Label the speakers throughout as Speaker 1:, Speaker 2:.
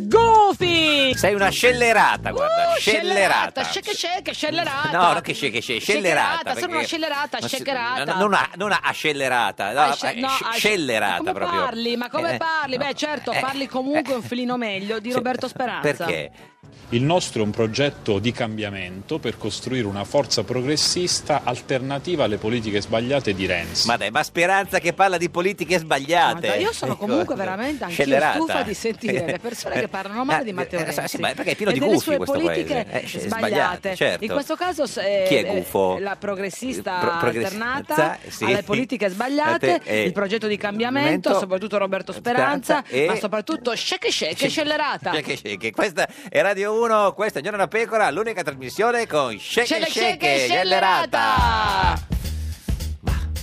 Speaker 1: Goofy!
Speaker 2: Sei una scellerata, Ah, guarda,
Speaker 1: Uh,
Speaker 2: scellerata.
Speaker 1: Shake, shake, scellerata.
Speaker 2: No, non che shake, shake, scellerata.
Speaker 1: Sono una
Speaker 2: perché-
Speaker 1: scellerata,
Speaker 2: non si-
Speaker 1: shakerata.
Speaker 2: no, Non, a- non a- ascellerata, no,
Speaker 1: Ah, sce-
Speaker 2: eh,
Speaker 1: no,
Speaker 2: sc-
Speaker 1: ah, sce-
Speaker 2: scellerata
Speaker 1: come
Speaker 2: proprio.
Speaker 1: parli? Ma come
Speaker 2: Eh,
Speaker 1: parli? Beh, certo,
Speaker 2: eh,
Speaker 1: parli comunque un filino meglio di Roberto Speranza.
Speaker 2: Perché?
Speaker 3: Il nostro è un progetto di cambiamento per costruire una forza progressista alternativa alle politiche sbagliate di Renzi.
Speaker 2: Ma dai, ma Speranza che parla di politiche sbagliate.
Speaker 1: Ma io sono
Speaker 2: Ecco.
Speaker 1: comunque veramente anche
Speaker 2: Scellerata.
Speaker 1: stufa di sentire le persone che parlano male di
Speaker 2: Ah,
Speaker 1: Matteo
Speaker 2: eh, eh,
Speaker 1: Renzi
Speaker 2: sì, ma perché è pieno
Speaker 1: e
Speaker 2: di
Speaker 1: delle
Speaker 2: gufi
Speaker 1: sue
Speaker 2: questo
Speaker 1: politiche
Speaker 2: paese. Eh,
Speaker 1: sbagliate.
Speaker 2: sbagliate, certo.
Speaker 1: In questo caso s- eh,
Speaker 2: Chi è gufo?
Speaker 1: eh, la progressista
Speaker 2: Pro- progressista,
Speaker 1: alternata
Speaker 2: sì.
Speaker 1: alle politiche sbagliate,
Speaker 2: Eh,
Speaker 1: il progetto di cambiamento,
Speaker 2: Mento-
Speaker 1: soprattutto Roberto Speranza,
Speaker 2: Speranza e-
Speaker 1: ma soprattutto shake shake
Speaker 2: Sì.
Speaker 1: scellerata.
Speaker 2: Shake, shake. Questa è Radio 1, questa è Giorno da Pecora, l'unica trasmissione con shake,
Speaker 1: Shake,
Speaker 2: shake,
Speaker 1: shake,
Speaker 2: scellerata.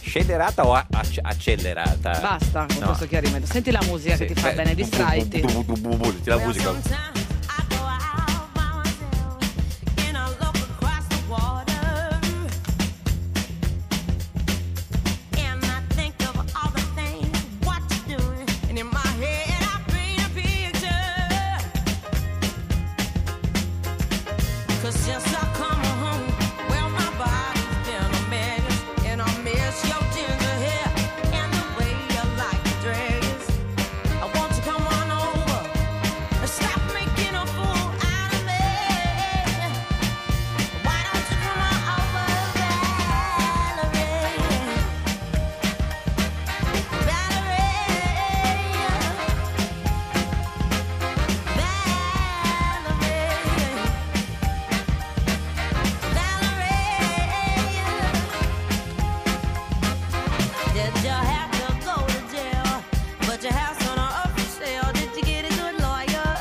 Speaker 2: Scellerata o a- acc- accelerata?
Speaker 1: Basta con
Speaker 2: Eh, No.
Speaker 1: questo chiarimento. Senti la musica che ti fa
Speaker 2: eh,
Speaker 1: bene, distraiti.
Speaker 2: Senti la musica.
Speaker 4: Since I come home, well, my body's been a mess, and I miss your ginger hair and the way you like to dress. I want you to come on over and stop making a fool out of me. Why don't you come on over, Valerie? Did you have to go to jail? But your house on a up for sale. Did you get a good lawyer?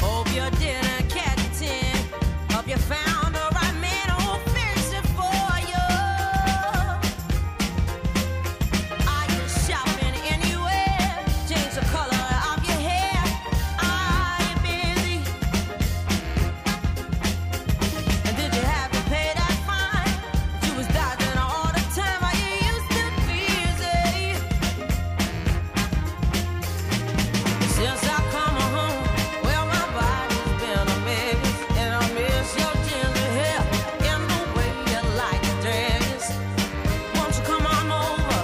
Speaker 4: Hope you didn't catch a tin. Hope you found the right man who'll fix it for you. Are you shopping anywhere? Change the color of your hair. Are you busy? And did you have to pay that fine? You was dodging all the time. I used to be easy. Since I come home, well my body's been a mess, and I miss your ginger hair and the way you like to dress. Won't you come on over?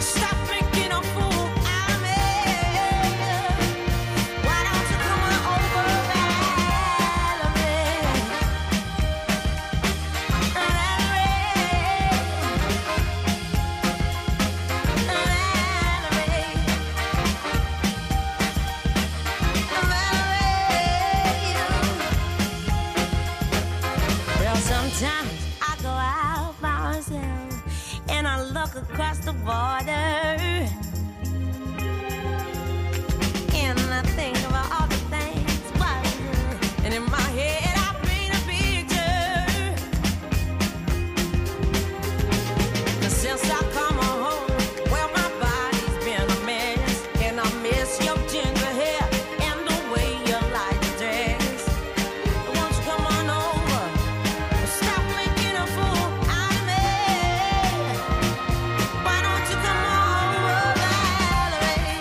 Speaker 4: Stop making a fool out of me. Why don't you come on over, Valerie? Well, sometimes I go out by myself and I look across the border. And I think about all the things, why and in my head I paint a picture. Since I come home, well, my body's been a mess. And I miss your ginger hair and the way you like to dress. Won't you come on over? Stop making a fool out of me. Why don't you come on over, Valerie?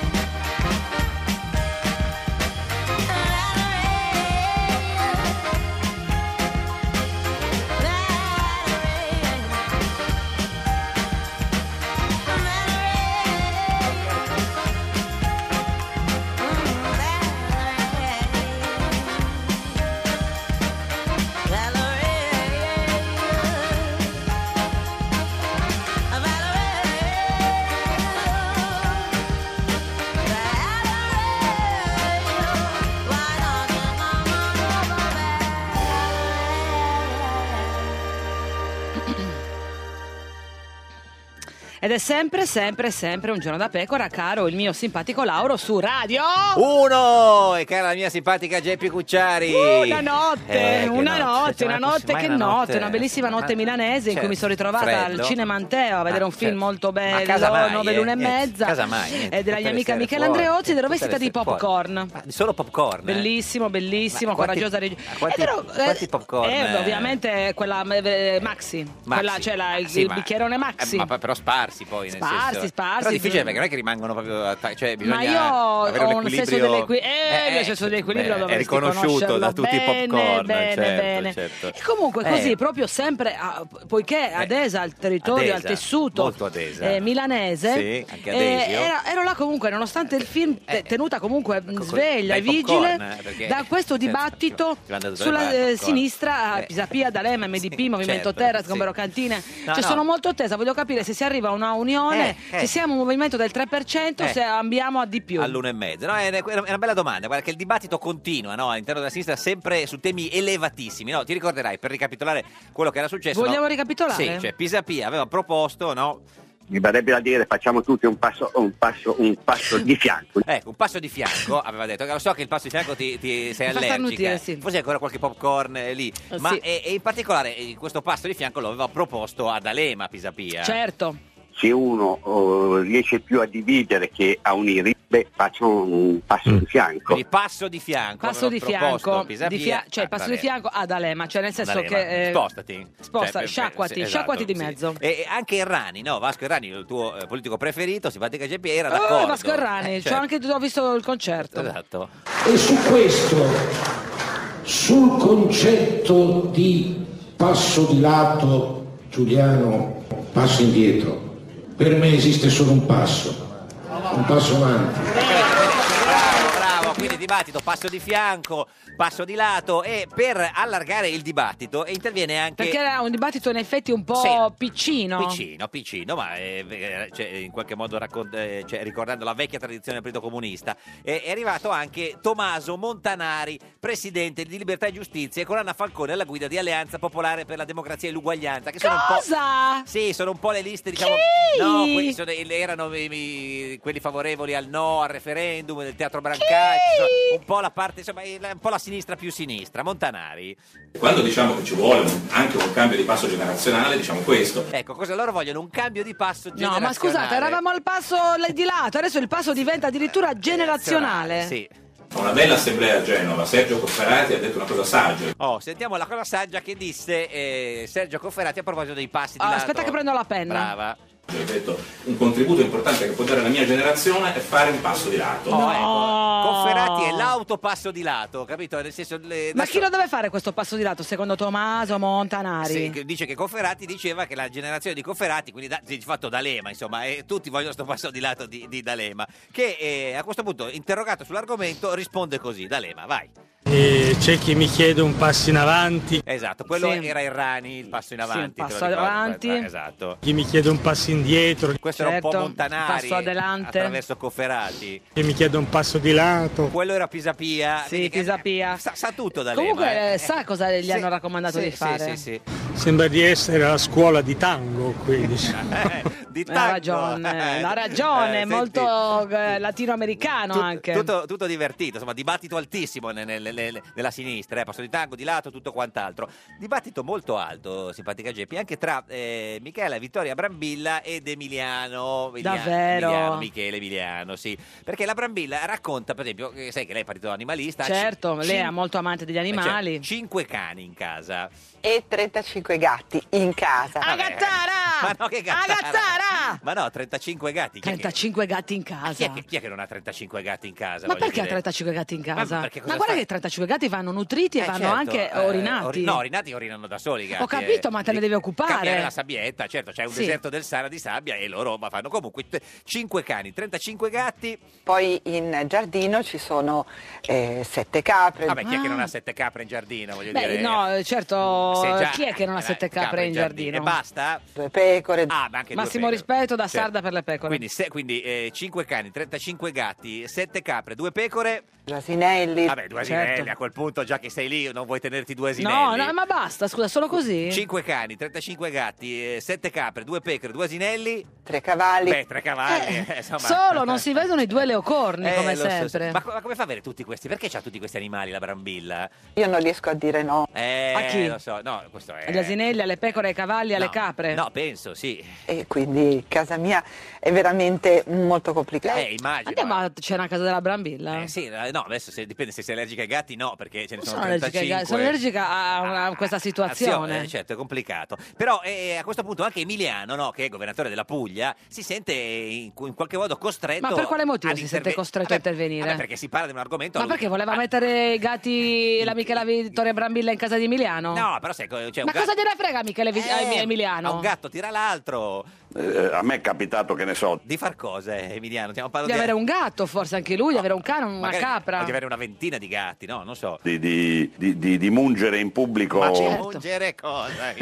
Speaker 1: Ed è sempre, sempre, sempre un giorno da pecora, caro il mio simpatico Lauro su radio.
Speaker 2: Uno! E cara la mia simpatica Geppi Cucciari.
Speaker 1: Una notte,
Speaker 2: Eh, che
Speaker 1: una notte, una
Speaker 2: Cioè, ma
Speaker 1: notte,
Speaker 2: mai
Speaker 1: che
Speaker 2: una
Speaker 1: notte, una bellissima notte
Speaker 2: Ma-
Speaker 1: milanese in
Speaker 2: cioè,
Speaker 1: cui mi sono ritrovata
Speaker 2: freddo.
Speaker 1: al Cinemanteo a vedere
Speaker 2: Ah,
Speaker 1: un film
Speaker 2: certo.
Speaker 1: molto
Speaker 2: Ma a
Speaker 1: bello,
Speaker 2: casa mai,
Speaker 1: 9
Speaker 2: eh,
Speaker 1: l'una e
Speaker 2: niente,
Speaker 1: mezza,
Speaker 2: casa mai, niente,
Speaker 1: e della mia
Speaker 2: tutte le
Speaker 1: amica
Speaker 2: sere
Speaker 1: Michela
Speaker 2: fuori,
Speaker 1: Andreotti, ed
Speaker 2: tutte le
Speaker 1: ero vestita di
Speaker 2: sere fuori.
Speaker 1: popcorn.
Speaker 2: Ma Solo popcorn. eh?
Speaker 1: Bellissimo, bellissimo,
Speaker 2: Ma quanti-
Speaker 1: coraggiosa regia.
Speaker 2: ma quanti-
Speaker 1: Ed ero-
Speaker 2: quanti popcorn,
Speaker 1: eh,
Speaker 2: eh?
Speaker 1: ovviamente quella eh, Maxi, quella cioè la- il,
Speaker 2: Ah, Sì,
Speaker 1: il
Speaker 2: ma-
Speaker 1: bicchierone
Speaker 2: eh,
Speaker 1: Maxi.
Speaker 2: ma poi però sparsi poi. nel
Speaker 1: Sparsi,
Speaker 2: senso-
Speaker 1: sparsi,
Speaker 2: Però è difficile
Speaker 1: sì.
Speaker 2: perché non è che rimangono proprio. atta- Cioè, bisogna
Speaker 1: Ma io
Speaker 2: avere
Speaker 1: ho
Speaker 2: un
Speaker 1: un
Speaker 2: equilibrio-
Speaker 1: senso
Speaker 2: certo,
Speaker 1: dell'equi- eh, il mio senso dell'equilibrio
Speaker 2: beh, È
Speaker 1: dovresti
Speaker 2: riconosciuto da
Speaker 1: conoscerlo
Speaker 2: tutti i
Speaker 1: bene,
Speaker 2: popcorn.
Speaker 1: bene,
Speaker 2: certo,
Speaker 1: bene.
Speaker 2: certo.
Speaker 1: E comunque
Speaker 2: Eh,
Speaker 1: così, proprio sempre, a- poiché adesa al territorio,
Speaker 2: adesa,
Speaker 1: al tessuto
Speaker 2: molto adesa.
Speaker 1: eh, milanese,
Speaker 2: Esatto.
Speaker 1: Eh,
Speaker 2: Sì, anche adesio. Eh,
Speaker 1: era- ero là comunque, nonostante il film, te- tenuta comunque mh,
Speaker 2: co-
Speaker 1: sveglia
Speaker 2: dai
Speaker 1: e vigile,
Speaker 2: popcorn, eh, perché-
Speaker 1: da questo dibattito
Speaker 2: ci vanno tutte le
Speaker 1: sulla
Speaker 2: parti,
Speaker 1: eh,
Speaker 2: popcorn.
Speaker 1: sinistra,
Speaker 2: Eh.
Speaker 1: Pisapia, D'Alema, MDP, Movimento
Speaker 2: certo,
Speaker 1: Terra,
Speaker 2: sì.
Speaker 1: Sgombero Cantina,
Speaker 2: No,
Speaker 1: cioè
Speaker 2: no.
Speaker 1: sono molto tesa, voglio capire se si arriva a una unione,
Speaker 2: Eh, eh.
Speaker 1: se siamo un movimento del 3%,
Speaker 2: Eh.
Speaker 1: se ambiamo a di più.
Speaker 2: All'una e mezza. No, è, è una bella domanda. Guarda che il dibattito continua no, all'interno della sinistra sempre su temi elevatissimi. No, ti ricorderai, per ricapitolare quello che era successo. no?
Speaker 1: Vogliamo ricapitolare?
Speaker 2: Sì, cioè Pisapia aveva proposto, no?
Speaker 5: Mi verrebbe da dire facciamo tutti un passo, un passo, un passo di fianco.
Speaker 2: Ecco, un passo di fianco aveva detto. Lo so che il passo di fianco ti, ti- sei
Speaker 1: Mi fa
Speaker 2: allergica.
Speaker 1: starnutire, sì.
Speaker 2: Forse ancora qualche popcorn eh, lì.
Speaker 1: Eh,
Speaker 2: Ma
Speaker 1: sì.
Speaker 2: e- e in particolare eh, questo passo di fianco lo aveva proposto ad Alema Pisapia.
Speaker 1: Certo.
Speaker 5: Se uno oh, riesce più a dividere che a unire, beh, facciamo un passo
Speaker 3: Mm.
Speaker 5: di fianco.
Speaker 2: Quindi passo di fianco.
Speaker 1: Passo di
Speaker 2: aveva proposto
Speaker 1: fianco,
Speaker 2: Pisapia.
Speaker 1: di fia- cioè
Speaker 2: Ah,
Speaker 1: passo
Speaker 2: va
Speaker 1: di
Speaker 2: bene.
Speaker 1: fianco ad Alema, cioè nel senso
Speaker 2: D'Alema,
Speaker 1: che... eh,
Speaker 2: spostati
Speaker 1: sposta,
Speaker 2: per- per-
Speaker 1: sciacquati,
Speaker 2: sì, esatto,
Speaker 1: sciacquati di
Speaker 2: sì.
Speaker 1: mezzo.
Speaker 2: e e anche Errani no? Vasco Errani il tuo eh, politico preferito simpatica GP era d'accordo
Speaker 1: Oh, Vasco Errani,
Speaker 2: Eh,
Speaker 1: c'ho
Speaker 2: certo.
Speaker 1: anche ho visto il concerto.
Speaker 2: esatto
Speaker 6: E su questo, sul concetto di passo di lato, Giuliano, passo indietro, per me esiste solo un passo, un passo avanti.
Speaker 2: bravo bravo quindi dibattito passo di fianco passo di lato e per allargare il dibattito interviene anche
Speaker 1: Perché era un dibattito in effetti un po'
Speaker 2: Sì.
Speaker 1: piccino.
Speaker 2: Piccino, piccino, ma eh, eh, cioè, in qualche modo raccont- eh, cioè, ricordando la vecchia tradizione del Partito Comunista, eh, è arrivato anche Tommaso Montanari, presidente di Libertà e Giustizia, e con Anna Falcone alla guida di Alleanza Popolare per la Democrazia e l'Uguaglianza. Che sono Un
Speaker 1: Cosa?
Speaker 2: po', sì, sono un po' le liste, diciamo.
Speaker 1: Chi?
Speaker 2: No, quelli sono- erano i- i- quelli favorevoli al no, al referendum, del teatro Brancacci, insomma, un po' la parte, insomma, il- un po' la sinistra più sinistra. Montanari.
Speaker 7: Quando diciamo che ci vuole un- anche un cambio di passo generazionale, diciamo questo.
Speaker 2: Ecco, cosa loro vogliono? Un cambio di passo
Speaker 1: No,
Speaker 2: generazionale.
Speaker 1: ma scusate, eravamo al passo di lato, adesso il passo diventa addirittura generazionale.
Speaker 2: Sì.
Speaker 7: Una bella assemblea a Genova, Sergio Cofferati ha detto una cosa saggia.
Speaker 2: Oh, sentiamo la cosa saggia che disse eh, Sergio Cofferati a proposito dei passi di
Speaker 1: Ah,
Speaker 2: lato.
Speaker 1: aspetta che prendo la penna.
Speaker 2: Brava.
Speaker 7: Ha detto un contributo importante che può dare la mia generazione è fare un passo di lato.
Speaker 2: Oh, ecco. Cofferati è l'autopasso di lato, capito? Nel senso, le-
Speaker 1: Ma
Speaker 2: adesso-
Speaker 1: chi lo deve fare questo passo di lato, secondo Tommaso Montanari?
Speaker 2: Sì, che dice che Cofferati diceva che la generazione di Cofferati, quindi da- di fatto D'Alema, insomma, e tutti vogliono sto passo di lato di, di D'Alema, che eh, a questo punto, interrogato sull'argomento, risponde così, D'Alema, vai.
Speaker 8: E c'è chi mi chiede un passo in avanti,
Speaker 2: Esatto, quello
Speaker 1: Sì.
Speaker 2: era Errani, il passo in
Speaker 1: Sì, un
Speaker 2: avanti. te lo
Speaker 1: passo
Speaker 2: ricordo,
Speaker 1: avanti.
Speaker 2: Esatto.
Speaker 8: chi mi chiede un passo indietro,
Speaker 2: Questo era un po'
Speaker 1: Certo,
Speaker 2: Montanari
Speaker 1: passo adelante.
Speaker 2: attraverso Cofferati.
Speaker 8: chi mi chiede un passo di lato.
Speaker 2: Quello era Pisapia.
Speaker 1: Sì,
Speaker 2: quindi che-
Speaker 1: Pisapia.
Speaker 2: Sa, sa tutto da
Speaker 1: Comunque, eh, sa cosa gli hanno raccomandato di fare.
Speaker 2: eh. Sì, sì,
Speaker 8: Sembra di essere alla scuola di tango qui. diciamo.
Speaker 2: sì. Di
Speaker 1: Eh, Ha
Speaker 2: tango.
Speaker 1: ragione,
Speaker 2: Eh,
Speaker 1: ha ragione,
Speaker 2: eh,
Speaker 1: molto eh,
Speaker 2: senti,
Speaker 1: latinoamericano
Speaker 2: tut-
Speaker 1: anche.
Speaker 2: Tutto, tutto divertito, insomma, dibattito altissimo ne- ne- ne- ne- nella sinistra, eh, passo di tango, di lato, tutto quant'altro. Dibattito molto alto, simpatica Geppi, anche tra eh, Michela Vittoria Brambilla ed Emiliano. Emiliano-
Speaker 1: Davvero?
Speaker 2: Emiliano, Michele Emiliano, sì. Perché la Brambilla racconta, per esempio, che sai che lei è partito animalista. ha cin-
Speaker 1: Certo, lei
Speaker 2: cin-
Speaker 1: è molto amante degli
Speaker 2: cioè,
Speaker 1: animali.
Speaker 2: cinque cani in casa.
Speaker 9: Eh, certo. e 35 gatti in casa.
Speaker 1: Ah, gattara!
Speaker 2: Ma no, che gattara!
Speaker 1: Ah, gattara!
Speaker 2: Ma no, 35 gatti. Chi è che-
Speaker 1: 35 gatti in
Speaker 2: Chi è,
Speaker 1: casa.
Speaker 2: che, chi è che non ha 35 gatti in casa?
Speaker 1: Ma
Speaker 2: voglio
Speaker 1: perché ha
Speaker 2: dire?
Speaker 1: 35 gatti in casa?
Speaker 2: Ma
Speaker 1: Ma,
Speaker 2: perché cosa
Speaker 1: guarda
Speaker 2: fa?
Speaker 1: che 35 gatti vanno nutriti e
Speaker 2: Eh,
Speaker 1: vanno
Speaker 2: certo,
Speaker 1: anche
Speaker 2: eh,
Speaker 1: orinati.
Speaker 2: ori- no, orinati orinano da soli i gatti.
Speaker 1: Ho capito,
Speaker 2: eh.
Speaker 1: ma te ne
Speaker 2: Di-
Speaker 1: devi occupare.
Speaker 2: Cambiare la sabbietta, certo, c'è un
Speaker 1: Sì.
Speaker 2: deserto del Sahara di sabbia e loro ma fanno comunque 5 cani, 35 gatti.
Speaker 9: Poi in giardino ci sono eh, sette capre.
Speaker 2: Vabbè, chi è che
Speaker 1: Ah.
Speaker 2: non ha 7 capre in giardino, voglio
Speaker 1: Beh,
Speaker 2: dire.
Speaker 1: no, certo,
Speaker 2: Se già-
Speaker 1: chi è che non ha
Speaker 2: eh,
Speaker 1: sette capre in giardino?
Speaker 2: E basta?
Speaker 9: Due pecore,
Speaker 2: Ah, ma anche due
Speaker 1: Massimo
Speaker 2: pecore.
Speaker 1: rispetto da
Speaker 2: Certo.
Speaker 1: sarda per le pecore.
Speaker 2: Quindi, se, quindi 5 cani, 35 gatti, 7 capre, 2 pecore.
Speaker 9: due asinelli.
Speaker 2: Vabbè, due asinelli
Speaker 1: Certo.
Speaker 2: a quel punto, già che sei lì, non vuoi tenerti due
Speaker 1: no,
Speaker 2: asinelli.
Speaker 1: no, ma basta, scusa, solo così?
Speaker 2: eh, 5 cani, 35 gatti, 7 capre, 2 pecore, 2 asinelli.
Speaker 9: Tre cavalli.
Speaker 2: Beh, tre cavalli. eh, insomma.
Speaker 1: Solo non si vedono i due leocorni
Speaker 2: Eh,
Speaker 1: come
Speaker 2: lo so,
Speaker 1: sempre.
Speaker 2: ma, co- ma come fa a avere tutti questi? Perché c'ha tutti questi animali la brambilla?
Speaker 9: Io non riesco a dire no.
Speaker 2: Eh,
Speaker 1: A chi?
Speaker 2: Lo so, no, questo è...
Speaker 1: Eh. Agli asinelli, alle pecore, ai cavalli, alle
Speaker 2: No,
Speaker 1: capre.
Speaker 2: No, penso, sì.
Speaker 9: E quindi casa mia è veramente molto complicata.
Speaker 2: Eh, immagino.
Speaker 1: Andiamo a cena a casa della Brambilla.
Speaker 2: Eh, sì, eh, no, adesso se, dipende se sei allergica ai gatti, no, perché ce ne sono,
Speaker 1: sono, allergica ai
Speaker 2: 35.
Speaker 1: gatti, sono allergica a, una- a questa situazione.
Speaker 2: Azione, eh, certo, è complicato. Però eh, a questo punto anche Emiliano, no, che è governatore della Puglia, si sente in, in qualche modo costretto.
Speaker 1: Ma per quale motivo
Speaker 2: ad
Speaker 1: si sente
Speaker 2: interve-
Speaker 1: costretto a intervenire?
Speaker 2: Vabbè, perché si parla di un argomento.
Speaker 1: Ma perché
Speaker 2: Ah.
Speaker 1: voleva mettere i gatti, la Michela Vittoria Brambilla in casa di Emiliano?
Speaker 2: No, però se c'è un
Speaker 1: Ma
Speaker 2: gatto.
Speaker 1: cosa gliene frega Michele Vi- eh,
Speaker 2: a un
Speaker 1: Emiliano?
Speaker 2: gatto tira l'altro. Eh,
Speaker 10: Eh, a me è capitato, che ne so.
Speaker 2: Di far cosa, eh, Emiliano? Stiamo
Speaker 1: Di
Speaker 2: parlando
Speaker 1: avere un gatto forse anche lui, di avere un cane, una
Speaker 2: magari-
Speaker 1: capra.
Speaker 2: di avere una ventina di gatti, no? Non so.
Speaker 10: Di, di- di- di- di mungere in pubblico.
Speaker 2: Ma c'è mungere cosa?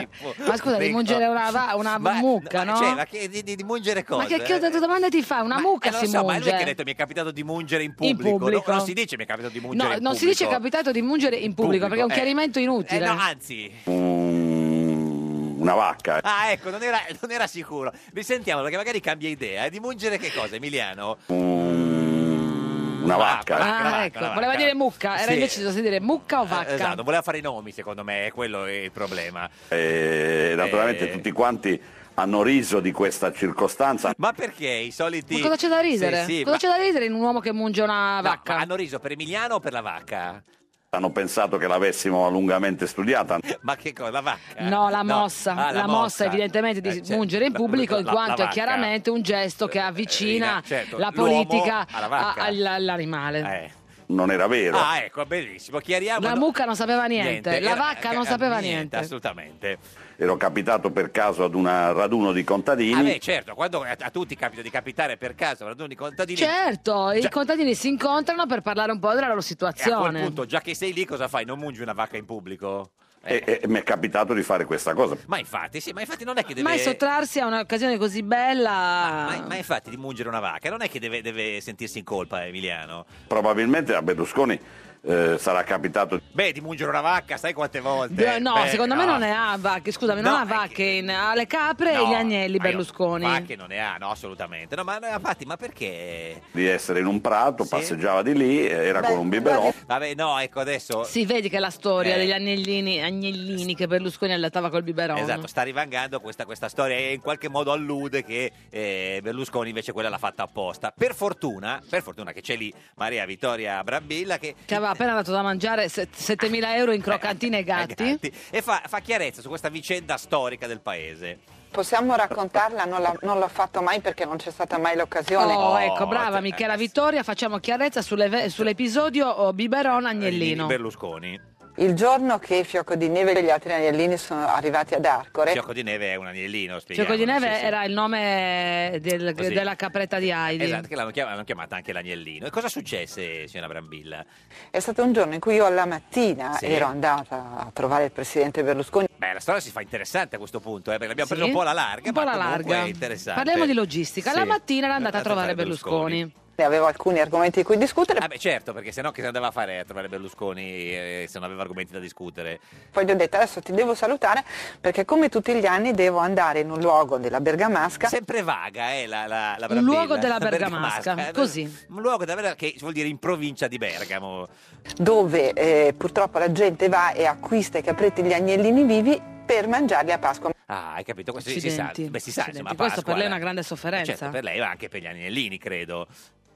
Speaker 1: Ma scusa, di mungere una, va- una mucca, no?
Speaker 2: Cioè, ma che- di, di- di mungere cosa?
Speaker 1: Ma che, che domanda ti fa? Una
Speaker 2: Eh,
Speaker 1: mucca
Speaker 2: non
Speaker 1: si
Speaker 2: so, ma è lui
Speaker 1: munge.
Speaker 2: che ha detto mi è capitato di mungere in pubblico.
Speaker 1: pubblico.
Speaker 2: No, non si dice mi è capitato di
Speaker 1: No,
Speaker 2: mungere
Speaker 1: non
Speaker 2: in
Speaker 1: si dice
Speaker 2: pubblico.
Speaker 1: capitato di mungere in pubblico, perché è un
Speaker 2: eh.
Speaker 1: chiarimento
Speaker 2: Eh,
Speaker 1: inutile.
Speaker 2: no, anzi.
Speaker 10: Mm, una vacca.
Speaker 2: Ah, ecco, non era, non era sicuro. Risentiamo perché magari cambia idea. eh. Di mungere che cosa, Emiliano?
Speaker 10: Mm, Una vacca.
Speaker 1: Ah, ecco, voleva dire mucca, era
Speaker 2: Sì.
Speaker 1: invece di dire mucca o vacca.
Speaker 2: Esatto, voleva fare i nomi, secondo me, è quello è il problema.
Speaker 10: E naturalmente
Speaker 2: Eh.
Speaker 10: tutti quanti hanno riso di questa circostanza.
Speaker 2: Ma perché i soliti.
Speaker 1: Ma cosa c'è da ridere?
Speaker 2: Sì, sì,
Speaker 1: cosa
Speaker 2: ma-
Speaker 1: c'è da ridere in un uomo che munge una
Speaker 2: no,
Speaker 1: vacca?
Speaker 2: ma hanno riso per Emiliano o per la vacca?
Speaker 10: Hanno pensato che l'avessimo lungamente studiata.
Speaker 2: Ma che cosa? La vacca?
Speaker 1: No, la mossa,
Speaker 10: Ah,
Speaker 1: la, mossa, evidentemente di
Speaker 2: certo.
Speaker 10: Eh, cioè,
Speaker 1: mungere in
Speaker 10: la-
Speaker 1: pubblico in
Speaker 10: la- la
Speaker 1: quanto è
Speaker 10: vacca.
Speaker 1: chiaramente un gesto che avvicina
Speaker 10: eh, certo,
Speaker 1: la
Speaker 10: l'uomo
Speaker 1: politica
Speaker 10: alla vacca.
Speaker 1: a- all-
Speaker 2: Eh.
Speaker 1: all'animale.
Speaker 10: Non era vero.
Speaker 2: Ah, ecco, bellissimo. Chiariamo.
Speaker 1: La mucca non sapeva
Speaker 10: Niente,
Speaker 1: niente, la
Speaker 10: era-
Speaker 1: vacca non sapeva niente.
Speaker 2: eh, Assolutamente.
Speaker 10: Ero capitato per caso ad un raduno di
Speaker 2: Ah,
Speaker 10: contadini.
Speaker 2: beh, certo, quando a, a tutti capita di capitare per caso, raduno di contadini.
Speaker 1: Certo, i
Speaker 2: Già-
Speaker 1: contadini si incontrano per parlare un po' della loro
Speaker 2: E Cioè Eh, a quel
Speaker 1: situazione.
Speaker 2: punto, già che sei lì, cosa fai? Non mungi una vacca in pubblico? Eh,
Speaker 10: E, e- e mi è capitato di fare questa cosa.
Speaker 2: Ma infatti, sì, ma infatti non è che deve.
Speaker 1: Mai sottrarsi a un'occasione così bella. Ah.
Speaker 2: ma, ma infatti di mungere una vacca non è che deve, deve sentirsi in colpa, Emiliano.
Speaker 10: Probabilmente a Berlusconi eh, sarà capitato
Speaker 2: Beh, di mungere una vacca, sai quante volte?
Speaker 1: Beh, no,
Speaker 2: Beh,
Speaker 1: secondo me
Speaker 2: no.
Speaker 1: non ne ha vacche, scusami, non
Speaker 2: No,
Speaker 1: ha
Speaker 2: è
Speaker 1: vacche, in- ha le capre e
Speaker 2: No,
Speaker 1: gli agnelli
Speaker 2: ma io-
Speaker 1: Berlusconi.
Speaker 2: Vacche non ne ha, no, assolutamente. No, ma no, infatti, ma perché?
Speaker 10: di essere in un prato, passeggiava di lì, eh, era con un biberò.
Speaker 2: Vabbè, no, ecco adesso.
Speaker 1: Si vede che è la storia
Speaker 2: Eh.
Speaker 1: degli agnellini, agnellini che Berlusconi allattava col biberon.
Speaker 2: Esatto, sta rivangando questa, questa storia e in qualche modo allude che eh, Berlusconi invece quella l'ha fatta apposta. Per fortuna, per fortuna che c'è lì Maria Vittoria Brambilla che
Speaker 1: Che aveva appena dato da mangiare se- 7.000 euro
Speaker 2: Eh,
Speaker 1: in crocantine ai gatti.
Speaker 2: e fa, fa chiarezza su questa vicenda storica del paese.
Speaker 9: Possiamo raccontarla? Non, la- non l'ho fatto mai perché non c'è stata mai l'occasione.
Speaker 1: Oh, ecco, brava Michela Vittoria, facciamo chiarezza sull'eve- sull'episodio oh, biberon agnellino.
Speaker 2: Berlusconi.
Speaker 9: Il giorno che Fiocco di Neve e gli altri agnellini sono arrivati ad Arcore,
Speaker 2: Gioco di neve è un agnellino,
Speaker 1: Gioco
Speaker 2: spieghiamolo,
Speaker 1: Cioè, di Neve
Speaker 2: sì, sì.
Speaker 1: era il nome del-
Speaker 2: Così.
Speaker 1: della capretta di Heidi.
Speaker 2: Esatto, che l'hanno chiamata, l'hanno chiamata anche l'agnellino. E cosa successe, signora Brambilla?
Speaker 9: è stato un giorno in cui io alla mattina
Speaker 2: Sì.
Speaker 9: ero andata a trovare il presidente Berlusconi.
Speaker 2: Beh, la storia si fa interessante a questo punto, eh, perché l'abbiamo
Speaker 1: Sì?
Speaker 2: presa un po' alla larga,
Speaker 1: Un po'
Speaker 2: ma
Speaker 1: alla
Speaker 2: comunque
Speaker 1: larga.
Speaker 2: è interessante.
Speaker 1: Parliamo di logistica. La
Speaker 2: Sì.
Speaker 1: mattina era andata a
Speaker 2: Esatto,
Speaker 1: trovare Berlusconi.
Speaker 9: Ne avevo alcuni argomenti di cui discutere.
Speaker 2: Ah beh certo, perché sennò che si andava a fare a trovare Berlusconi eh, se non aveva argomenti da discutere?
Speaker 9: Poi gli ho detto adesso ti devo salutare perché come tutti gli anni devo andare in un luogo della Bergamasca.
Speaker 2: Sempre vaga, eh, la, la, la
Speaker 9: Un
Speaker 2: Brambilla.
Speaker 9: luogo della
Speaker 2: La
Speaker 9: Bergamasca,
Speaker 2: eh,
Speaker 9: così.
Speaker 2: Un luogo della Bergamasca che vuol dire in provincia di Bergamo.
Speaker 9: dove eh, purtroppo la gente va e acquista i capretti e gli agnellini vivi per mangiarli a Pasqua.
Speaker 2: Ah, hai capito? Questo si- si sa,
Speaker 9: Accidenti,
Speaker 2: beh, si sa,
Speaker 9: accidenti.
Speaker 2: insomma, a
Speaker 9: Questo
Speaker 2: Pasqua,
Speaker 9: per lei è
Speaker 2: la-
Speaker 9: una grande sofferenza.
Speaker 2: Certo, per lei, ma anche per gli agnellini, credo.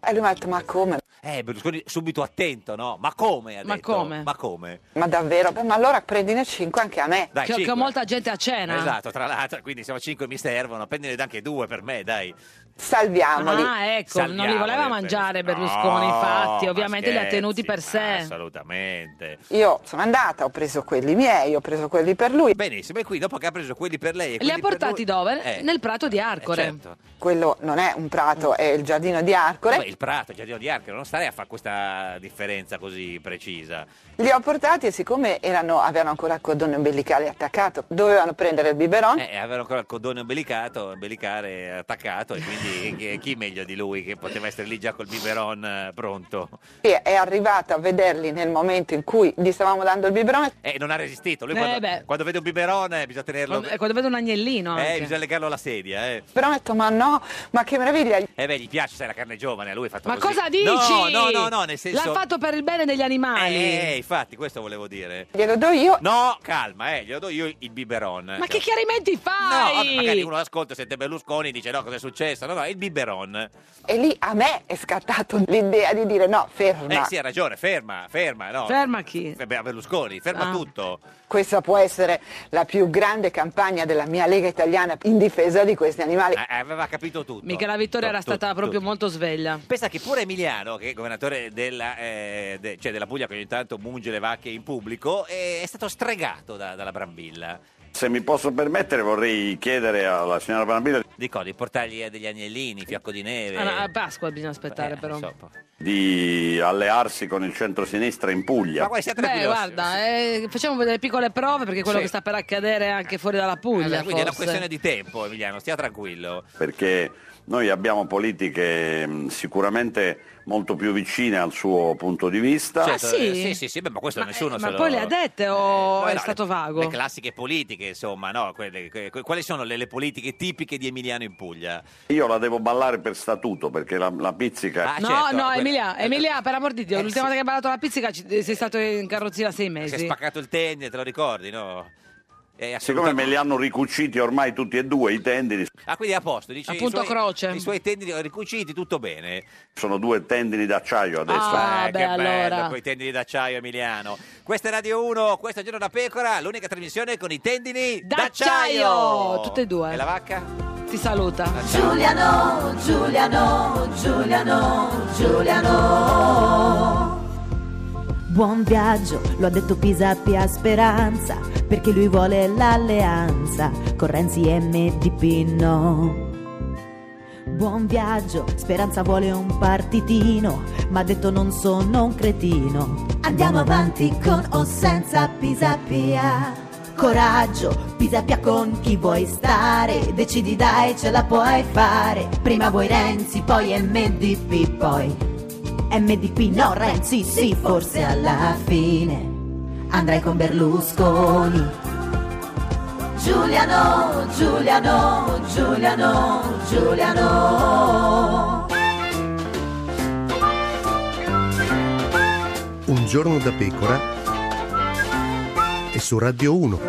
Speaker 9: E lui mi ha detto ma come?
Speaker 2: Eh, Berlusconi subito attento, no? Ma come? ha
Speaker 9: Ma
Speaker 2: detto.
Speaker 9: come?
Speaker 2: Ma come?
Speaker 9: Ma davvero? Beh, ma allora prendine 5 anche a me.
Speaker 2: Dai, Che- che ho cinque. molta
Speaker 1: gente a
Speaker 9: Eh,
Speaker 1: cena.
Speaker 2: Esatto, tra l'altro, quindi siamo cinque mi servono, prendine anche due per me, dai.
Speaker 9: Salviamoli.
Speaker 1: Ah, ecco, non li
Speaker 2: Salviamoli,
Speaker 1: voleva
Speaker 2: per-
Speaker 1: mangiare Berlusconi,
Speaker 2: No,
Speaker 1: infatti,
Speaker 2: ma
Speaker 1: ovviamente li ha
Speaker 2: scherzi,
Speaker 1: tenuti per sé.
Speaker 2: Assolutamente.
Speaker 9: Io sono andata, ho preso quelli miei, ho preso quelli per lui.
Speaker 2: Benissimo, e qui dopo che ha preso quelli per lei e
Speaker 1: Li ha
Speaker 2: quelli per lui-
Speaker 1: portati dove?
Speaker 2: Eh,
Speaker 1: Nel prato di Arcore.
Speaker 2: certo.
Speaker 9: Quello non è un prato, è il giardino di Arcore.
Speaker 2: cioè, Beh, il prato, il giardino di Arcore, non starei a fare questa differenza così precisa.
Speaker 9: Li ho portati e siccome erano- avevano ancora il cordone ombelicale attaccato, dovevano prendere il biberon.
Speaker 2: Eh, avevano ancora il cordone umbilicato, ombelicare attaccato e quindi chi- chi meglio di lui che poteva essere lì già col biberon eh, pronto?
Speaker 9: E è arrivata a vederli nel momento in cui gli stavamo dando il biberon.
Speaker 2: E non ha resistito, lui
Speaker 9: Eh,
Speaker 2: quando,
Speaker 9: beh.
Speaker 2: quando vede un biberon eh, bisogna tenerlo...
Speaker 9: Quando- eh, quando vede un agnellino
Speaker 2: Eh,
Speaker 9: anche.
Speaker 2: bisogna legarlo alla sedia, eh.
Speaker 9: Però ho detto, ma no, ma che meraviglia!
Speaker 2: Eh beh, gli piace, sai, la carne giovane, a lui è fatto
Speaker 1: Ma
Speaker 2: così.
Speaker 1: cosa dici?
Speaker 2: No, no, no, no, nel senso...
Speaker 1: L'ha fatto per il bene degli animali.
Speaker 2: Eh, infatti, questo volevo dire.
Speaker 9: Glielo do io.
Speaker 2: No, calma, eh, glielo do io il biberon.
Speaker 1: Ma che chiarimenti
Speaker 2: eh. No, vabbè,
Speaker 1: fai?
Speaker 2: magari uno ascolta, sente Berlusconi, dice no, cosa è successo? No, no, il biberon.
Speaker 9: E lì a me è scattato l'idea di dire no, ferma.
Speaker 2: Eh sì, ha ragione, ferma, ferma, no.
Speaker 9: Ferma chi?
Speaker 2: Fe- beh, Berlusconi, ferma
Speaker 9: Ah.
Speaker 2: tutto.
Speaker 9: Questa può essere la più grande campagna della mia Lega Italiana in difesa di questi animali.
Speaker 2: Eh, aveva capito tutto.
Speaker 1: Michela Vittoria era
Speaker 2: Tutto,
Speaker 1: stata
Speaker 2: tutto,
Speaker 1: proprio molto sveglia.
Speaker 2: Pensa che pure Emiliano, che è governatore della, eh, de- cioè della Puglia, che ogni tanto munge le vacche in pubblico, eh, è stato stregato da- dalla Brambilla.
Speaker 10: Se mi posso permettere vorrei chiedere alla signora Brambilla
Speaker 2: Dico, di portargli eh, degli agnellini, fiocco di neve.
Speaker 1: Ah, no, a Pasqua bisogna aspettare
Speaker 2: eh,
Speaker 1: però.
Speaker 10: di allearsi con il centro-sinistra in Puglia.
Speaker 2: Ma guarda, siete
Speaker 1: Beh, guarda, eh, facciamo delle piccole prove perché quello
Speaker 2: Sì.
Speaker 1: che sta per accadere è anche fuori dalla Puglia.
Speaker 2: Allora, quindi è una
Speaker 1: forse.
Speaker 2: questione di tempo, Emiliano, stia tranquillo.
Speaker 10: perché noi abbiamo politiche mh, sicuramente molto più vicine al suo punto di vista.
Speaker 1: Ah,
Speaker 2: Certo, eh, sì, sì, sì, beh, ma questo nessuno se
Speaker 1: Ma
Speaker 2: lo- Eh,
Speaker 1: poi le ha dette o
Speaker 2: No,
Speaker 1: è
Speaker 2: no,
Speaker 1: stato
Speaker 2: le-
Speaker 1: vago?
Speaker 2: Le classiche politiche, insomma, no? quelle- que- que- quali sono le, le politiche tipiche di Emiliano in Puglia?
Speaker 10: Io la devo ballare per statuto perché la, la
Speaker 2: Ah,
Speaker 10: pizzica...
Speaker 2: certo,
Speaker 1: no,
Speaker 2: eh,
Speaker 1: no, Emilia, Emilia, per amor di Dio, l'ultima volta che hai ballato la pizzica ci- eh, sei stato in carrozzina sei
Speaker 2: Si è
Speaker 1: mesi.
Speaker 2: spaccato il tendine, te lo ricordi, no? È
Speaker 10: Siccome
Speaker 2: assolutamente...
Speaker 10: me li hanno ricuciti ormai tutti e due i tendini,
Speaker 2: Ah, quindi è a posto, dici, i
Speaker 1: Appunto
Speaker 2: suoi-
Speaker 1: croce.
Speaker 2: I suoi tendini ricuciti, tutto bene.
Speaker 10: sono due tendini d'acciaio adesso.
Speaker 1: Ah,
Speaker 2: Eh, che bello, con i tendini d'acciaio, Emiliano. Questa è Radio 1, questo è Giorno da Pecora, l'unica trasmissione con i tendini d'acciaio.
Speaker 1: D'acciaio! Tutte e due.
Speaker 2: E la vacca? Ah,
Speaker 1: Ti saluta.
Speaker 4: Giuliano, Giuliano, Giuliano, Giuliano.
Speaker 11: Buon viaggio, lo ha detto Pisapia a Speranza, perché lui vuole l'alleanza con Renzi e MDP no. Buon viaggio, Speranza vuole un partitino, ma ha detto non sono un cretino. Andiamo avanti con o senza Pisapia. Coraggio, Pisapia con chi vuoi stare, decidi dai ce la puoi fare. Prima vuoi Renzi, poi MDP, poi MDP no Renzi, sì, forse alla fine andrai con Berlusconi.
Speaker 4: Giuliano, Giuliano, Giuliano, Giuliano.
Speaker 12: Un giorno da pecora e su Radio 1.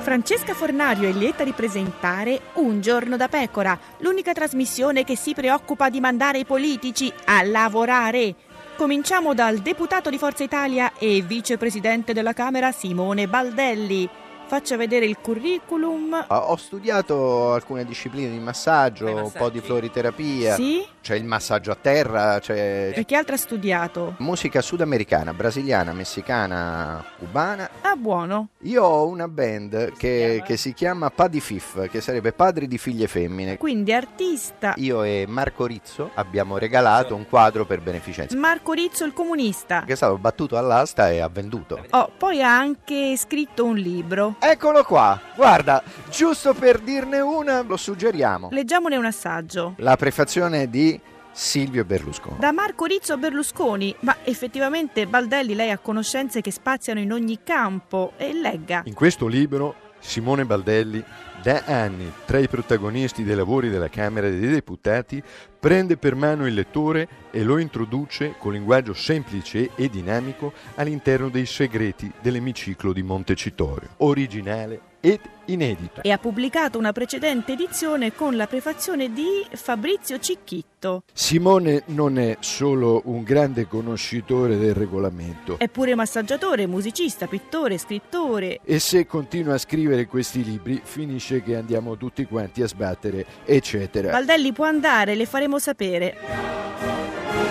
Speaker 13: Francesca Fornario è lieta di presentare Un giorno da pecora, l'unica trasmissione che si preoccupa di mandare i politici a lavorare. Cominciamo dal deputato di Forza Italia e vicepresidente della Camera Simone Baldelli. Faccia vedere il curriculum.
Speaker 14: Ah, Ho studiato alcune discipline di massaggio, un po' di floriterapia.
Speaker 13: Sì? Eh.
Speaker 14: C'è il massaggio a terra, c'è
Speaker 13: E che altro ha studiato?
Speaker 14: musica sudamericana, brasiliana, messicana, cubana.
Speaker 13: Ah, buono.
Speaker 14: Io ho una band che, che si chiama Paddy Fif, che sarebbe padri di figlie femmine.
Speaker 13: Quindi artista.
Speaker 14: Io e Marco Rizzo abbiamo regalato un quadro per beneficenza.
Speaker 13: Marco Rizzo il comunista.
Speaker 14: Che è stato battuto all'asta e ha venduto.
Speaker 13: Oh, poi ha anche scritto un libro.
Speaker 14: Eccolo qua, guarda, giusto per dirne una, lo suggeriamo.
Speaker 13: Leggiamone un assaggio.
Speaker 14: La prefazione di Silvio Berlusconi.
Speaker 13: Da Marco Rizzo a Berlusconi, ma effettivamente Baldelli lei ha conoscenze che spaziano in ogni campo e legga.
Speaker 15: In questo libro Simone Baldelli, da anni tra i protagonisti dei lavori della Camera dei Deputati, prende per mano il lettore e lo introduce con linguaggio semplice e dinamico all'interno dei segreti dell'emiciclo di Montecitorio, originale ed inedito.
Speaker 13: E ha pubblicato una precedente edizione con la prefazione di Fabrizio Cicchitto.
Speaker 15: Simone non è solo un grande conoscitore del regolamento.
Speaker 13: È pure massaggiatore, musicista, pittore, scrittore.
Speaker 15: E se continua a scrivere questi libri, finisce che andiamo tutti quanti a sbattere, eccetera.
Speaker 13: Baldelli può andare, le faremo sapere.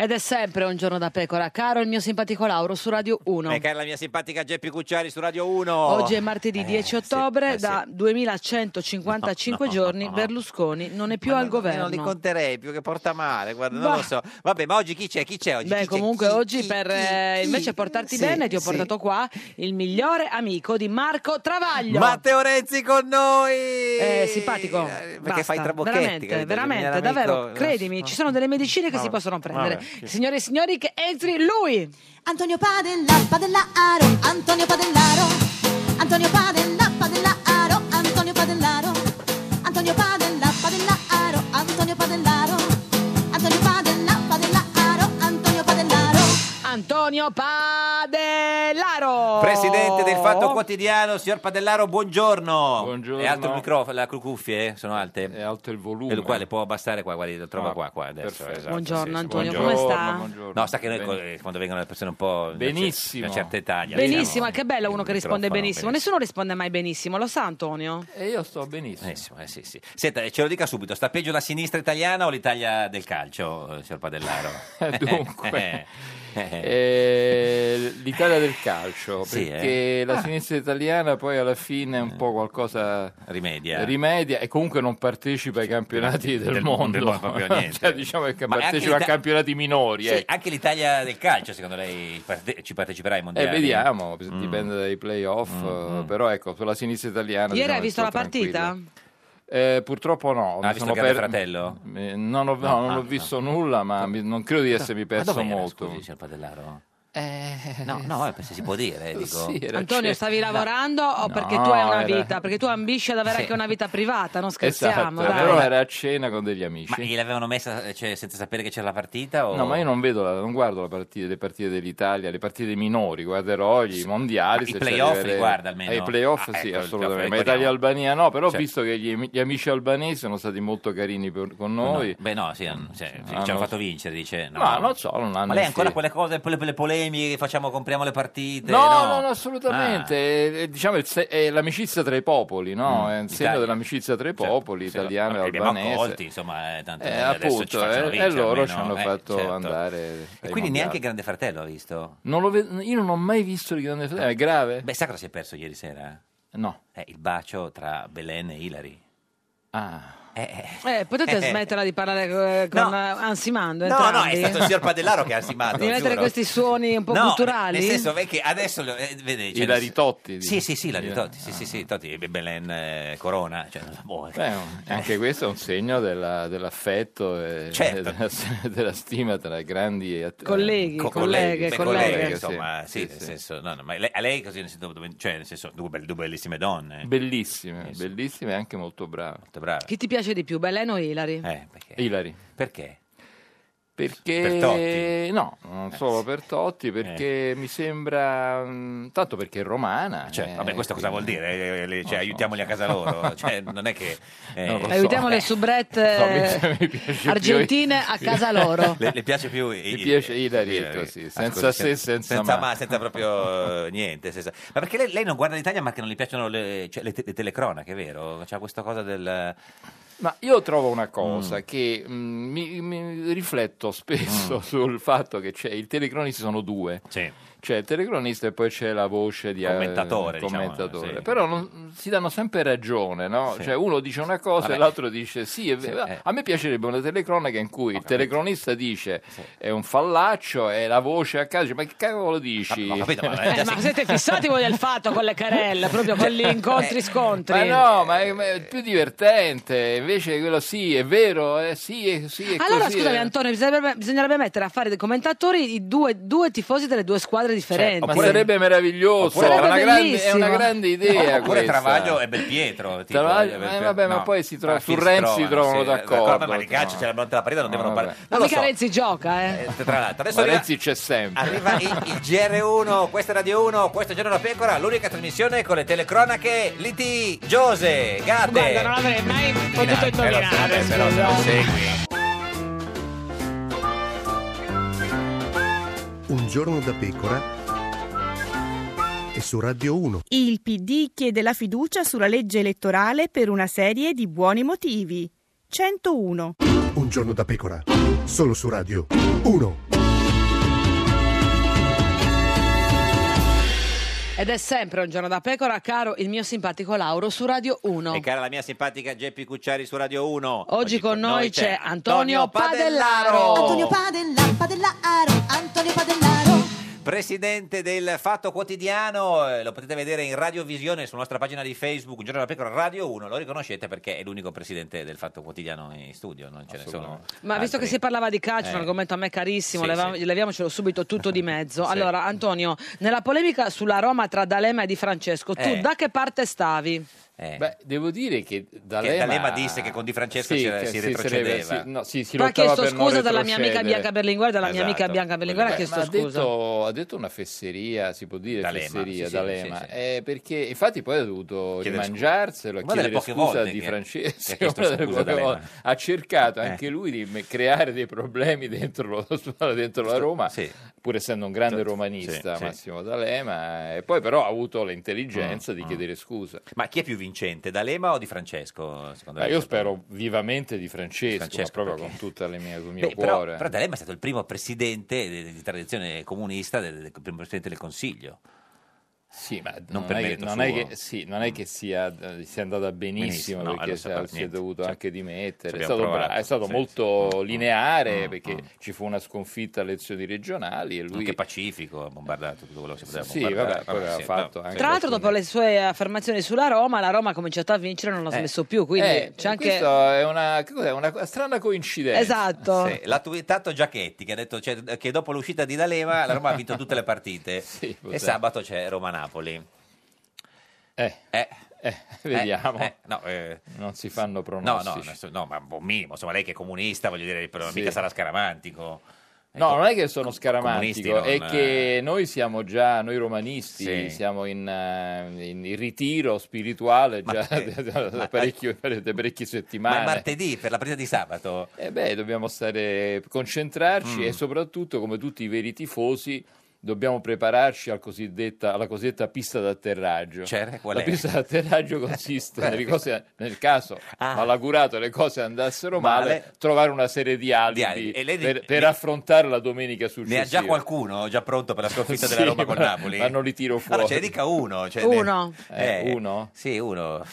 Speaker 1: Ed è sempre un giorno da pecora, caro il mio simpatico Lauro su Radio 1.
Speaker 2: E cara Eh, la mia simpatica Geppi Cucciari su Radio 1.
Speaker 1: Oggi è
Speaker 2: Eh,
Speaker 1: martedì 10 ottobre, da 2155
Speaker 2: No, no,
Speaker 1: giorni
Speaker 2: no, no.
Speaker 1: Berlusconi non è più al governo.
Speaker 2: Non li conterei più, che porta male, guarda,
Speaker 1: Bah.
Speaker 2: non lo so. Vabbè, ma oggi chi c'è? Chi c'è oggi?
Speaker 1: Beh,
Speaker 2: Cioè, Chi c'è?
Speaker 1: comunque oggi per eh, invece portarti
Speaker 2: Sì,
Speaker 1: bene ti ho
Speaker 2: sì.
Speaker 1: portato qua il migliore amico di Marco Travaglio.
Speaker 2: Matteo Renzi con noi!
Speaker 1: Eh, simpatico. Perché
Speaker 2: Perché fai trabocchetti, capito?
Speaker 1: Veramente,
Speaker 2: Il
Speaker 1: veramente,
Speaker 2: miglior
Speaker 1: davvero,
Speaker 2: amico-
Speaker 1: credimi, ci sono delle medicine che
Speaker 2: Vabbè,
Speaker 1: si possono prendere.
Speaker 2: vabbè, sì.
Speaker 1: Signore e signori, che entri lui.
Speaker 16: Antonio Padella, Padellaro, Antonio Padellaro, Antonio Padella, Padellaro, Antonio Padellaro, Antonio Padella, Padellaro, Antonio Padellaro, Antonio Padella, Padellaro, Antonio Padellaro.
Speaker 1: Antonio Padellaro.
Speaker 2: Presidente del Fatto Quotidiano, signor Padellaro, buongiorno. Buongiorno. È alto il microfono, la cu- cuffie eh, sono alte. È alto il volume. Il quale può abbassare qua, guardi, lo trova
Speaker 17: Ah,
Speaker 2: qua, qua adesso.
Speaker 17: perfetto.
Speaker 2: esatto,
Speaker 1: Buongiorno,
Speaker 2: sì, sì,
Speaker 1: Antonio,
Speaker 2: buongiorno.
Speaker 1: come sta?
Speaker 17: Buongiorno.
Speaker 2: No, sa che noi
Speaker 17: Bene.
Speaker 2: col- quando vengono le persone un po' di una cer- di
Speaker 17: Benissimo.
Speaker 2: una certa età, gli
Speaker 1: Benissimo, anche bello uno che
Speaker 2: il
Speaker 1: risponde
Speaker 2: microfono,
Speaker 1: benissimo. Nessuno risponde mai benissimo, lo sa Antonio?
Speaker 17: E io sto benissimo.
Speaker 2: Benissimo, eh, sì, sì. Senta, eh, ce lo dica subito, sta peggio la sinistra italiana o l'Italia del calcio, eh, signor Padellaro? eh,
Speaker 17: Eh, Dunque, eh, l'Italia del calcio,
Speaker 2: Sì, eh.
Speaker 17: perché la
Speaker 2: Ah. Eh.
Speaker 17: sinistra italiana poi alla fine un po' qualcosa
Speaker 2: Rimedia.
Speaker 17: rimedia e comunque non partecipa ai campionati del,
Speaker 2: del-
Speaker 17: mondo.
Speaker 2: del mondo proprio niente.
Speaker 17: Cioè, diciamo che
Speaker 2: Ma anche
Speaker 17: partecipa a
Speaker 2: l'Ita-
Speaker 17: campionati minori.
Speaker 2: Sì,
Speaker 17: ecco.
Speaker 2: anche l'Italia del calcio, secondo lei, parte- ci parteciperà ai
Speaker 17: Eh,
Speaker 2: mondiali?
Speaker 17: vediamo,
Speaker 2: Mm.
Speaker 17: dipende dai playoff, eh, però ecco, sulla sinistra italiana...
Speaker 1: Ieri
Speaker 17: diciamo
Speaker 1: hai
Speaker 17: che
Speaker 1: visto
Speaker 17: sto
Speaker 1: la partita?
Speaker 17: tranquillo. Eh, purtroppo no.
Speaker 2: Ah,
Speaker 17: mi
Speaker 2: visto
Speaker 17: sono
Speaker 2: Grande Fratello?
Speaker 17: Eh, non ho, no,
Speaker 2: No,
Speaker 17: non
Speaker 2: ah,
Speaker 17: ho visto nulla, ma mi- non credo di essermi perso
Speaker 2: Ma dov'era,
Speaker 17: molto.
Speaker 2: Scusi, signor Padellaro? No, no, eh, se si può dire, eh, dico.
Speaker 17: Sì, era-
Speaker 1: Antonio,
Speaker 17: Cioè,
Speaker 1: stavi
Speaker 17: no.
Speaker 1: lavorando o
Speaker 17: No,
Speaker 1: perché tu hai una
Speaker 17: era-
Speaker 1: vita? Perché tu ambisci ad avere
Speaker 2: Sì.
Speaker 1: anche una vita privata, non
Speaker 17: Esatto,
Speaker 1: scherziamo. dai.
Speaker 17: però era a cena con degli amici.
Speaker 2: Ma gliel'avevano messa eh, cioè, senza sapere che c'era la partita? O...
Speaker 17: No, ma io non vedo, la- non guardo la partita- le partite dell'Italia, le partite dei minori, guarderò i mondiali.
Speaker 2: i
Speaker 17: se
Speaker 2: playoff
Speaker 17: c'è da
Speaker 2: li
Speaker 17: vedere.
Speaker 2: guarda almeno?
Speaker 17: Eh, I playoff
Speaker 2: Ah,
Speaker 17: sì,
Speaker 2: ecco,
Speaker 17: assolutamente.
Speaker 2: il-
Speaker 17: Ma
Speaker 2: ricordiamo.
Speaker 17: Italia-Albania no, però ho
Speaker 2: Cioè-
Speaker 17: visto che gli, ami- gli amici albanesi sono stati molto carini per- con noi.
Speaker 2: No. Beh, no, sì, hanno- cioè, sì,
Speaker 17: Hanno-
Speaker 2: ci hanno fatto vincere, dice. No,
Speaker 17: No, non so, non hanno
Speaker 2: Ma lei ancora
Speaker 17: Ah, sì.
Speaker 2: quelle cose, quelle, quelle polemiche che facciamo, compriamo le partite?
Speaker 17: No,
Speaker 2: no,
Speaker 17: no, no, assolutamente. È, è, diciamo, il se- è l'amicizia tra i popoli, no?
Speaker 2: Ah. Mm,
Speaker 17: è il
Speaker 2: Italia.
Speaker 17: segno dell'amicizia tra i popoli, italiano e
Speaker 2: Li abbiamo
Speaker 17: albanese.
Speaker 2: accolti, insomma, eh, tanto
Speaker 17: Eh,
Speaker 2: adesso ci
Speaker 17: appunto,
Speaker 2: facciano
Speaker 17: eh,
Speaker 2: vincere,
Speaker 17: e loro
Speaker 2: almeno,
Speaker 17: ci hanno
Speaker 2: eh,
Speaker 17: fatto
Speaker 2: certo.
Speaker 17: andare
Speaker 2: E
Speaker 17: ai
Speaker 2: quindi
Speaker 17: mondiali.
Speaker 2: neanche il Grande Fratello ha visto?
Speaker 17: Non lo vedo- io non ho mai visto il Grande
Speaker 2: Certo.
Speaker 17: Fratello. Eh, È grave?
Speaker 2: Beh, sa cosa si è perso ieri sera?
Speaker 17: No.
Speaker 2: Eh, il bacio tra Belen e Hilary.
Speaker 17: Ah.
Speaker 1: Eh, potete smetterla di parlare eh, con eh, ansimando
Speaker 2: No, no, è
Speaker 1: entrambi?
Speaker 2: stato il signor Padellaro che ha stimato.
Speaker 1: Di mettere
Speaker 2: giuro.
Speaker 1: questi suoni un po'
Speaker 2: No,
Speaker 1: culturali?
Speaker 2: Nel senso è che adesso lo- eh, vede, cioè,
Speaker 17: Hilary Totti,
Speaker 2: Sì,
Speaker 17: dici. Ah.
Speaker 2: sì, sì, Ilari Totti. Sì, sì, sì, Totti, Belen eh, Corona, cioè non la muore.
Speaker 17: Beh,
Speaker 1: Eh.
Speaker 17: anche questo è un segno della- dell'affetto e
Speaker 2: Certo.
Speaker 17: della, della stima tra grandi att-
Speaker 1: Colleghi,
Speaker 17: eh,
Speaker 1: Co- colleghe,
Speaker 2: Beh,
Speaker 1: colleghe.
Speaker 2: colleghe,
Speaker 17: sì.
Speaker 2: insomma, sì, nel senso, no, no, ma lei- a lei così nel senso, dove- cioè, nel senso, due, belle- due bellissime donne.
Speaker 17: Bellissime, bellissime e anche molto brave.
Speaker 2: Molto brave.
Speaker 1: Chi ti piace di più, Belen o Ilari?
Speaker 17: Ilari.
Speaker 2: Perché?
Speaker 17: Perché
Speaker 2: Eh, Per Totti?
Speaker 17: Eh,
Speaker 2: Eh,
Speaker 17: no, non solo per Totti, perché mi sembra mh, tanto perché è romana.
Speaker 2: Cioè,
Speaker 17: eh,
Speaker 2: vabbè, questo cosa vuol dire? Eh, le- cioè,
Speaker 17: so.
Speaker 2: aiutiamoli a casa loro. Cioè, non è che... eh,
Speaker 17: Non lo so.
Speaker 1: Aiutiamo le subrette
Speaker 17: No, mi- mi
Speaker 1: eh,
Speaker 17: piace più-
Speaker 1: argentine a casa loro.
Speaker 2: Le, le piace più i-
Speaker 17: Mi piace Ilari,
Speaker 2: Ilari.
Speaker 17: così,
Speaker 2: Ah,
Speaker 17: senza
Speaker 2: scusi,
Speaker 17: se, senza ma.
Speaker 2: senza proprio eh, niente. senza- Ma perché lei, lei non guarda l'Italia ma che non le piacciono le, cioè, le te- le telecronache, vero? C'è questa cosa del...
Speaker 17: Ma io trovo una
Speaker 2: Mm.
Speaker 17: cosa che mh, mi, mi rifletto spesso sul fatto che c'è, il telecronista sono due. C'è il telecronista e poi c'è la voce di eh,
Speaker 2: Commentatore, diciamo,
Speaker 17: commentatore.
Speaker 2: sì.
Speaker 17: Però non- si danno sempre ragione, no?
Speaker 2: Sì.
Speaker 17: Cioè uno dice una cosa
Speaker 2: Vabbè.
Speaker 17: e l'altro dice sì, è vero.
Speaker 2: eh.
Speaker 17: a me piacerebbe una telecronaca in cui il telecronista dice è un fallaccio e la voce a casa dice ma che cavolo dici?
Speaker 2: Ma,
Speaker 1: Eh, ma siete fissati voi del fatto con le carelle, proprio
Speaker 2: Eh,
Speaker 1: con gli
Speaker 17: Eh, Ma
Speaker 1: incontri-scontri?
Speaker 17: no, ma è, ma è più divertente. Invece quello sì, è vero, eh, sì, è, sì, è
Speaker 1: Allora,
Speaker 17: così,
Speaker 1: scusami,
Speaker 17: eh.
Speaker 1: Antonio, bisognerebbe, bisognerebbe mettere a fare dei commentatori i due, due tifosi delle due squadre differenti.
Speaker 17: Cioè, ma sarebbe meraviglioso,
Speaker 1: Oppure-
Speaker 17: è, una
Speaker 1: Sarebbe
Speaker 17: grande, è una
Speaker 1: bellissimo.
Speaker 17: grande idea
Speaker 2: Oppure
Speaker 17: questa.
Speaker 2: Ah, Travaglio e Belpietro. tipo,
Speaker 17: Travaglio-
Speaker 2: eh, Belpietro-
Speaker 17: eh, vabbè, ma poi si trova-
Speaker 2: alla fine
Speaker 17: su Renzi si trovano
Speaker 2: sì,
Speaker 17: d'accordo,
Speaker 2: Ma il calcio
Speaker 17: no. Ah,
Speaker 2: c'è la fronte alla parete, non devono parlare.
Speaker 1: Ma
Speaker 2: Non lo
Speaker 1: mica
Speaker 2: so.
Speaker 1: Renzi gioca, eh?
Speaker 2: Tra l'altro, adesso
Speaker 17: Ma
Speaker 2: arriva-
Speaker 17: Renzi c'è sempre.
Speaker 2: Arriva il, il GR1, questa è Radio 1, questo è Giorno da Pecora, l'unica trasmissione con le telecronache litigiose, gate.
Speaker 1: Guarda, non avrei mai potuto
Speaker 2: Eh, però,
Speaker 1: indovinare,
Speaker 2: eh, però,
Speaker 1: scusa.
Speaker 2: non segui.
Speaker 12: Un giorno da pecora e su Radio 1.
Speaker 13: Il PD chiede la fiducia sulla legge elettorale per una serie di buoni motivi. 101.
Speaker 12: Un giorno da pecora, solo su Radio 1.
Speaker 1: Ed è sempre un giorno da pecora, caro il mio simpatico Lauro su Radio 1.
Speaker 2: E cara la mia simpatica Geppi Cucciari su Radio 1.
Speaker 1: Oggi con noi c'è Antonio Padellaro.
Speaker 16: Antonio Padella, Padellaro, Antonio Padellaro.
Speaker 2: Presidente del Fatto Quotidiano, eh, lo potete vedere in radiovisione sulla nostra pagina di Facebook, Giorno della Pecora Radio 1, lo riconoscete perché è l'unico presidente del Fatto Quotidiano in studio, non ce ne sono.
Speaker 1: Ma visto
Speaker 2: altri.
Speaker 1: che si parlava di calcio,
Speaker 2: Eh.
Speaker 1: un argomento a me carissimo,
Speaker 2: Sì,
Speaker 1: leva- leviamocelo subito tutto di mezzo. Allora, Antonio, nella polemica sulla Roma tra D'Alema e Di Francesco, tu
Speaker 17: Eh.
Speaker 1: da che parte stavi?
Speaker 17: Beh, devo dire che D'Alema,
Speaker 2: D'Alema disse eh. che con Di Francesco
Speaker 17: Sì,
Speaker 2: si-
Speaker 17: che
Speaker 2: si retrocedeva.
Speaker 17: sarebbe- sì, no, sì, si
Speaker 1: Poi ha
Speaker 17: lottava
Speaker 1: chiesto
Speaker 17: per non
Speaker 1: scusa dalla mia amica
Speaker 17: retrocedere. Esatto.
Speaker 1: Bianca Berlinguer, dalla
Speaker 2: Esatto.
Speaker 1: mia amica Bianca Berlinguer ha
Speaker 17: Beh,
Speaker 1: chiesto
Speaker 17: ma
Speaker 1: scusa.
Speaker 17: Detto, ha detto una fesseria, si può dire
Speaker 2: D'Alema,
Speaker 17: fesseria,
Speaker 2: sì, sì,
Speaker 17: D'Alema.
Speaker 2: sì, sì.
Speaker 17: Eh, perché infatti poi ha dovuto
Speaker 2: Chiedere scusa.
Speaker 17: mangiarselo, a
Speaker 2: Una delle
Speaker 17: chiedere
Speaker 2: poche
Speaker 17: scusa
Speaker 2: volte
Speaker 17: di
Speaker 2: che- che
Speaker 17: Francesco.
Speaker 2: ha chiesto
Speaker 17: una delle
Speaker 2: scusa
Speaker 17: poche
Speaker 2: D'Alema.
Speaker 17: volte. Ha cercato
Speaker 2: Eh.
Speaker 17: anche lui di me- creare dei problemi dentro, lo- dentro la Roma, pur essendo un grande romanista
Speaker 2: sì.
Speaker 17: Massimo D'Alema, eh, e poi però ha avuto l'intelligenza di chiedere scusa.
Speaker 2: Mm, Ma chi è più vincente, D'Alema o Di Francesco? Secondo
Speaker 17: Ma
Speaker 2: lei?
Speaker 17: io spero vivamente di Francesco,
Speaker 2: Francesco,
Speaker 17: ma proprio
Speaker 2: perché-
Speaker 17: con tutto il mio
Speaker 2: Beh, però,
Speaker 17: cuore.
Speaker 2: però D'Alema è stato il primo presidente di, di tradizione comunista, del, del- primo presidente del Consiglio.
Speaker 17: Sì, ma
Speaker 2: non,
Speaker 17: non,
Speaker 2: per
Speaker 17: è, che,
Speaker 2: merito
Speaker 17: non è
Speaker 2: suo.
Speaker 17: che- sì, non è che sia, sia andata
Speaker 2: Benissimo,
Speaker 17: benissimo,
Speaker 2: no,
Speaker 17: perché
Speaker 2: lo
Speaker 17: si
Speaker 2: sapevo,
Speaker 17: è- si è
Speaker 2: niente.
Speaker 17: dovuto
Speaker 2: Cioè,
Speaker 17: anche dimettere. È
Speaker 2: ci abbiamo
Speaker 17: stato, bra-
Speaker 2: provato,
Speaker 17: è stato
Speaker 2: sì,
Speaker 17: molto lineare
Speaker 2: Mm,
Speaker 17: perché ci fu una sconfitta alle elezioni regionali e lui...
Speaker 2: Anche Pacifico ha bombardato tutto quello che si poteva
Speaker 17: Sì,
Speaker 2: bombardare.
Speaker 17: vabbè, poi
Speaker 2: Vabbè,
Speaker 17: aveva
Speaker 2: sì,
Speaker 17: fatto
Speaker 2: no,
Speaker 17: anche-
Speaker 2: sì.
Speaker 1: Tra l'altro, dopo le sue affermazioni sulla Roma, la Roma ha cominciato a vincere e non ha smesso più. Quindi
Speaker 17: Eh,
Speaker 1: c'è anche.
Speaker 17: questa è una, che cos'è? una strana coincidenza.
Speaker 1: Esatto.
Speaker 2: Sì, l'ha twittato Giacchetti che ha detto cioè, che dopo l'uscita di D'Alema la Roma ha vinto tutte le partite e
Speaker 17: potrebbe.
Speaker 2: sabato c'è Roma-Napoli.
Speaker 17: Eh,
Speaker 2: eh,
Speaker 17: vediamo.
Speaker 2: eh, no, eh,
Speaker 17: Non si fanno
Speaker 2: no, no,
Speaker 17: pronostici.
Speaker 2: no, ma un minimo, insomma lei che è comunista, voglio dire, però
Speaker 17: Sì.
Speaker 2: mica sarà scaramantico.
Speaker 17: No, non è che sono
Speaker 2: Ecco, comunisti
Speaker 17: scaramantico,
Speaker 2: non- eh,
Speaker 17: è che noi siamo già, noi romanisti,
Speaker 2: Sì.
Speaker 17: siamo in, eh, in ritiro spirituale già da, da parecchio- da parecchie settimane.
Speaker 2: Ma è martedì per la partita di sabato.
Speaker 17: Eh beh, dobbiamo stare, concentrarci
Speaker 2: Mm.
Speaker 17: e soprattutto, come tutti i veri tifosi, dobbiamo prepararci al cosiddetta- alla cosiddetta pista d'atterraggio.
Speaker 2: Cioè, qual
Speaker 17: la
Speaker 2: è?
Speaker 17: pista d'atterraggio consiste nelle cose, nel caso malaugurato le cose andassero male,
Speaker 2: Ah. Male.
Speaker 17: trovare una serie di alibi,
Speaker 2: alibi. E lei ne-
Speaker 17: per, per
Speaker 2: ne-
Speaker 17: affrontare la domenica successiva.
Speaker 2: Ne ha già qualcuno già pronto per la sconfitta
Speaker 17: Sì,
Speaker 2: della Roma
Speaker 17: ma-
Speaker 2: con Napoli?
Speaker 17: ma non li tiro fuori.
Speaker 2: Allora, ce ne dica uno. cioè,
Speaker 1: Uno.
Speaker 2: ne-
Speaker 17: Eh, uno? Eh,
Speaker 2: Sì, uno.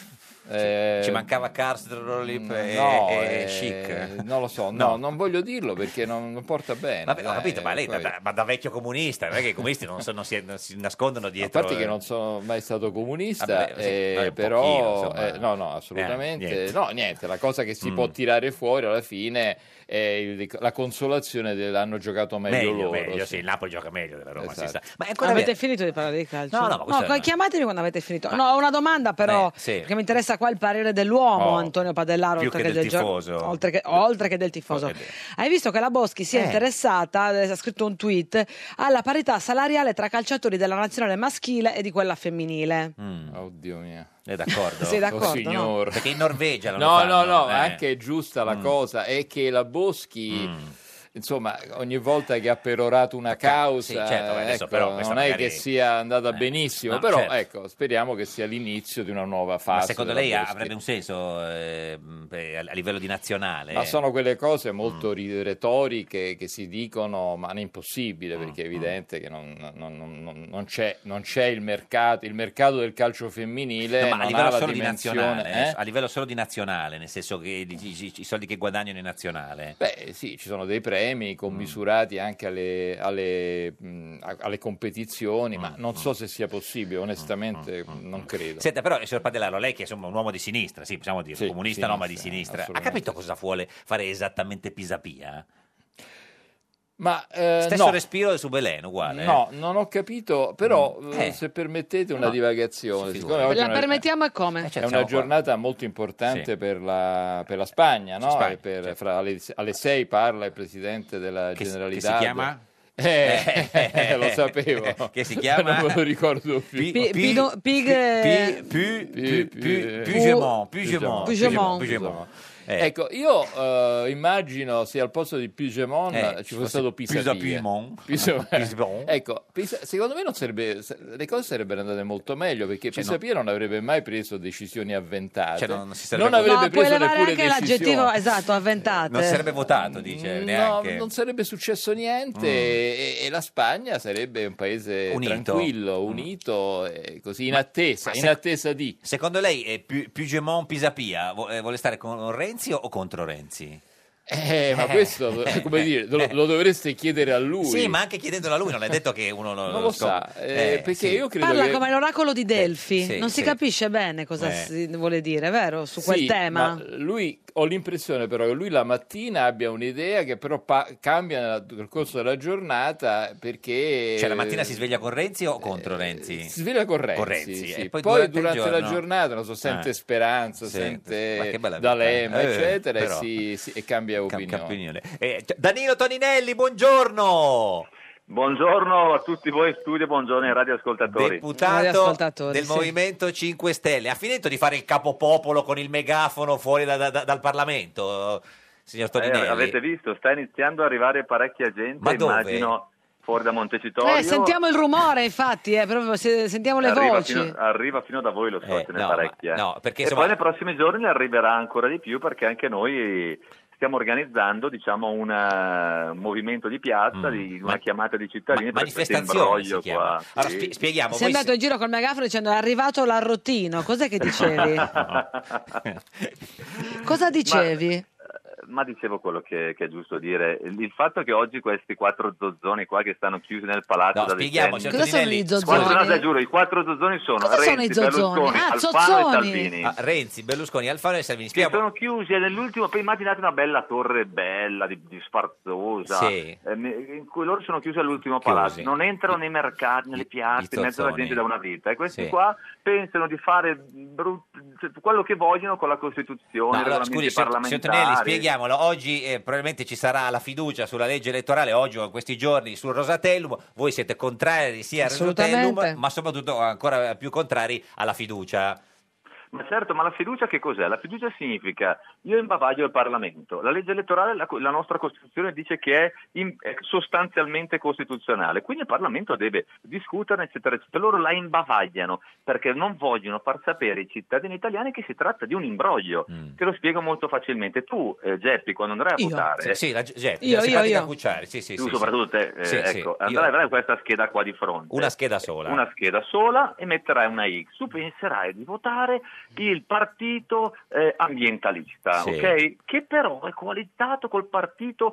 Speaker 2: Ci mancava Karstrolip e,
Speaker 17: no,
Speaker 2: e- e
Speaker 17: eh,
Speaker 2: Schick.
Speaker 17: Non lo so, no, non voglio dirlo perché non, non porta bene. Eh,
Speaker 2: Vabbè, ho
Speaker 17: dai,
Speaker 2: capito, ma lei da,
Speaker 17: poi-
Speaker 2: da- ma da vecchio comunista, non è che i comunisti non, sono- si, non si nascondono
Speaker 17: A
Speaker 2: dietro...
Speaker 17: parte che
Speaker 2: eh,
Speaker 17: non sono mai stato comunista,
Speaker 2: Vabbè, sì,
Speaker 17: eh,
Speaker 2: vabbè, un
Speaker 17: però
Speaker 2: pochino, insomma.
Speaker 17: eh, no, no, assolutamente.
Speaker 2: Eh, niente.
Speaker 17: No, niente, la cosa che si
Speaker 2: Mm.
Speaker 17: può tirare fuori alla fine è il- la consolazione dell'hanno giocato meglio,
Speaker 2: Meglio,
Speaker 17: loro. Esatto.
Speaker 2: meglio, sì, il Napoli gioca meglio della Roma, si sa. Ma Eh, è ancora
Speaker 1: Avete
Speaker 2: vero-
Speaker 1: finito di parlare di calcio?
Speaker 2: No, no, ma questo è
Speaker 1: qua-
Speaker 2: una-
Speaker 1: chiamatemi quando avete finito. No, ho una domanda però,
Speaker 2: Eh, sì.
Speaker 1: perché mi interessa qua il parere dell'uomo
Speaker 2: Oh,
Speaker 1: Antonio Padellaro,
Speaker 2: più
Speaker 1: oltre
Speaker 2: che
Speaker 1: che,
Speaker 2: del
Speaker 1: del gio-
Speaker 2: tifoso. Oh,
Speaker 1: oltre, che, oltre che del tifoso. Hai visto che la Boschi si è
Speaker 2: Eh.
Speaker 1: interessata, eh, ha scritto un tweet, alla parità salariale tra calciatori della nazionale maschile e di quella femminile.
Speaker 2: Mm.
Speaker 17: Oddio mio.
Speaker 2: È Eh, d'accordo?
Speaker 1: Sei d'accordo,
Speaker 17: Oh, signor.
Speaker 1: no?
Speaker 2: Perché in Norvegia non
Speaker 17: No,
Speaker 2: lo fanno,
Speaker 17: no, no,
Speaker 2: eh. Mm.
Speaker 17: ma anche è giusta la cosa, è che la Boschi... Insomma, ogni volta che ha perorato una causa,
Speaker 2: sì, certo, beh, adesso
Speaker 17: ecco,
Speaker 2: però questa
Speaker 17: non è
Speaker 2: magari-
Speaker 17: che sia
Speaker 2: Eh.
Speaker 17: andata benissimo,
Speaker 2: no,
Speaker 17: però
Speaker 2: certo.
Speaker 17: ecco, speriamo che sia l'inizio di una nuova
Speaker 2: Ma
Speaker 17: fase.
Speaker 2: secondo
Speaker 17: della
Speaker 2: lei
Speaker 17: Boschi.
Speaker 2: avrebbe un senso eh, mh, per- a livello di nazionale?
Speaker 17: Ma sono quelle cose
Speaker 2: Mm.
Speaker 17: molto ri- retoriche che si dicono, ma non è
Speaker 2: Mm,
Speaker 17: impossibile perché è evidente che non, non- non- non- non c'è, non c'è il mercato, il mercato del calcio femminile
Speaker 2: No, ma
Speaker 17: non
Speaker 2: a
Speaker 17: ha
Speaker 2: livello
Speaker 17: la
Speaker 2: solo di
Speaker 17: dimensione,
Speaker 2: nazionale,
Speaker 17: eh?
Speaker 2: eh, a livello solo di nazionale, nel senso che di- di- di- i soldi che guadagnano in nazionale.
Speaker 17: Beh, sì, ci sono dei premi
Speaker 2: Mm.
Speaker 17: commisurati anche alle, alle, mh, a- alle competizioni,
Speaker 2: Mm,
Speaker 17: ma non so se sia possibile, onestamente non credo.
Speaker 2: Senta, però, signor Padellaro, lei che è un uomo di sinistra, sì, possiamo dire,
Speaker 17: Sì,
Speaker 2: comunista
Speaker 17: sinistra,
Speaker 2: no, ma di sinistra, ha
Speaker 17: assolutamente
Speaker 2: capito cosa vuole fare esattamente Pisapia?
Speaker 17: Ma eh,
Speaker 2: Stesso
Speaker 17: no.
Speaker 2: respiro su Belen, uguale. eh?
Speaker 17: No, non ho capito, però
Speaker 2: Mm.
Speaker 17: eh,
Speaker 2: Eh.
Speaker 17: se permettete una
Speaker 2: No,
Speaker 17: divagazione,
Speaker 2: si figuri.
Speaker 17: siccome oggi
Speaker 1: La
Speaker 17: non- Eh, certo,
Speaker 1: permettiamo e
Speaker 2: Eh,
Speaker 1: come?
Speaker 2: certo,
Speaker 17: È
Speaker 2: cioè,
Speaker 17: una giornata molto importante per, la, per la Spagna, no?
Speaker 2: Sì, Spagna, certo.
Speaker 17: E per- fra- alle, alle 6 parla il presidente della
Speaker 2: Che si-
Speaker 17: Generalità.
Speaker 2: che si chiama?
Speaker 17: Eh, lo sapevo.
Speaker 2: Che si chiama?
Speaker 17: Non me lo ricordo più.
Speaker 1: Pi- Pido- Pig... Eh,
Speaker 17: eh,
Speaker 2: Pi- Pu- Pu- Pu- Puigdemont, Puigdemont, Puigdemont, Puigdemont. Eh.
Speaker 17: Ecco, io eh, immagino se al posto di Pigemon
Speaker 2: Eh,
Speaker 17: ci fosse stato
Speaker 2: Pisa
Speaker 17: Pisapia.
Speaker 2: Piemont.
Speaker 17: Pisa-
Speaker 2: Pisapia.
Speaker 17: ecco, Pisa- secondo me non sarebbe, se- le cose sarebbero andate molto meglio perché
Speaker 2: Cioè,
Speaker 17: Pisapia non avrebbe mai preso decisioni avventate.
Speaker 2: Cioè, non si sarebbe-
Speaker 17: avrebbe
Speaker 1: no, puoi
Speaker 17: preso
Speaker 1: levare
Speaker 17: neppure
Speaker 1: anche
Speaker 17: decisioni.
Speaker 1: l'aggettivo esatto, avventate.
Speaker 2: Non sarebbe votato, dice, neanche. Mm.
Speaker 17: No, non sarebbe successo niente e, e la Spagna sarebbe un paese
Speaker 2: Unito. Mm.
Speaker 17: tranquillo, unito, e eh, così in
Speaker 2: Ma-
Speaker 17: attesa,
Speaker 2: ma
Speaker 17: in
Speaker 2: sec-
Speaker 17: attesa di...
Speaker 2: Secondo lei eh, Pi- Puigdemont Pisapia vo- eh, vuole stare con Renzi o- o contro Renzi? Eh.
Speaker 17: Eh, ma questo, come dire, lo, lo dovreste chiedere a lui.
Speaker 2: Sì, ma anche chiedendolo a lui non è detto che uno lo,
Speaker 17: Non lo sa, eh, perché io credo
Speaker 1: Parla
Speaker 17: che-
Speaker 1: come l'oracolo di Delfi,
Speaker 17: sì,
Speaker 1: non si
Speaker 17: sì.
Speaker 1: capisce bene cosa
Speaker 17: Eh.
Speaker 1: si vuole dire, vero? Su quel
Speaker 17: Sì,
Speaker 1: tema.
Speaker 17: ma lui, ho l'impressione però che lui la mattina abbia un'idea che però pa- cambia nel nel corso della giornata perché...
Speaker 2: Cioè la mattina si sveglia con Renzi o contro Renzi?
Speaker 17: Eh, si sveglia con Renzi,
Speaker 2: Con Renzi, eh,
Speaker 17: sì.
Speaker 2: e poi
Speaker 17: poi,
Speaker 2: durante il
Speaker 17: durante, la
Speaker 2: giorno-
Speaker 17: giornata non so, sente
Speaker 2: Eh.
Speaker 17: Speranza,
Speaker 2: Sì, ma che
Speaker 17: sente
Speaker 2: bella vita.
Speaker 17: D'Alema,
Speaker 2: Eh,
Speaker 17: eccetera, e,
Speaker 2: però.
Speaker 17: si- si- e cambia opinione.
Speaker 2: Eh, t- Danilo Toninelli, buongiorno!
Speaker 18: Buongiorno a tutti voi in studio, buongiorno ai radioascoltatori.
Speaker 2: Deputato del
Speaker 18: sì.
Speaker 2: Movimento 5 Stelle, ha finito di fare il capopopolo con il megafono fuori da- da- da- dal Parlamento, signor
Speaker 18: Eh,
Speaker 2: Toninelli?
Speaker 18: avete visto, sta iniziando ad arrivare parecchia gente,
Speaker 2: Ma dove?
Speaker 18: immagino, fuori da Montecitorio.
Speaker 1: Eh, sentiamo il rumore, infatti, eh, proprio se- sentiamo le
Speaker 18: arriva
Speaker 1: voci.
Speaker 18: Fino, arriva fino da voi lo so, ce ne
Speaker 2: Eh, no,
Speaker 18: parecchia.
Speaker 2: ma- no, perché
Speaker 18: e
Speaker 2: insomma-
Speaker 18: poi nei prossimi giorni ne arriverà ancora di più perché anche noi stiamo organizzando diciamo, una- un movimento di
Speaker 2: Mm,
Speaker 18: piazza, di, una chiamata di cittadini per questo
Speaker 2: manifestazione si
Speaker 18: imbroglio
Speaker 2: chiama.
Speaker 18: qua.
Speaker 2: Allora,
Speaker 18: Sì.
Speaker 2: spie- spieghiamo,
Speaker 1: Sei andato in giro col megafono dicendo è arrivato l'arrotino, cos'è che dicevi? Cosa dicevi?
Speaker 18: Ma dicevo quello che, che è giusto dire. Il il fatto che oggi questi quattro zozzoni qua che stanno chiusi nel palazzo da
Speaker 2: spieghiamo,
Speaker 18: decenni-
Speaker 2: signor Cosa sono Toninelli? i zozzoni?
Speaker 18: Quattro- no, te giuro, i quattro zozzoni sono
Speaker 2: Cosa sono
Speaker 18: Renzi,
Speaker 2: i zozzoni?
Speaker 18: Berlusconi,
Speaker 2: Ah,
Speaker 18: Alfano
Speaker 2: zozzoni!
Speaker 18: e Salvini.
Speaker 2: Ah, Renzi, Berlusconi, Alfano e Salvini,
Speaker 18: Che
Speaker 2: spieghiamo.
Speaker 18: sono chiusi e nell'ultimo, poi immaginate una bella torre bella, di, di sfarzosa,
Speaker 2: Sì.
Speaker 18: ehm, in cui loro sono chiusi all'ultimo palazzo, non entrano nei mercati, nelle piazze, in mezzo alla
Speaker 2: zozzoni.
Speaker 18: gente da una vita. E questi
Speaker 2: Sì.
Speaker 18: qua pensano di fare brut- cioè, quello che vogliono con la Costituzione,
Speaker 2: No,
Speaker 18: i
Speaker 2: allora,
Speaker 18: regolamenti
Speaker 2: scusi, signor signor
Speaker 18: parlamentari.
Speaker 2: Tonelli, spieghiamolo. Oggi eh, probabilmente ci sarà la fiducia sulla legge elettorale, oggi o in questi giorni, sul Rosatellum. Voi siete contrari sia al Rosatellum,
Speaker 18: Assolutamente.
Speaker 2: ma soprattutto ancora più contrari alla fiducia.
Speaker 18: Ma certo, ma la fiducia che cos'è? La fiducia significa io imbavaglio il Parlamento. La legge elettorale, la, co- la nostra Costituzione dice che è, in- è sostanzialmente costituzionale, quindi il Parlamento deve discuterne, eccetera, eccetera. Loro la imbavagliano perché non vogliono far sapere ai cittadini italiani che si tratta di un imbroglio.
Speaker 2: Mm.
Speaker 18: Te lo spiego molto facilmente. Tu, eh, Geppi, quando andrai a
Speaker 2: Io?
Speaker 18: votare...
Speaker 2: Sì, sì, la- Geppi, la Io, simpatica io, io. Cucciari, sì, sì,
Speaker 18: Tu
Speaker 2: sì,
Speaker 18: soprattutto,
Speaker 2: sì.
Speaker 18: te, eh,
Speaker 2: Sì, sì,
Speaker 18: ecco,
Speaker 2: io.
Speaker 18: andrai, avrai questa scheda qua di fronte
Speaker 2: Una scheda sola.
Speaker 18: una scheda sola e metterai una X. Tu penserai di votare il partito eh, ambientalista,
Speaker 2: Sì.
Speaker 18: ok? Che però è coalizzato col partito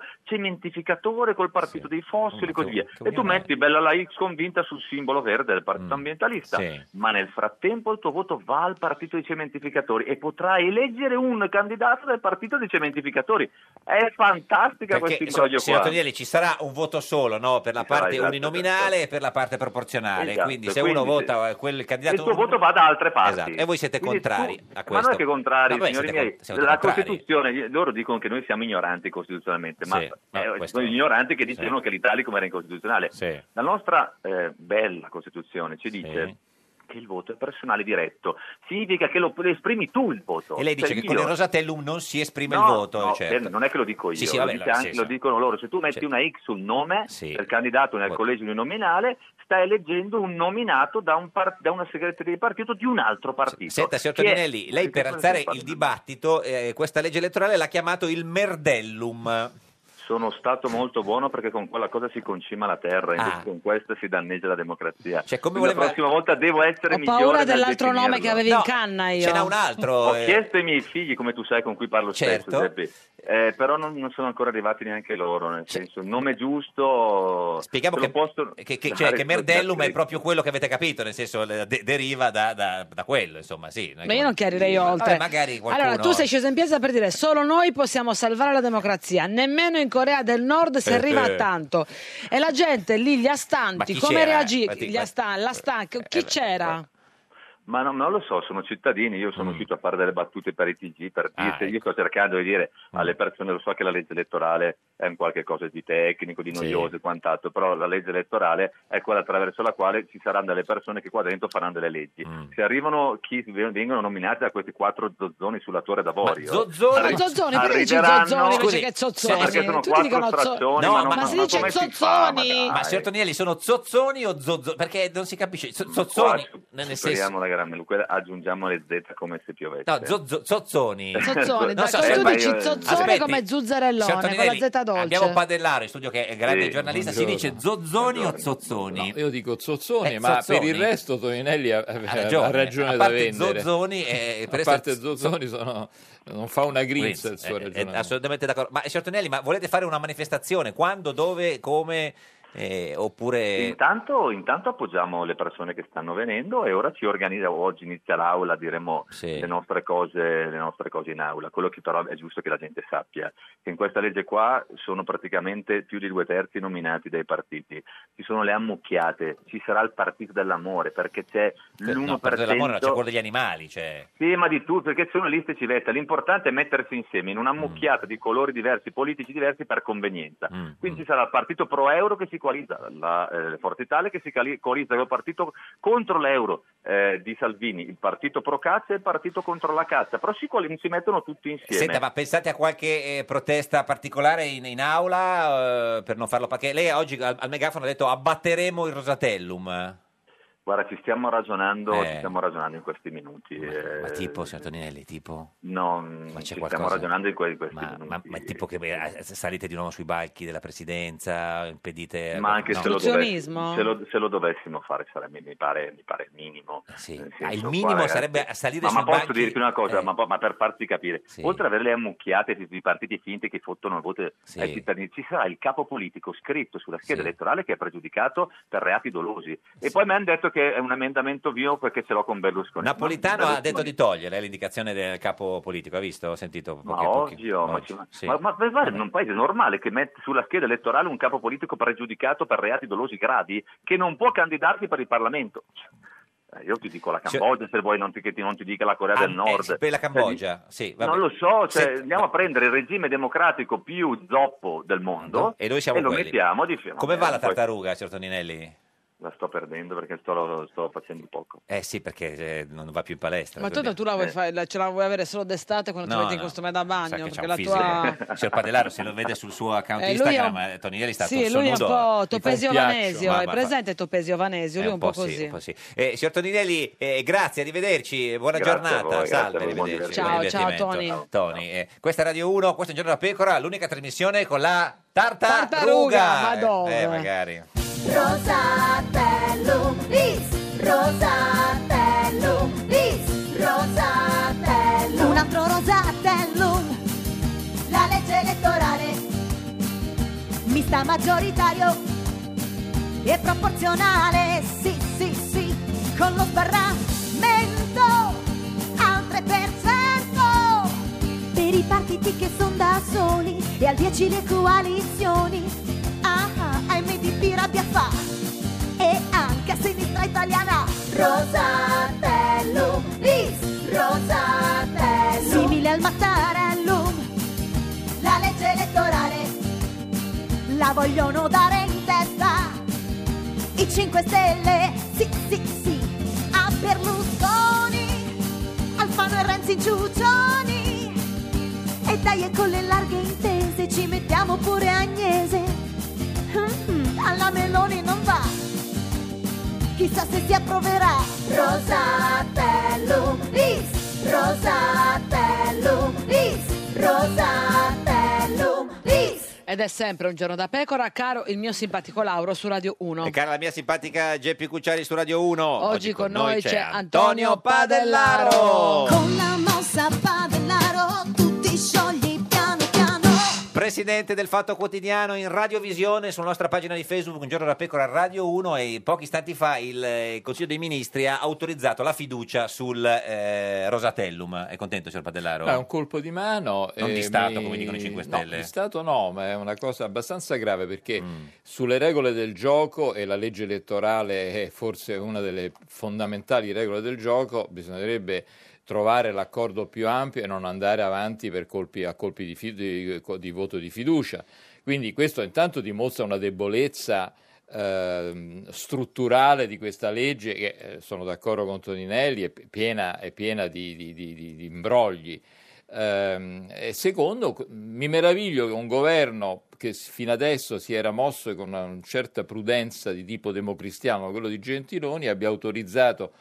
Speaker 18: cementificatore, col partito dei fossili e così via. E tu metti bella la X convinta sul simbolo verde del partito ambientalista,
Speaker 2: Mm. sì.
Speaker 18: ma nel frattempo il tuo voto va al partito dei cementificatori e potrai eleggere un candidato del partito dei cementificatori. È fantastica questo
Speaker 2: Perché,
Speaker 18: imbroglio
Speaker 2: signor
Speaker 18: qua.
Speaker 2: Toninelli, ci sarà un voto solo no? per la
Speaker 18: Ci sarà,
Speaker 2: parte
Speaker 18: esatto,
Speaker 2: uninominale e per la parte proporzionale.
Speaker 18: Esatto,
Speaker 2: Quindi se
Speaker 18: quindi
Speaker 2: uno
Speaker 18: se-
Speaker 2: vota eh, quel
Speaker 18: il
Speaker 2: candidato...
Speaker 18: tuo voto va da altre parti.
Speaker 2: Esatto, e voi siete
Speaker 18: Quindi
Speaker 2: contrari
Speaker 18: tu-
Speaker 2: a questo.
Speaker 18: Ma non è che contrari,
Speaker 2: Ma voi
Speaker 18: signori
Speaker 2: siete
Speaker 18: miei.
Speaker 2: con- siete
Speaker 18: la
Speaker 2: contrari.
Speaker 18: Costituzione, loro dicono che noi siamo ignoranti costituzionalmente, ma
Speaker 2: Sì, no,
Speaker 18: eh,
Speaker 2: questo-
Speaker 18: sono ignoranti che
Speaker 2: sì.
Speaker 18: dicevano che l'Italicum era incostituzionale.
Speaker 2: Sì.
Speaker 18: La nostra eh, bella Costituzione ci dice... Che il voto è personale diretto significa che lo esprimi tu il voto.
Speaker 2: E lei dice
Speaker 18: Cioè,
Speaker 2: che con
Speaker 18: io-
Speaker 2: il Rosatellum non si esprime
Speaker 18: No,
Speaker 2: il voto.
Speaker 18: no,
Speaker 2: certo.
Speaker 18: per- non è che lo dico io,
Speaker 2: Sì, sì,
Speaker 18: lo,
Speaker 2: vabbè,
Speaker 18: dice
Speaker 2: allora,
Speaker 18: anche-
Speaker 2: sì,
Speaker 18: lo
Speaker 2: sì.
Speaker 18: dicono loro. Se tu metti
Speaker 2: Certo.
Speaker 18: una X sul nome
Speaker 2: Sì.
Speaker 18: del candidato nel
Speaker 2: Vot-
Speaker 18: collegio uninominale, stai eleggendo un nominato da, un par- da una segreteria di partito di un altro partito.
Speaker 2: Senta, signor
Speaker 18: Che è-
Speaker 2: Toninelli, lei per
Speaker 18: Cosa
Speaker 2: alzare
Speaker 18: stiamo
Speaker 2: il dibattito, eh, questa legge elettorale l'ha chiamato il merdellum.
Speaker 18: Sono stato molto buono perché con quella cosa si concima la terra, invece con questa si danneggia la democrazia. Quindi
Speaker 2: Ah. Cioè, voleva-
Speaker 18: La prossima volta devo essere
Speaker 1: Ho
Speaker 18: migliore.
Speaker 1: paura
Speaker 18: nel
Speaker 1: dell'altro nome che
Speaker 18: definirlo.
Speaker 1: avevi in canna io.
Speaker 18: Ho chiesto ai miei figli, come tu sai, con cui parlo
Speaker 2: eh. Certo.
Speaker 18: spesso, Giuseppe, eh, però non, non sono ancora arrivati neanche loro. Nel senso, il nome giusto.
Speaker 2: Spieghiamo
Speaker 18: te lo
Speaker 2: che-
Speaker 18: posso
Speaker 2: Che, che-
Speaker 18: dare
Speaker 2: cioè, che merdellum è
Speaker 18: sotto-
Speaker 2: proprio quello che avete capito, nel senso le- de- deriva da, da- da quello, insomma, sì. Noi-
Speaker 1: Ma io non chiarirei
Speaker 2: Vabbè,
Speaker 1: oltre.
Speaker 2: magari qualcuno-
Speaker 1: Allora, tu sei sceso in piazza per dire solo noi possiamo salvare la democrazia. Nemmeno in Corea del Nord si
Speaker 2: Eh,
Speaker 1: arriva
Speaker 2: eh.
Speaker 1: a tanto. E la gente lì, gli
Speaker 2: Ma
Speaker 1: astanti,
Speaker 2: chi
Speaker 1: come
Speaker 2: c'era? eh?
Speaker 1: reagì?
Speaker 2: Ma Eh, ti-
Speaker 1: Gli
Speaker 2: ma-
Speaker 1: astan- la stanca, chi c'era?
Speaker 18: Ma no- non lo so, sono cittadini, io sono uscito a fare delle battute per i TG, per dirti, io sto cercando di dire alle persone, lo so che la legge elettorale è un qualche cosa di tecnico, di
Speaker 2: Sì.
Speaker 18: noioso e quant'altro, però la legge elettorale è quella attraverso la quale ci saranno delle persone che qua dentro faranno delle leggi. Se arrivano chi v- vengono nominati da questi quattro zozzoni sulla torre d'avorio.
Speaker 2: eh, Zozzoni?
Speaker 18: arri-
Speaker 1: Zozzoni, perché dici
Speaker 18: arriveranno-
Speaker 1: zozzoni invece
Speaker 18: Scusi,
Speaker 1: che
Speaker 18: ma
Speaker 1: zozzoni?
Speaker 18: Perché sono
Speaker 1: Tutti dicono
Speaker 18: quattro
Speaker 1: zo-
Speaker 18: strazioni,
Speaker 1: No,
Speaker 18: ma, non,
Speaker 1: ma si dice
Speaker 18: come si fa?
Speaker 1: zozzoni?
Speaker 18: Ma
Speaker 2: Ma
Speaker 18: dai.
Speaker 2: signor Tonielli, sono zozzoni o zozzo? Perché non si capisce. zo- Zozzoni,
Speaker 18: Qua
Speaker 2: nel senso...
Speaker 18: superiamo la gramma, Luca, aggiungiamo le Z come se piovesse.
Speaker 2: No, zozzo- zozzoni.
Speaker 1: Zozzone,
Speaker 2: Non so,
Speaker 1: dai,
Speaker 2: eh,
Speaker 1: tu
Speaker 2: ma
Speaker 1: dici
Speaker 2: io-
Speaker 1: zozzone
Speaker 2: Aspetti,
Speaker 1: come
Speaker 2: signor
Speaker 1: zuzzarellone, con la
Speaker 2: Toninelli,
Speaker 1: Z dolce.
Speaker 2: Abbiamo Padellaro in studio che è grande
Speaker 17: Sì,
Speaker 2: giornalista. Si
Speaker 17: buongiorno.
Speaker 2: dice zozzoni o zozzoni?
Speaker 17: io dico zozzoni,
Speaker 2: Eh,
Speaker 17: ma per
Speaker 2: zozzoni.
Speaker 17: il resto Toninelli ha, ha- ha
Speaker 2: ragione.
Speaker 17: ragione,
Speaker 2: A
Speaker 17: da
Speaker 2: parte
Speaker 17: vendere.
Speaker 2: Zozzoni, eh, per
Speaker 17: a
Speaker 2: il
Speaker 17: parte
Speaker 2: resto-
Speaker 17: Zozzoni sono- non fa una grinza il suo
Speaker 2: Eh, eh,
Speaker 17: ragionamento.
Speaker 2: assolutamente d'accordo. Ma signor Tonelli, ma volete fare una manifestazione? Quando, dove, come? Eh, oppure...
Speaker 18: Intanto, intanto appoggiamo le persone che stanno venendo e ora ci organizziamo, oggi inizia l'aula, diremo le, nostre cose, le nostre cose in aula, quello che però è giusto che la gente sappia, che in questa legge qua sono praticamente più di due terzi nominati dai partiti, ci sono le ammucchiate, ci sarà il partito dell'amore perché c'è l'1%...
Speaker 2: No, per dell'amore, c'è quello degli animali, cioè...
Speaker 18: Sì, ma di tutto, perché sono liste civetta. L'importante è mettersi insieme in
Speaker 2: Mm.
Speaker 18: una mucchiata di colori diversi, politici diversi per convenienza. Quindi
Speaker 2: Mm.
Speaker 18: ci sarà il partito pro-euro che si coalizza, la eh, Forza Italia che si cali- coalizza col partito contro l'euro eh, di Salvini, il partito pro-cazza e il partito contro la cazza. Però si, coali- si mettono tutti insieme.
Speaker 2: Senta, ma pensate a qualche eh, protesta particolare in, in aula eh, per non farlo? Perché lei oggi al, al megafono ha detto abbatteremo il Rosatellum.
Speaker 18: Guarda, ci stiamo ragionando,
Speaker 2: Eh.
Speaker 18: ci stiamo ragionando in questi minuti. eh,
Speaker 2: Ma tipo, signor Toninelli, tipo...
Speaker 18: No, ma
Speaker 2: c'è
Speaker 18: ci stiamo
Speaker 2: qualcosa?
Speaker 18: ragionando in que- in questi
Speaker 2: Ma,
Speaker 18: minuti.
Speaker 2: ma- ma tipo che eh, salite di nuovo sui balchi della presidenza, impedite... eh,
Speaker 18: Ma anche
Speaker 2: no.
Speaker 18: se, lo dovessimo, se, lo, se lo dovessimo fare sarebbe, mi pare, mi pare il minimo. Nel
Speaker 2: Ah, il
Speaker 18: senso,
Speaker 2: minimo
Speaker 18: qua, ragazzi,
Speaker 2: sarebbe salire
Speaker 18: ma,
Speaker 2: sui
Speaker 18: ma posso
Speaker 2: banchi- eh.
Speaker 18: dirti una cosa, ma, po- ma per farti capire, oltre ad avere le ammucchiate di di partiti finti che fottono il voto ai cittadini, ci sarà il capo politico scritto sulla scheda elettorale che è pregiudicato per reati dolosi. E poi mi hanno detto che è un emendamento mio perché ce l'ho con Berlusconi.
Speaker 2: Napolitano
Speaker 18: Ma-
Speaker 2: ha detto
Speaker 18: Berlusconi-
Speaker 2: di togliere eh, l'indicazione del capo politico, ha visto? Ho sentito
Speaker 18: ma
Speaker 2: pochi- pochi-
Speaker 18: oggi, oh, ma ci-
Speaker 2: sì.
Speaker 18: ma, ma per fare in un paese normale che mette sulla scheda elettorale un capo politico pregiudicato per reati dolosi gravi che non può candidarsi per il Parlamento. Eh, Io ti dico la Cambogia, se vuoi non ti, che ti- non ti dica la Corea
Speaker 2: Cioè, Ah,
Speaker 18: del
Speaker 2: eh,
Speaker 18: Nord.
Speaker 2: per la
Speaker 18: Cioè,
Speaker 2: Cambogia, sì, vabbè.
Speaker 18: non lo so, cioè,
Speaker 2: Senta,
Speaker 18: andiamo a prendere il regime democratico più zoppo del mondo
Speaker 2: E noi siamo
Speaker 18: Esatto. lo
Speaker 2: quelli.
Speaker 18: mettiamo di fianco.
Speaker 2: Come va la
Speaker 18: Poi-
Speaker 2: tartaruga, signor Toninelli?
Speaker 18: La sto perdendo perché sto, sto facendo poco. Eh.
Speaker 2: Eh sì, perché eh, non va più in palestra.
Speaker 1: Ma
Speaker 2: voglio
Speaker 1: tu, tu
Speaker 2: dire.
Speaker 1: la vuoi fare- la- ce la vuoi avere solo d'estate quando
Speaker 2: Eh. No,
Speaker 1: ti metti in
Speaker 2: no.
Speaker 1: costume da
Speaker 2: Sa
Speaker 1: bagno?
Speaker 2: che c'è
Speaker 1: Perché
Speaker 2: un
Speaker 1: la tua...
Speaker 2: fisico. Signor Padellaro, se lo vede sul suo account
Speaker 1: Eh, lui è un-
Speaker 2: Instagram, eh, Toninelli è stato eh,
Speaker 1: Sì, lui è un po' Topesio Vanesio, è
Speaker 2: è
Speaker 1: presente Topesio Vanesio, lui è un po' così.
Speaker 2: Sì, un po' sì. Eh, signor Toninelli, eh, grazie, arrivederci, eh, buona
Speaker 1: Grazie a
Speaker 2: giornata.
Speaker 1: voi, grazie
Speaker 2: Salve,
Speaker 1: a voi, buon
Speaker 2: arrivederci.
Speaker 1: divertimento.
Speaker 2: buon
Speaker 1: Ciao, ciao,
Speaker 2: divertimento. Tony, eh, questa è Radio 1, questo è un giorno da pecora, l'unica trasmissione con la tartaruga.
Speaker 1: Tartaruga, ma dove?
Speaker 2: Eh, magari.
Speaker 16: Rosatellum bis, Rosatellum bis, Rosatellum. Un altro Rosatellum, la legge elettorale, mista maggioritario e proporzionale, sì sì sì, con lo sbarramento al 3%. Per i partiti che sono da soli e al 10 le coalizioni, ah ah, MDP rabbia fa e anche sinistra italiana. Rosatellum, is Rosatellum, simile al Mattarellum, la legge elettorale la vogliono dare in testa i 5 Stelle, sì sì sì, a Berlusconi, Alfano e Renzi in ciuccioni. E dai, e con le larghe intese ci mettiamo pure Agnese. Mm, alla Meloni non va. Chissà se si approverà. Rosatellum is, Rosatellum is, Rosatellum is.
Speaker 1: Ed è sempre un giorno da pecora, caro il mio simpatico Lauro su Radio 1.
Speaker 2: E cara la mia simpatica Geppi Cucciari su Radio 1.
Speaker 1: Oggi con noi c'è Antonio
Speaker 2: Padellaro.
Speaker 16: Con la mossa padellaro tu ti sciogli piano piano.
Speaker 2: Presidente del Fatto Quotidiano in radiovisione sulla nostra pagina di Facebook Un giorno da pecora Radio 1 e pochi istanti fa il eh, Consiglio dei Ministri ha autorizzato la fiducia sul eh, Rosatellum. È contento signor Padellaro?
Speaker 17: No, è Ah, un colpo di mano.
Speaker 2: Non
Speaker 17: eh,
Speaker 2: di Stato, come dicono i 5 Stelle. Mm.
Speaker 17: No, di Stato no, ma è una cosa abbastanza grave perché sulle regole del gioco e la legge elettorale è forse una delle fondamentali regole del gioco, bisognerebbe trovare l'accordo più ampio e non andare avanti per colpi, a colpi di, fi- di- di voto di fiducia. Quindi questo intanto dimostra una debolezza ehm, strutturale di questa legge, che eh, sono d'accordo con Toninelli, è p- piena, è piena di, di- di- di- di imbrogli. Ehm, e secondo, c- mi meraviglio che un governo che s- fino adesso si era mosso con una certa prudenza di tipo democristiano, quello di Gentiloni, abbia autorizzato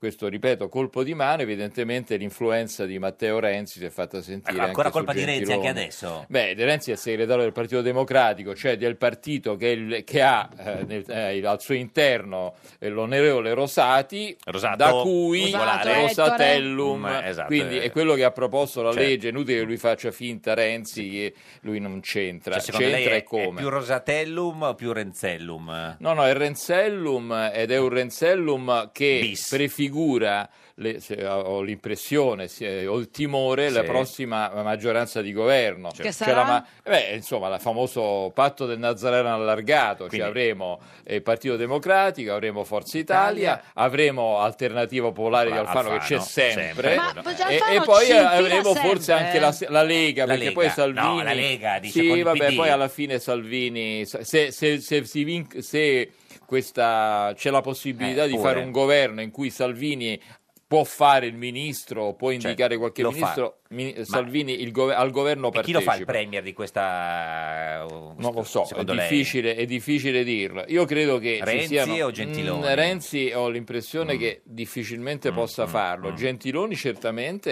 Speaker 17: questo, ripeto, colpo di mano. Evidentemente l'influenza di Matteo Renzi si è fatta sentire.
Speaker 2: Ecco, ancora
Speaker 17: anche su
Speaker 2: colpa di Renzi anche
Speaker 17: Gentiloni. Cioè,
Speaker 2: adesso.
Speaker 17: Beh, De Renzi è segretario del Partito Democratico, cioè del partito che, è il- che ha eh, nel- eh, il- al suo interno eh, l'onorevole Rosati, da cui
Speaker 2: Rosato,
Speaker 17: Rosatellum.
Speaker 2: Ettore. Mm, esatto,
Speaker 17: Quindi
Speaker 2: eh.
Speaker 17: è quello che ha proposto la
Speaker 2: Certo.
Speaker 17: legge, è inutile che lui faccia finta Renzi, eh, lui non c'entra.
Speaker 2: Cioè, secondo
Speaker 17: c'entra
Speaker 2: lei è,
Speaker 17: e come?
Speaker 2: è più Rosatellum o più Renzellum?
Speaker 17: No, no, è Renzellum ed è un Renzellum che prefigura, le- se- ho l'impressione, se- ho il timore, la
Speaker 2: Sì. Certo.
Speaker 17: prossima maggioranza di governo.
Speaker 2: Che
Speaker 17: Cioè,
Speaker 2: sarà?
Speaker 17: la beh, insomma, il famoso patto del Nazareno allargato, cioè
Speaker 2: Quindi-
Speaker 17: avremo eh, il Partito Democratico, avremo Forza Italia, avremo Alternativa Popolare di
Speaker 2: Alfano,
Speaker 17: Alfano, che c'è
Speaker 2: sempre.
Speaker 17: sempre,
Speaker 2: Ma
Speaker 17: e,
Speaker 2: Alfano
Speaker 17: e poi
Speaker 2: ci infila
Speaker 17: avremo
Speaker 2: sempre,
Speaker 17: forse anche la, la Lega,
Speaker 2: La
Speaker 17: perché
Speaker 2: Lega.
Speaker 17: poi Salvini...
Speaker 2: No, la Lega, dice,
Speaker 17: Sì,
Speaker 2: con il
Speaker 17: vabbè,
Speaker 2: PD.
Speaker 17: poi alla alla fine Salvini, se, se- se si vinc- se questa, c'è la possibilità
Speaker 2: Eh,
Speaker 17: di
Speaker 2: pure.
Speaker 17: fare un governo in cui Salvini può fare il ministro, può indicare qualche
Speaker 2: Cioè, lo fa.
Speaker 17: ministro, mi-
Speaker 2: Ma-
Speaker 17: Salvini il gove- al governo
Speaker 2: E chi lo fa il
Speaker 17: partecipa.
Speaker 2: premier di questa...
Speaker 17: Non lo so, è
Speaker 2: secondo lei?
Speaker 17: difficile, è difficile dirlo. Io credo che ci
Speaker 2: Renzi
Speaker 17: siano-
Speaker 2: o Gentiloni? Mm.
Speaker 17: Mm, Renzi ho l'impressione che difficilmente possa farlo. Gentiloni certamente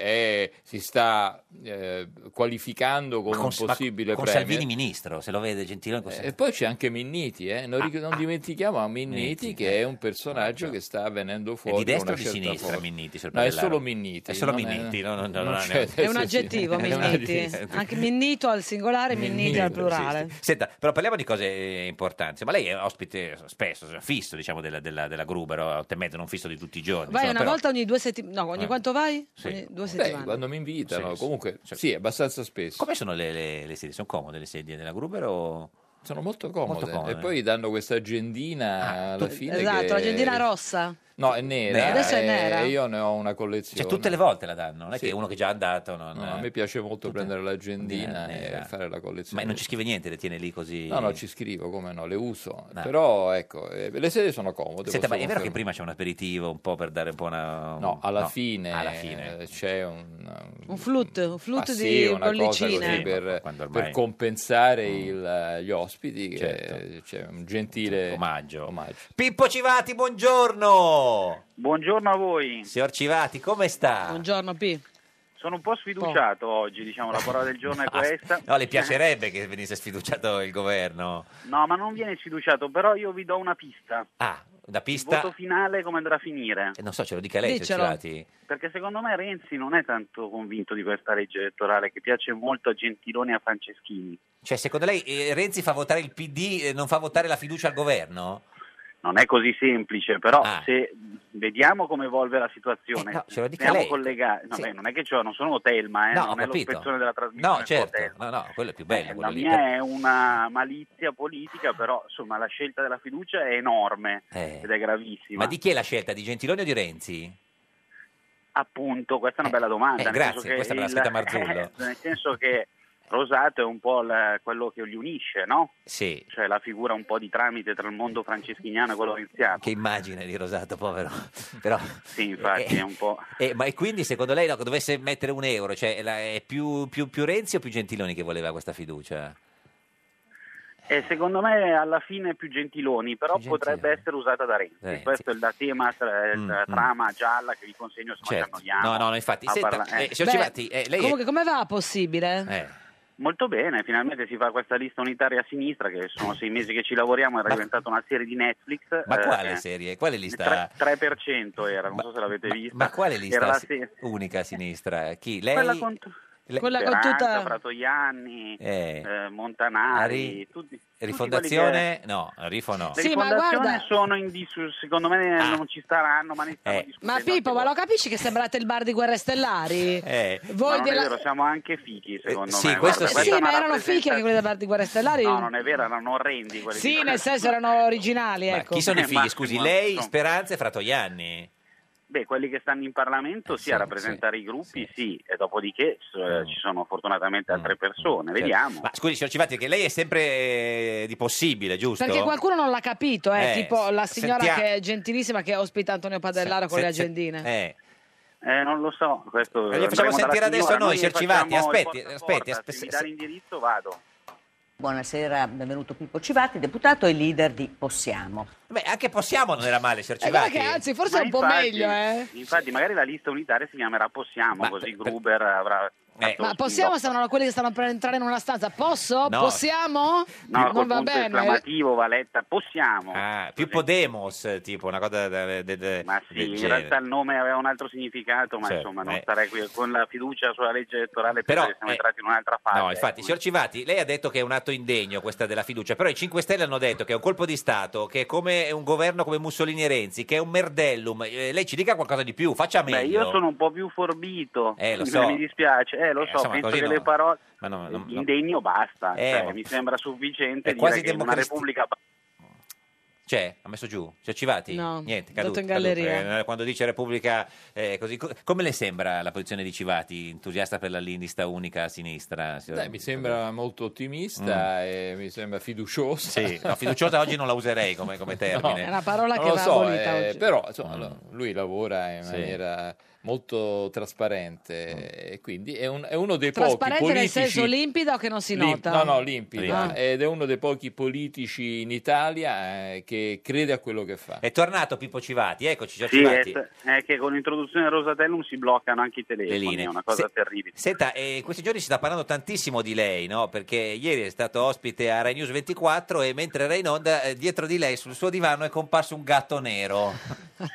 Speaker 17: è- si sta eh, qualificando come
Speaker 2: con-
Speaker 17: un possibile
Speaker 2: con
Speaker 17: premier.
Speaker 2: Salvini ministro, se lo vede Gentiloni... Ah, così-
Speaker 17: Eh, E poi c'è anche Minniti, eh. non, ric- non dimentichiamo a Minniti che è un personaggio che sta venendo fuori.
Speaker 2: eh. Ah, È di destra
Speaker 17: una
Speaker 2: o di
Speaker 17: certa
Speaker 2: sinistra
Speaker 17: forma.
Speaker 2: Minniti, signor
Speaker 17: No, è
Speaker 2: Pavellaro?
Speaker 17: solo Minniti.
Speaker 2: È solo
Speaker 17: non
Speaker 2: Minniti, no, no, no,
Speaker 17: non
Speaker 2: no,
Speaker 17: c'è-
Speaker 2: no.
Speaker 17: sì,
Speaker 1: È un
Speaker 17: sì.
Speaker 1: aggettivo,
Speaker 17: È un
Speaker 1: Minniti.
Speaker 17: aggettivo.
Speaker 1: Anche Minnito al singolare, Minniti al plurale.
Speaker 2: Sì, sì. Senta, però parliamo di cose eh, importanti. Ma lei è ospite spesso, cioè, fisso diciamo, della, della, della Gruber, o otto e mezzo, non fisso di tutti i giorni.
Speaker 1: Vai
Speaker 2: insomma,
Speaker 1: una
Speaker 2: però-
Speaker 1: volta ogni due settimane. No, ogni
Speaker 2: Eh.
Speaker 1: quanto vai?
Speaker 2: Sì.
Speaker 1: Ogni due
Speaker 2: Beh,
Speaker 1: settimane.
Speaker 17: Quando mi invitano,
Speaker 2: Sì, sì.
Speaker 17: comunque, sì, abbastanza spesso.
Speaker 2: Come sono le, le- le sedie? Sono comode le sedie della Gruber o...
Speaker 17: Sono molto comode.
Speaker 2: Molto Ah, comode.
Speaker 17: E poi danno questa agendina alla fine.
Speaker 1: Esatto,
Speaker 17: che-
Speaker 1: la gendina rossa.
Speaker 17: No, è nera.
Speaker 2: Nera. Adesso è
Speaker 17: e-
Speaker 1: nera.
Speaker 17: E io ne ho una collezione.
Speaker 2: Cioè, tutte le volte la danno, non è
Speaker 17: Sì.
Speaker 2: che uno che già è andato... Non...
Speaker 17: No, a me piace molto prendere l'agendina
Speaker 2: nera.
Speaker 17: e eh, fare la collezione.
Speaker 2: Eh, esatto. Ma non ci scrive niente, le tiene lì così... Ah.
Speaker 17: No, no, ci scrivo, come no, le uso. Però ecco, eh, le sedie sono comode.
Speaker 2: Senta, ma
Speaker 17: posso
Speaker 2: è vero
Speaker 17: confermare.
Speaker 2: che prima c'è un aperitivo un po' per dare un po' una...
Speaker 17: No, alla
Speaker 2: no,
Speaker 17: fine,
Speaker 2: alla fine.
Speaker 17: eh, c'è un,
Speaker 1: Un flute, un flute
Speaker 17: ma
Speaker 1: di
Speaker 17: sì, una cosa così
Speaker 1: bollicine.
Speaker 17: per,
Speaker 2: quando ormai- Mm.
Speaker 17: per compensare il- gli ospiti, che c'è un gentile
Speaker 2: Certo. omaggio. Pippo Civati, buongiorno!
Speaker 19: Buongiorno a voi.
Speaker 2: Signor Civati, come sta?
Speaker 1: Buongiorno P.
Speaker 19: Sono un po' sfiduciato oggi, diciamo, la parola del giorno è questa.
Speaker 2: No, le piacerebbe che venisse sfiduciato il governo?
Speaker 19: No, ma non viene sfiduciato, però io vi do una pista.
Speaker 2: Ah, una
Speaker 19: Il
Speaker 2: pista...
Speaker 19: voto finale come andrà a finire?
Speaker 2: Eh, Non so, ce lo dica lei, signor
Speaker 19: Dicelo.
Speaker 2: Civati.
Speaker 19: Perché secondo me Renzi non è tanto convinto di questa legge elettorale che piace molto a Gentiloni e a Franceschini.
Speaker 2: Cioè, secondo lei eh, Renzi fa votare il PD e non fa votare la fiducia al governo?
Speaker 19: Non è così semplice, però se vediamo come evolve la situazione,
Speaker 2: Ah. Eh, no, ce lo dica
Speaker 19: siamo
Speaker 2: lei.
Speaker 19: collegati. No,
Speaker 2: Sì.
Speaker 19: beh, non è che c'ho, non sono Telma, eh,
Speaker 2: No, ho
Speaker 19: non è
Speaker 2: capito.
Speaker 19: l'ospezione della trasmissione.
Speaker 2: No,
Speaker 19: sono
Speaker 2: certo, no, no, quello è più bello. quello
Speaker 19: La
Speaker 2: lì.
Speaker 19: mia Eh, è una malizia politica, però insomma la scelta della fiducia è enorme
Speaker 2: Eh.
Speaker 19: ed è gravissima.
Speaker 2: Ma di chi è la scelta? Di Gentiloni o di Renzi?
Speaker 19: Appunto, questa è una bella domanda.
Speaker 2: eh,
Speaker 19: nel
Speaker 2: grazie,
Speaker 19: senso che
Speaker 2: questa me l'ha
Speaker 19: il-
Speaker 2: scritta Marzullo.
Speaker 19: nel senso che Rosato è un po' il- quello che li unisce, no?
Speaker 2: Sì.
Speaker 19: Cioè la figura un po' di tramite tra il mondo franceschiniano e quello renziano.
Speaker 2: Eh, Che immagine di Rosato, povero. Però,
Speaker 19: Sì, infatti è un po'...
Speaker 2: eh, ma e quindi secondo lei no, che dovesse mettere un euro? Cioè, la- è più, più- più Renzi o più Gentiloni che voleva questa fiducia?
Speaker 19: E secondo me alla fine è più Gentiloni, però potrebbe
Speaker 2: eh.
Speaker 19: essere usata da Renzi.
Speaker 2: Renzi.
Speaker 19: Questo è il tema, tra- il trama gialla che vi consegno se no ci
Speaker 2: Mm, Certo.
Speaker 19: annoiamo.
Speaker 2: No, no, no, infatti.
Speaker 19: a
Speaker 2: Senta,
Speaker 19: Ah, parla-
Speaker 2: eh, signor
Speaker 1: Beh,
Speaker 2: Civati, eh, lei è-
Speaker 1: Comunque, come va possibile?
Speaker 19: Molto bene, finalmente si fa questa lista unitaria a sinistra che sono sei mesi che ci lavoriamo, era diventata una serie di Netflix.
Speaker 2: Ma
Speaker 19: eh,
Speaker 2: quale serie? Quale lista?
Speaker 19: 3, era, non so se l'avete vista.
Speaker 2: Ma quale lista
Speaker 19: Era la
Speaker 2: si- unica a sinistra? Chi? Lei?
Speaker 19: Quella con-
Speaker 2: Le-
Speaker 1: Quella con
Speaker 19: Speranza,
Speaker 1: tutta-
Speaker 19: Fratoianni,
Speaker 2: Eh.
Speaker 19: eh, Montanari,
Speaker 2: Ari-
Speaker 19: tutti, tutti quelli
Speaker 2: Rifondazione?
Speaker 19: che-
Speaker 2: No, Rifo no.
Speaker 19: Le rifondazioni sono in discussione, secondo me non ci staranno, ma ne stiamo
Speaker 2: Ah. Eh.
Speaker 19: discutendo.
Speaker 1: Ma Pippo, ma lo capisci che sembrate il bar di Guerre Stellari?
Speaker 2: Eh.
Speaker 1: Voi
Speaker 19: Ma non è
Speaker 1: della-
Speaker 19: vero, siamo anche fichi, secondo
Speaker 2: sì,
Speaker 19: me.
Speaker 2: questo
Speaker 19: guarda,
Speaker 2: sì.
Speaker 19: questa è
Speaker 1: Sì,
Speaker 19: una
Speaker 1: ma erano
Speaker 19: rappresentazione-
Speaker 1: fichi anche quelli del bar di Guerre Stellari?
Speaker 19: No, non è vero, erano orrendi quelli
Speaker 1: Sì,
Speaker 19: di-
Speaker 1: nel senso erano originali,
Speaker 2: Ma
Speaker 1: ecco.
Speaker 2: chi sono i figli?
Speaker 19: Massimo,
Speaker 2: Scusi, lei,
Speaker 19: insomma.
Speaker 2: Speranza e Fratoianni?
Speaker 19: Beh, quelli che stanno in Parlamento sì, a rappresentare i gruppi, sì, e dopodiché
Speaker 2: Mm.
Speaker 19: eh, ci sono fortunatamente altre persone,
Speaker 2: Certo.
Speaker 19: vediamo.
Speaker 2: Ma scusi, signor Civati, che lei è sempre eh, di possibile, giusto?
Speaker 1: Perché qualcuno non l'ha capito, eh,
Speaker 2: Eh,
Speaker 1: tipo la signora
Speaker 2: sentiamo-
Speaker 1: che è gentilissima che ospita Antonio Padellaro con
Speaker 2: Se-
Speaker 1: le
Speaker 2: se-
Speaker 1: agendine.
Speaker 2: Eh.
Speaker 19: Eh, non lo so, questo
Speaker 2: Eh, Lo facciamo
Speaker 19: andremo dalla
Speaker 2: sentire adesso
Speaker 19: signora,
Speaker 2: noi,
Speaker 19: gli
Speaker 2: Cercivati.
Speaker 19: facciamo il
Speaker 2: Aspetti,
Speaker 19: porta a
Speaker 2: aspetti,
Speaker 19: porta,
Speaker 2: aspetti.
Speaker 19: Se mi dà l'indirizzo vado.
Speaker 20: Buonasera, benvenuto Pippo Civati, deputato e leader di Possiamo.
Speaker 2: Beh, anche possiamo non era male, signor
Speaker 19: Eh, guarda
Speaker 2: Civati.
Speaker 19: che anzi,
Speaker 1: forse
Speaker 19: Ma
Speaker 1: è un po'
Speaker 19: infatti-
Speaker 1: meglio, eh.
Speaker 19: Infatti magari la lista unitaria si chiamerà Possiamo, così Gruber avrà...
Speaker 2: Eh.
Speaker 19: fatto
Speaker 1: Ma
Speaker 19: lo
Speaker 1: possiamo,
Speaker 19: spin-off.
Speaker 1: se non quelle che stanno per entrare in una stanza, posso?
Speaker 19: No.
Speaker 1: Possiamo?
Speaker 19: No,
Speaker 1: non
Speaker 19: col
Speaker 1: va
Speaker 19: punto
Speaker 1: bene. eh.
Speaker 19: esclamativo, Valetta, Possiamo.
Speaker 2: Ah, più Podemos, tipo una cosa de- de- de-
Speaker 19: Sì,
Speaker 2: del
Speaker 19: in
Speaker 2: genere.
Speaker 19: realtà il nome aveva un altro significato, ma
Speaker 2: Certo,
Speaker 19: insomma non
Speaker 2: eh.
Speaker 19: starei qui con la fiducia sulla legge elettorale
Speaker 2: Però,
Speaker 19: perché siamo
Speaker 2: eh,
Speaker 19: entrati in un'altra fase.
Speaker 2: No, infatti, signor Civati, lei ha detto che è un atto indegno questa della fiducia, però i 5 Stelle hanno detto che è un colpo di Stato, che è come un governo come Mussolini e Renzi, che è un merdellum. Eh, lei ci dica qualcosa di più, faccia meglio.
Speaker 19: Beh, io sono un po' più forbito,
Speaker 2: Eh, lo
Speaker 19: mi-
Speaker 2: so.
Speaker 19: mi dispiace, eh, lo
Speaker 2: Eh,
Speaker 19: so,
Speaker 2: insomma,
Speaker 19: penso
Speaker 2: così
Speaker 19: che
Speaker 2: no.
Speaker 19: le parole
Speaker 2: Ma no, no, no.
Speaker 19: indegno basta,
Speaker 2: Eh,
Speaker 19: cioè,
Speaker 2: ma-
Speaker 19: mi sembra sufficiente
Speaker 2: È
Speaker 19: dire
Speaker 2: quasi
Speaker 19: che in una
Speaker 2: democratico.
Speaker 19: repubblica
Speaker 2: C'è? Ha messo giù? C'è Civati?
Speaker 19: No,
Speaker 2: Niente,
Speaker 19: è andato
Speaker 2: caduto.
Speaker 19: in
Speaker 2: caduto.
Speaker 19: galleria.
Speaker 2: Eh, Quando dice Repubblica eh, così, co- come le sembra la posizione di Civati, entusiasta per la lista unica a sinistra? signor-
Speaker 17: Dai, mi eh, sembra molto ottimista e mi sembra fiduciosa.
Speaker 2: Mm. Sì, no, fiduciosa oggi non la userei come, come termine.
Speaker 1: È una parola
Speaker 17: Non
Speaker 1: che
Speaker 17: lo
Speaker 1: va
Speaker 17: so,
Speaker 1: abolita
Speaker 17: eh,
Speaker 1: oggi.
Speaker 17: Però insomma, lo- lui lavora in
Speaker 2: Mm. Sì.
Speaker 17: maniera molto trasparente
Speaker 2: Mm.
Speaker 17: e quindi è, un- è uno dei pochi
Speaker 1: Trasparente nel
Speaker 17: politici...
Speaker 1: senso limpida o che non si
Speaker 17: Lim-
Speaker 1: nota?
Speaker 17: No, no, limpida. eh,
Speaker 1: Ah.
Speaker 17: Ed è uno dei pochi politici in Italia eh, che crede a quello che fa.
Speaker 2: È tornato Pippo Civati, eccoci già
Speaker 17: Sì,
Speaker 2: Civati.
Speaker 17: è-
Speaker 19: è che con l'introduzione del Rosatellum si bloccano anche i telefoni,
Speaker 2: linee.
Speaker 19: è una cosa
Speaker 2: Se-
Speaker 19: terribile.
Speaker 2: Senta, eh, questi giorni si sta parlando tantissimo di lei, no? Perché ieri è stato ospite a Rai News 24 e mentre era in onda, eh, dietro di lei sul suo divano è comparso un gatto nero.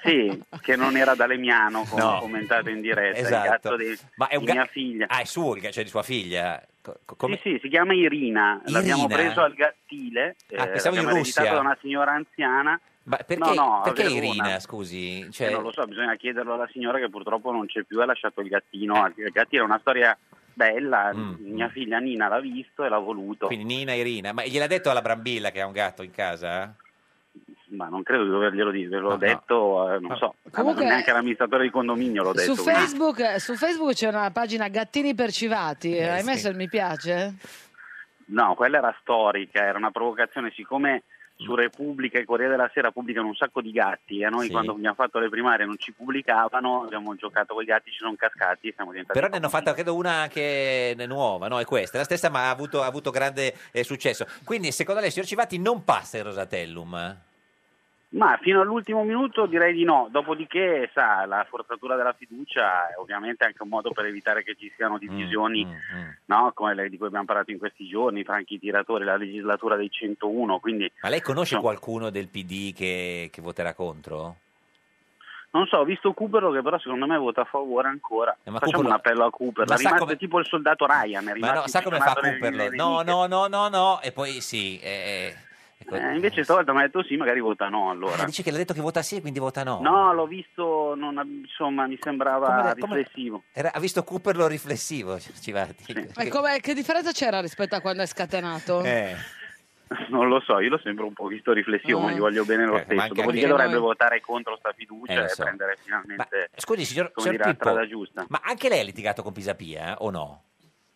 Speaker 19: Sì, che non era da Lemiano, come
Speaker 2: No.
Speaker 19: commentato in diretta,
Speaker 2: Esatto.
Speaker 19: il gatto di,
Speaker 2: Ma è un
Speaker 19: di
Speaker 2: ga-
Speaker 19: mia figlia.
Speaker 2: Ah, è suo, il ga- cioè di sua figlia. Co- co- come-
Speaker 19: Sì, sì, si chiama Irina, l'abbiamo
Speaker 2: Irina?
Speaker 19: preso al gattile, eh,
Speaker 2: Ah, pensavo in
Speaker 19: l'abbiamo ereditato
Speaker 2: Russia.
Speaker 19: da una signora anziana.
Speaker 2: Ma perché,
Speaker 19: No, no, a
Speaker 2: perché
Speaker 19: Verona.
Speaker 2: Irina, scusi? Cioè,
Speaker 19: Eh, non lo so, bisogna chiederlo alla signora che purtroppo non c'è più, ha lasciato il gattino.
Speaker 2: Eh.
Speaker 19: Il gattino è una storia bella, mia figlia Nina l'ha visto e l'ha voluto,
Speaker 2: Mm, Quindi Nina Irina, ma gliel'ha detto alla Brambilla che ha un gatto in casa?
Speaker 19: ma non credo di doverglielo dire, ve l'ho detto, eh, non so,
Speaker 1: Comunque-
Speaker 19: neanche l'amministratore di condominio l'ho detto.
Speaker 1: Su
Speaker 19: quindi-
Speaker 1: Facebook, su Facebook c'è una pagina Gattini per Civati.
Speaker 19: Eh,
Speaker 1: Hai messo il mi piace?
Speaker 19: No, quella era storica, era una provocazione, siccome su Repubblica e Corriere della Sera pubblicano un sacco di gatti e a noi
Speaker 2: Mm. Sì.
Speaker 19: quando abbiamo fatto le primarie non ci pubblicavano, abbiamo giocato con i gatti, ci sono cascati e siamo diventati...
Speaker 2: Però ne hanno fatta credo una anche nuova, no? È questa, è la stessa, ma ha avuto, ha avuto grande eh, successo. Quindi, secondo lei, signor Civati, non passa il Rosatellum?
Speaker 19: Ma fino all'ultimo minuto direi di no, dopodiché sa, la forzatura della fiducia è ovviamente anche un modo per evitare che ci
Speaker 2: Mm,
Speaker 19: siano divisioni no? come le di cui abbiamo parlato in questi giorni, franchi tiratori, la legislatura dei 101, quindi
Speaker 2: Ma lei conosce
Speaker 19: No.
Speaker 2: qualcuno del PD che, che voterà contro?
Speaker 19: Non so, ho visto Cooperlo che però secondo me vota a favore ancora.
Speaker 2: Eh, ma
Speaker 19: Facciamo
Speaker 2: Cooperlo-
Speaker 19: un appello a Cooperlo.
Speaker 2: Ma
Speaker 19: È
Speaker 2: sa
Speaker 19: rimasto
Speaker 2: come-
Speaker 19: tipo il soldato Ryan. È
Speaker 2: Ma
Speaker 19: rimasto
Speaker 2: no, sa come fa
Speaker 19: imprigionato nelle-
Speaker 2: Cooperlo?
Speaker 19: nelle
Speaker 2: No,
Speaker 19: vite.
Speaker 2: no, no, no, no, e poi sì. eh, eh, ecco.
Speaker 19: Eh, invece stavolta mi ha detto sì, magari vota no allora.
Speaker 2: Ah, dice che l'ha detto che vota sì e quindi vota no.
Speaker 19: No, l'ho visto, non- insomma, mi sembrava
Speaker 2: Come- come-
Speaker 19: riflessivo.
Speaker 2: Era- ha visto Cooperlo riflessivo, Civati.
Speaker 1: E come- che differenza c'era rispetto a quando è scatenato?
Speaker 19: Eh. Non lo so, io l'ho sempre un po' visto riflessivo,
Speaker 1: Eh.
Speaker 19: ma gli voglio bene lo stesso.
Speaker 2: Eh, anche-
Speaker 19: Dopodiché
Speaker 2: anche
Speaker 19: dovrebbe
Speaker 2: noi.
Speaker 19: votare contro sta fiducia
Speaker 2: Eh, lo
Speaker 19: e
Speaker 2: so.
Speaker 19: prendere finalmente
Speaker 2: Scusi, signor,
Speaker 19: come
Speaker 2: signor
Speaker 19: dire, la
Speaker 2: Pippo,
Speaker 19: strada giusta.
Speaker 2: ma anche lei ha litigato con Pisapia eh, o no?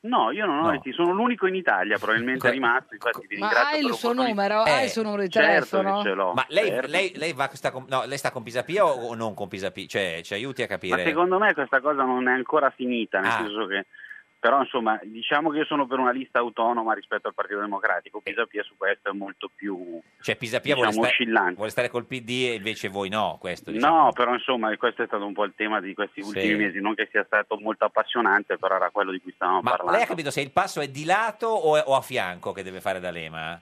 Speaker 19: No, io non ho
Speaker 2: No. Ecco,
Speaker 19: liti- sono l'unico in Italia probabilmente rimasto, infatti vi
Speaker 1: ecco, Ma
Speaker 19: ringrazio
Speaker 1: hai
Speaker 19: per
Speaker 1: il suo
Speaker 19: l'opportunità.
Speaker 1: numero? Hai il suo numero di telefono?
Speaker 2: Ma lei,
Speaker 19: certo.
Speaker 2: lei- lei va- sta con, no, lei sta con Pisapia o o non con Pisapia? Cioè, ci aiuti a capire.
Speaker 19: Ma secondo me questa cosa non è ancora finita, nel
Speaker 2: Ah.
Speaker 19: senso che però insomma diciamo che io sono per una lista autonoma rispetto al Partito Democratico, Pisapia su questo è molto più...
Speaker 2: Cioè, Pisapia
Speaker 19: Diciamo
Speaker 2: vuole, stare,
Speaker 19: oscillante.
Speaker 2: vuole stare col PD e invece voi no, questo diciamo.
Speaker 19: No, però insomma questo è stato un po' il tema di questi ultimi mesi, non che sia stato molto appassionante, però era quello di cui stavamo
Speaker 2: Ma
Speaker 19: parlando.
Speaker 2: lei ha capito se il passo è di lato o, o a fianco che deve fare D'Alema?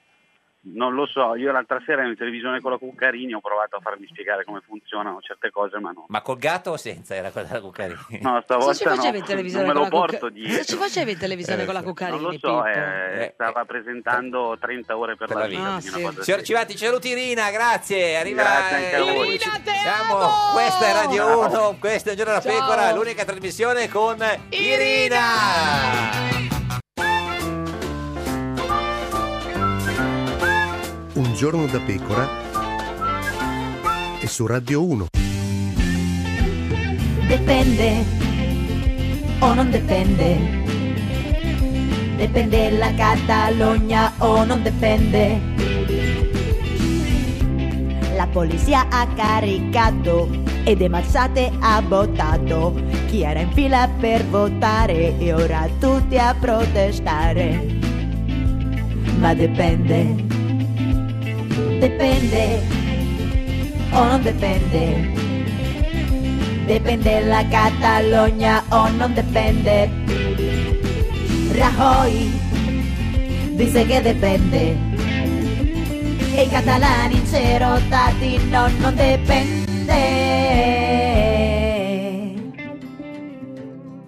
Speaker 19: Non lo so, io l'altra sera in televisione con la Cuccarini ho provato a farmi spiegare come funzionano certe cose, ma no.
Speaker 2: Ma col gatto o senza era quella della Cuccarini?
Speaker 19: No,
Speaker 1: Cosa ci
Speaker 19: stavolta
Speaker 1: facevi in
Speaker 19: no,
Speaker 1: televisione
Speaker 19: non me
Speaker 1: con
Speaker 19: lo
Speaker 1: la Cucca-
Speaker 19: porto
Speaker 1: Cosa ci
Speaker 19: dietro. Eh,
Speaker 1: facevi in televisione con la Cuccarini,
Speaker 19: Non lo so,
Speaker 1: Pippo?
Speaker 19: eh, stava presentando 30 ore per, la vita.
Speaker 2: vita.
Speaker 19: quindi una cosa
Speaker 2: Signor
Speaker 19: del
Speaker 2: Civati, ci saluti Irina, grazie. Arriva
Speaker 19: Grazie anche a
Speaker 2: eh,
Speaker 19: voi.
Speaker 2: Irina, te siamo- Oh, Questa è Radio 1, questa è Un Giorno alla
Speaker 4: Ciao.
Speaker 2: Pecora, l'unica trasmissione con Irina.
Speaker 12: Un giorno da pecora e su Radio 1.
Speaker 11: Depende o non depende. Depende la Catalogna o non depende. La polizia ha caricato ed Mazzate ha votato chi era in fila per votare e ora tutti a protestare. Ma depende, depende o non depende. Depende la Catalogna o non depende. Rajoy dice che depende. E i catalani cerotati no, non depende.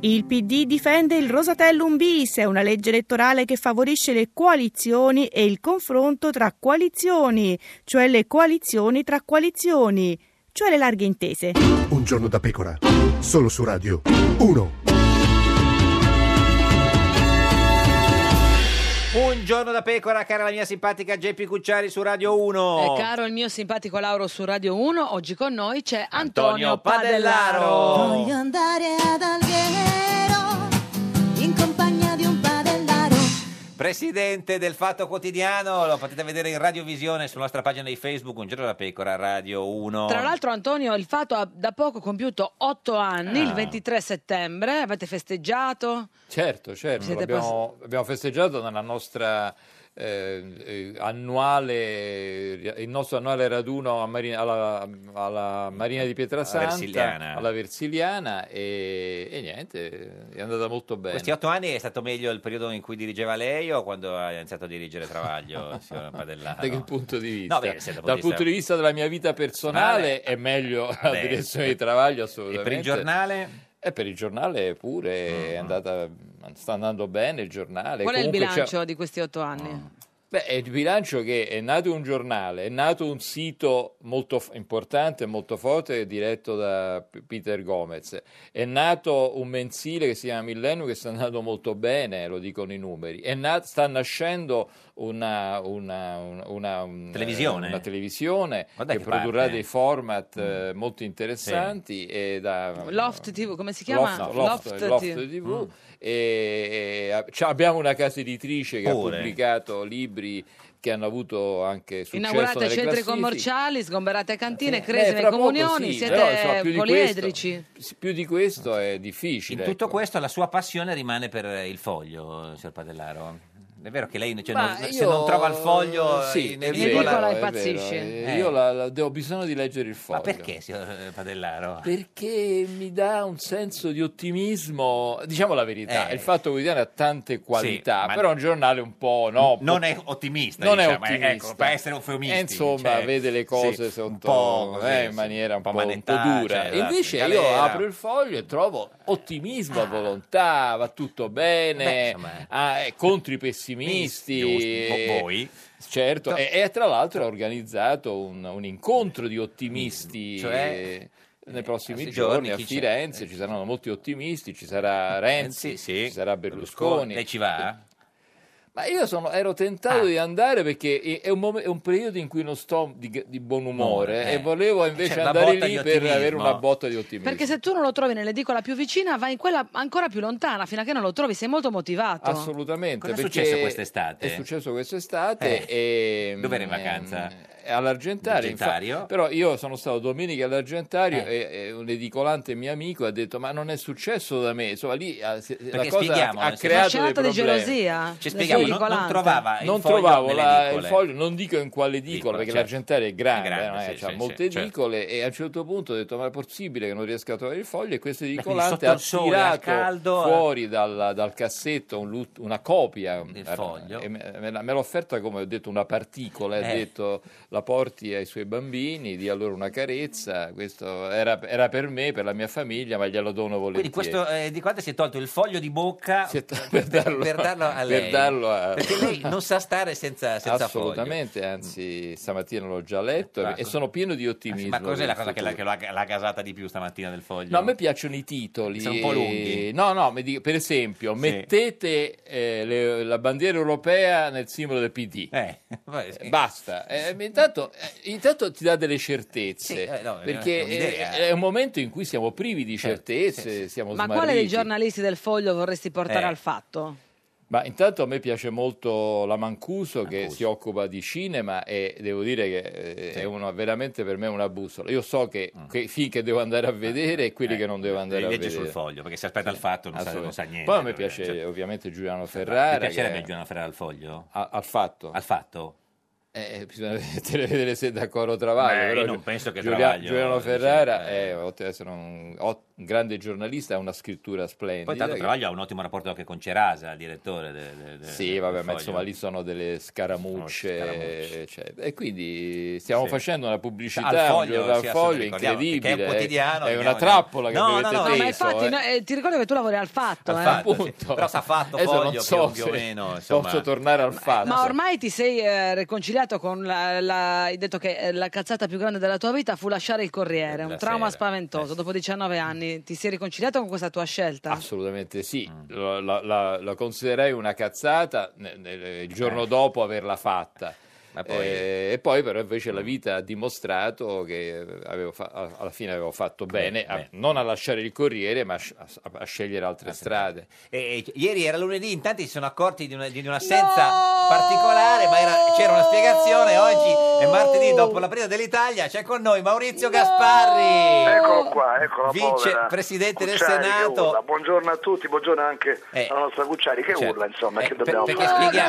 Speaker 13: Il PD difende il Rosatellum bis, è una legge elettorale che favorisce le coalizioni e il confronto tra coalizioni, cioè le coalizioni tra coalizioni, cioè le larghe intese.
Speaker 12: Un giorno da pecora, solo su Radio 1.
Speaker 2: Un giorno da pecora, cara la mia simpatica JP Cucciari su Radio 1.
Speaker 19: Oh.
Speaker 1: Eh, caro il mio simpatico Lauro su Radio 1, oggi con noi c'è Antonio,
Speaker 2: Antonio
Speaker 1: Padellaro.
Speaker 2: Padellaro.
Speaker 16: Voglio andare ad Alghero in compagnia di un padellaro.
Speaker 2: Presidente del Fatto Quotidiano, lo potete vedere in radiovisione sulla nostra pagina di Facebook, Un giorno da pecora, Radio 1.
Speaker 17: Oh.
Speaker 1: Tra l'altro Antonio, il fatto ha da poco compiuto 8 anni,
Speaker 17: Ah.
Speaker 1: il 23 settembre, avete festeggiato?
Speaker 17: Certo, certo,
Speaker 1: Siete
Speaker 17: l'abbiamo, abbiamo festeggiato nella nostra eh, eh, annuale, il nostro annuale raduno a Marina- alla, alla Marina di Pietrasanta,
Speaker 2: Versiliana.
Speaker 17: alla Versiliana e, e niente, è andata molto bene.
Speaker 2: Questi otto anni è stato meglio il periodo in cui dirigeva lei o quando ha iniziato a dirigere Travaglio, signor Padellaro?
Speaker 17: Da che punto di vista?
Speaker 2: No, beh, se
Speaker 17: Dal punto di vista della mia vita personale è meglio la
Speaker 2: Beh,
Speaker 17: direzione di Travaglio assolutamente.
Speaker 2: e per il giornale? Mm.
Speaker 17: E per il giornale pure è andata, sta andando bene il giornale.
Speaker 1: Qual è il
Speaker 17: Comunque c'è- Ah,
Speaker 1: bilancio di questi 8 anni?
Speaker 17: Beh, è il bilancio che è nato un giornale, è nato un sito molto f- importante, molto forte, diretto da P- Peter Gomez, è nato un mensile che si chiama Millennium che sta andando molto bene, lo dicono i numeri, è na- sta nascendo una, una- una- una- un-
Speaker 2: Televisione?
Speaker 17: una televisione
Speaker 2: Quando è
Speaker 17: che
Speaker 2: che
Speaker 17: produrrà
Speaker 2: parte? Mm.
Speaker 17: dei format eh, molto interessanti e da...
Speaker 1: Loft TV, come si chiama?
Speaker 17: Loft, Loft, Loft
Speaker 1: Mm.
Speaker 2: Mm.
Speaker 17: TV. E, e c'ha- abbiamo una casa editrice che
Speaker 2: Pure.
Speaker 17: ha pubblicato libri che hanno avuto anche successo
Speaker 1: Inaugurate
Speaker 17: nelle
Speaker 1: centri
Speaker 17: classifiche.
Speaker 1: commerciali, sgomberate cantine,
Speaker 17: Eh,
Speaker 1: cresi nei
Speaker 17: fra poco
Speaker 1: comunioni,
Speaker 17: sì,
Speaker 1: siete
Speaker 17: però, insomma, più di
Speaker 1: poliedrici.
Speaker 17: questo- più di questo è difficile.
Speaker 2: In tutto
Speaker 17: ecco.
Speaker 2: questo la sua passione rimane per il foglio, signor Padellaro? È vero che lei cioè,
Speaker 17: Ma
Speaker 2: non- se
Speaker 17: io-
Speaker 2: non trova il foglio
Speaker 17: sì,
Speaker 2: in
Speaker 17: è
Speaker 2: edicola-
Speaker 17: vero, è vero.
Speaker 2: Eh,
Speaker 17: Io la- la- ho bisogno di leggere il foglio.
Speaker 2: Ma perché, signor Padellaro?
Speaker 17: Perché mi dà un senso di ottimismo, diciamo la verità,
Speaker 2: Eh.
Speaker 17: il fatto quotidiano ha tante qualità,
Speaker 2: ma-
Speaker 17: però è un giornale un po' no,
Speaker 2: non
Speaker 17: po-
Speaker 2: è ottimista,
Speaker 17: non è
Speaker 2: diciamo, eh,
Speaker 17: ottimista.
Speaker 2: ecco, per essere eufemisti,
Speaker 17: E insomma,
Speaker 2: cioè,
Speaker 17: vede le cose
Speaker 2: sì,
Speaker 17: sotto,
Speaker 2: un po' così,
Speaker 17: eh, in
Speaker 2: sì,
Speaker 17: maniera un po', un po'
Speaker 2: manettaccia,
Speaker 17: dura.
Speaker 2: esatto,
Speaker 17: E invece
Speaker 2: in
Speaker 17: io
Speaker 2: galera.
Speaker 17: apro il foglio e trovo ottimismo a volontà, va tutto bene,
Speaker 2: Beh, insomma,
Speaker 17: ah, eh, contro i pessimisti.
Speaker 2: Giusto,
Speaker 17: eh,
Speaker 2: vo- voi.
Speaker 17: Certo,
Speaker 2: No.
Speaker 17: e, e tra l'altro ha organizzato un, un incontro di ottimisti.
Speaker 2: Cioè?
Speaker 17: eh, nei prossimi
Speaker 2: sì,
Speaker 17: giorni,
Speaker 2: giorni,
Speaker 17: a
Speaker 2: chi c'è?
Speaker 17: Firenze ci saranno molti ottimisti, ci sarà Renzi, ci sarà Berlusconi. Eh,
Speaker 2: Lei ci va?
Speaker 17: Ma io sono- ero tentato
Speaker 2: Ah.
Speaker 17: di andare perché è- è un, mom- è un periodo in cui non sto di, di buon umore
Speaker 2: Umore, eh.
Speaker 17: e volevo invece
Speaker 2: C'è una
Speaker 17: andare
Speaker 2: botta
Speaker 17: lì
Speaker 2: di
Speaker 17: per avere
Speaker 2: ottimismo.
Speaker 17: una botta di ottimismo.
Speaker 1: Perché se tu non lo trovi nell'edicola più vicina, vai in quella ancora più lontana, fino a che non lo trovi, sei molto motivato.
Speaker 17: Assolutamente.
Speaker 2: Cosa è
Speaker 17: perché
Speaker 2: successo quest'estate?
Speaker 17: È successo quest'estate.
Speaker 2: Eh,
Speaker 17: e,
Speaker 2: dov'era in
Speaker 17: mm,
Speaker 2: vacanza?
Speaker 17: eh, all'Argentario. infa-
Speaker 2: Argentario.
Speaker 17: però io sono stato domenica all'Argentario
Speaker 2: Eh.
Speaker 17: e, e un edicolante mio amico ha detto ma non è successo da me. Insomma, lì ha- se- la
Speaker 2: Perché
Speaker 17: cosa
Speaker 2: spieghiamo,
Speaker 17: ha
Speaker 2: nel senso-
Speaker 17: creato dei
Speaker 1: Una scenata di
Speaker 17: problemi.
Speaker 1: gelosia Ci del
Speaker 2: spieghiamo, non- non edicolante. trovava il
Speaker 17: Non
Speaker 2: foglio
Speaker 17: trovavo
Speaker 2: nelle
Speaker 17: la- il
Speaker 2: edicole.
Speaker 17: foglio, non dico in quale edicola,
Speaker 2: Edicola,
Speaker 17: perché
Speaker 2: certo.
Speaker 17: l'Argentario è grande,
Speaker 2: È grande,
Speaker 17: no? Eh,
Speaker 2: sì,
Speaker 17: c'ha
Speaker 2: sì,
Speaker 17: molte
Speaker 2: sì, certo.
Speaker 17: edicole e a un certo punto ho detto ma è possibile che non riesca a trovare il foglio e questo
Speaker 2: quindi
Speaker 17: edicolante
Speaker 2: sotto
Speaker 17: ha
Speaker 2: il sole, al
Speaker 17: tirato
Speaker 2: caldo, eh.
Speaker 17: fuori dal, dal cassetto un lut- una copia del
Speaker 2: foglio.
Speaker 17: me, me l'ha- me l'ha offerta come ho detto una particola, ha
Speaker 2: Eh.
Speaker 17: detto la porti ai suoi bambini, di allora una carezza, questo era, era per me, per la mia famiglia, ma glielo dono volentieri.
Speaker 2: Quindi questo eh, di quanto si è tolto il foglio di bocca per, per darlo a
Speaker 17: per
Speaker 2: lei.
Speaker 17: darlo a-
Speaker 2: Perché lei non sa stare senza, senza foglio.
Speaker 17: Assolutamente, anzi stamattina l'ho già letto
Speaker 2: Ah,
Speaker 17: e- e sono pieno di ottimismo.
Speaker 2: Ma cos'è
Speaker 17: per
Speaker 2: la
Speaker 17: il
Speaker 2: cosa che, la,
Speaker 17: futuro.
Speaker 2: che l'ha, l'ha gasata di più stamattina del foglio?
Speaker 17: No, a me piacciono i titoli.
Speaker 2: Sono un po' lunghi.
Speaker 17: Eh, No, no, mi dica- per esempio,
Speaker 2: Sì.
Speaker 17: mettete eh, le- la bandiera europea nel simbolo del PD. Eh, Basta. Eh, intanto, eh, intanto ti dà delle certezze,
Speaker 2: Sì, eh, no, è
Speaker 17: perché eh,
Speaker 2: un'idea. Eh,
Speaker 17: è, un momento in cui siamo privi di certezze, siamo
Speaker 1: Ma
Speaker 17: smarriti.
Speaker 1: quale dei giornalisti del foglio vorresti portare
Speaker 17: Eh.
Speaker 1: al fatto?
Speaker 17: Ma intanto a me piace molto la Mancuso, che si occupa di cinema e devo dire che eh, è una- veramente per me una bussola. Io so che, che film che devo andare a vedere e quelli che non devo andare
Speaker 2: Mm. Eh, Li
Speaker 17: a
Speaker 2: legge
Speaker 17: vedere.
Speaker 2: sul foglio, perché si aspetta il fatto non sa, non sa niente.
Speaker 17: Poi a me
Speaker 2: allora,
Speaker 17: piace
Speaker 2: cioè,
Speaker 17: ovviamente Giuliano Ferrara.
Speaker 2: ti piacerebbe
Speaker 17: che-
Speaker 2: Giuliano Ferrara al foglio?
Speaker 17: al fatto.
Speaker 2: Al fatto?
Speaker 17: Eh, bisogna vedere, vedere se è d'accordo Travaglio.
Speaker 2: Beh,
Speaker 17: però
Speaker 2: io non penso che
Speaker 17: Giulia-
Speaker 2: Travaglio- eh,
Speaker 17: Giuliano Ferrara è, oltre ad essere un, ot- un grande giornalista, ha una scrittura splendida.
Speaker 2: Poi tanto
Speaker 17: che-
Speaker 2: Travaglio ha un ottimo rapporto anche con Cerasa, il direttore de- de- de-
Speaker 17: Sì,
Speaker 2: del
Speaker 17: vabbè, ma
Speaker 2: Foglio. Ah,
Speaker 17: insomma lì sono delle scaramucce,
Speaker 2: scaramucce.
Speaker 17: eccetera. e quindi stiamo
Speaker 2: Sì. Cioè,
Speaker 17: facendo una pubblicità
Speaker 2: Al Foglio,
Speaker 17: un giornale
Speaker 2: sì,
Speaker 17: al foglio
Speaker 2: assolutamente, ricordiamo,
Speaker 17: incredibile, eh,
Speaker 2: perché è un quotidiano,
Speaker 17: è una
Speaker 2: vediamo,
Speaker 17: trappola che
Speaker 2: no,
Speaker 17: mi
Speaker 2: no,
Speaker 17: avete
Speaker 2: no,
Speaker 1: No,
Speaker 17: teso.
Speaker 1: ma infatti
Speaker 17: eh.
Speaker 1: no, eh, ti ricordo che tu lavori al fatto,
Speaker 17: Al
Speaker 1: eh?
Speaker 17: Fatto, sì.
Speaker 2: Però s'ha fatto
Speaker 17: Adesso
Speaker 2: foglio
Speaker 17: non so
Speaker 2: più, più o
Speaker 17: se
Speaker 2: meno, insomma.
Speaker 17: Posso tornare al fatto.
Speaker 1: Ma ormai ti sei eh, riconciliato con la, la- hai detto che eh, la cazzata più grande della tua vita fu lasciare il Corriere, un
Speaker 17: La sera,
Speaker 1: trauma spaventoso. Dopo 19 anni ti sei riconciliato con questa tua scelta?
Speaker 17: Ah, Assolutamente sì,
Speaker 2: Mm.
Speaker 17: la, la- la- la considererei una cazzata ne- ne- il giorno dopo averla fatta.
Speaker 2: Eh. poi- Mm.
Speaker 17: Eh, e poi però invece la vita ha dimostrato che avevo fa- a- alla fine avevo fatto bene, a-
Speaker 2: Eh, bene.
Speaker 17: non a lasciare il Corriere ma a, sc- a- a scegliere altre strade.
Speaker 2: Ah, E- e ieri era lunedì, in tanti si sono accorti di, una- di un'assenza particolare, ma era- c'era una spiegazione. Oggi è martedì, dopo la prima dell'Italia, c'è con noi Maurizio Gasparri.
Speaker 21: Eccolo Ecco qua, eccolo
Speaker 2: Vicepresidente del
Speaker 21: Cucciari che urla.
Speaker 2: Senato.
Speaker 21: Buongiorno a tutti, buongiorno anche
Speaker 2: Eh.
Speaker 21: alla nostra Cucciari che
Speaker 2: Certo.
Speaker 21: urla, insomma,
Speaker 2: Eh,
Speaker 21: che
Speaker 2: per-
Speaker 21: dobbiamo
Speaker 2: perché
Speaker 21: fare?
Speaker 2: spieghiamo.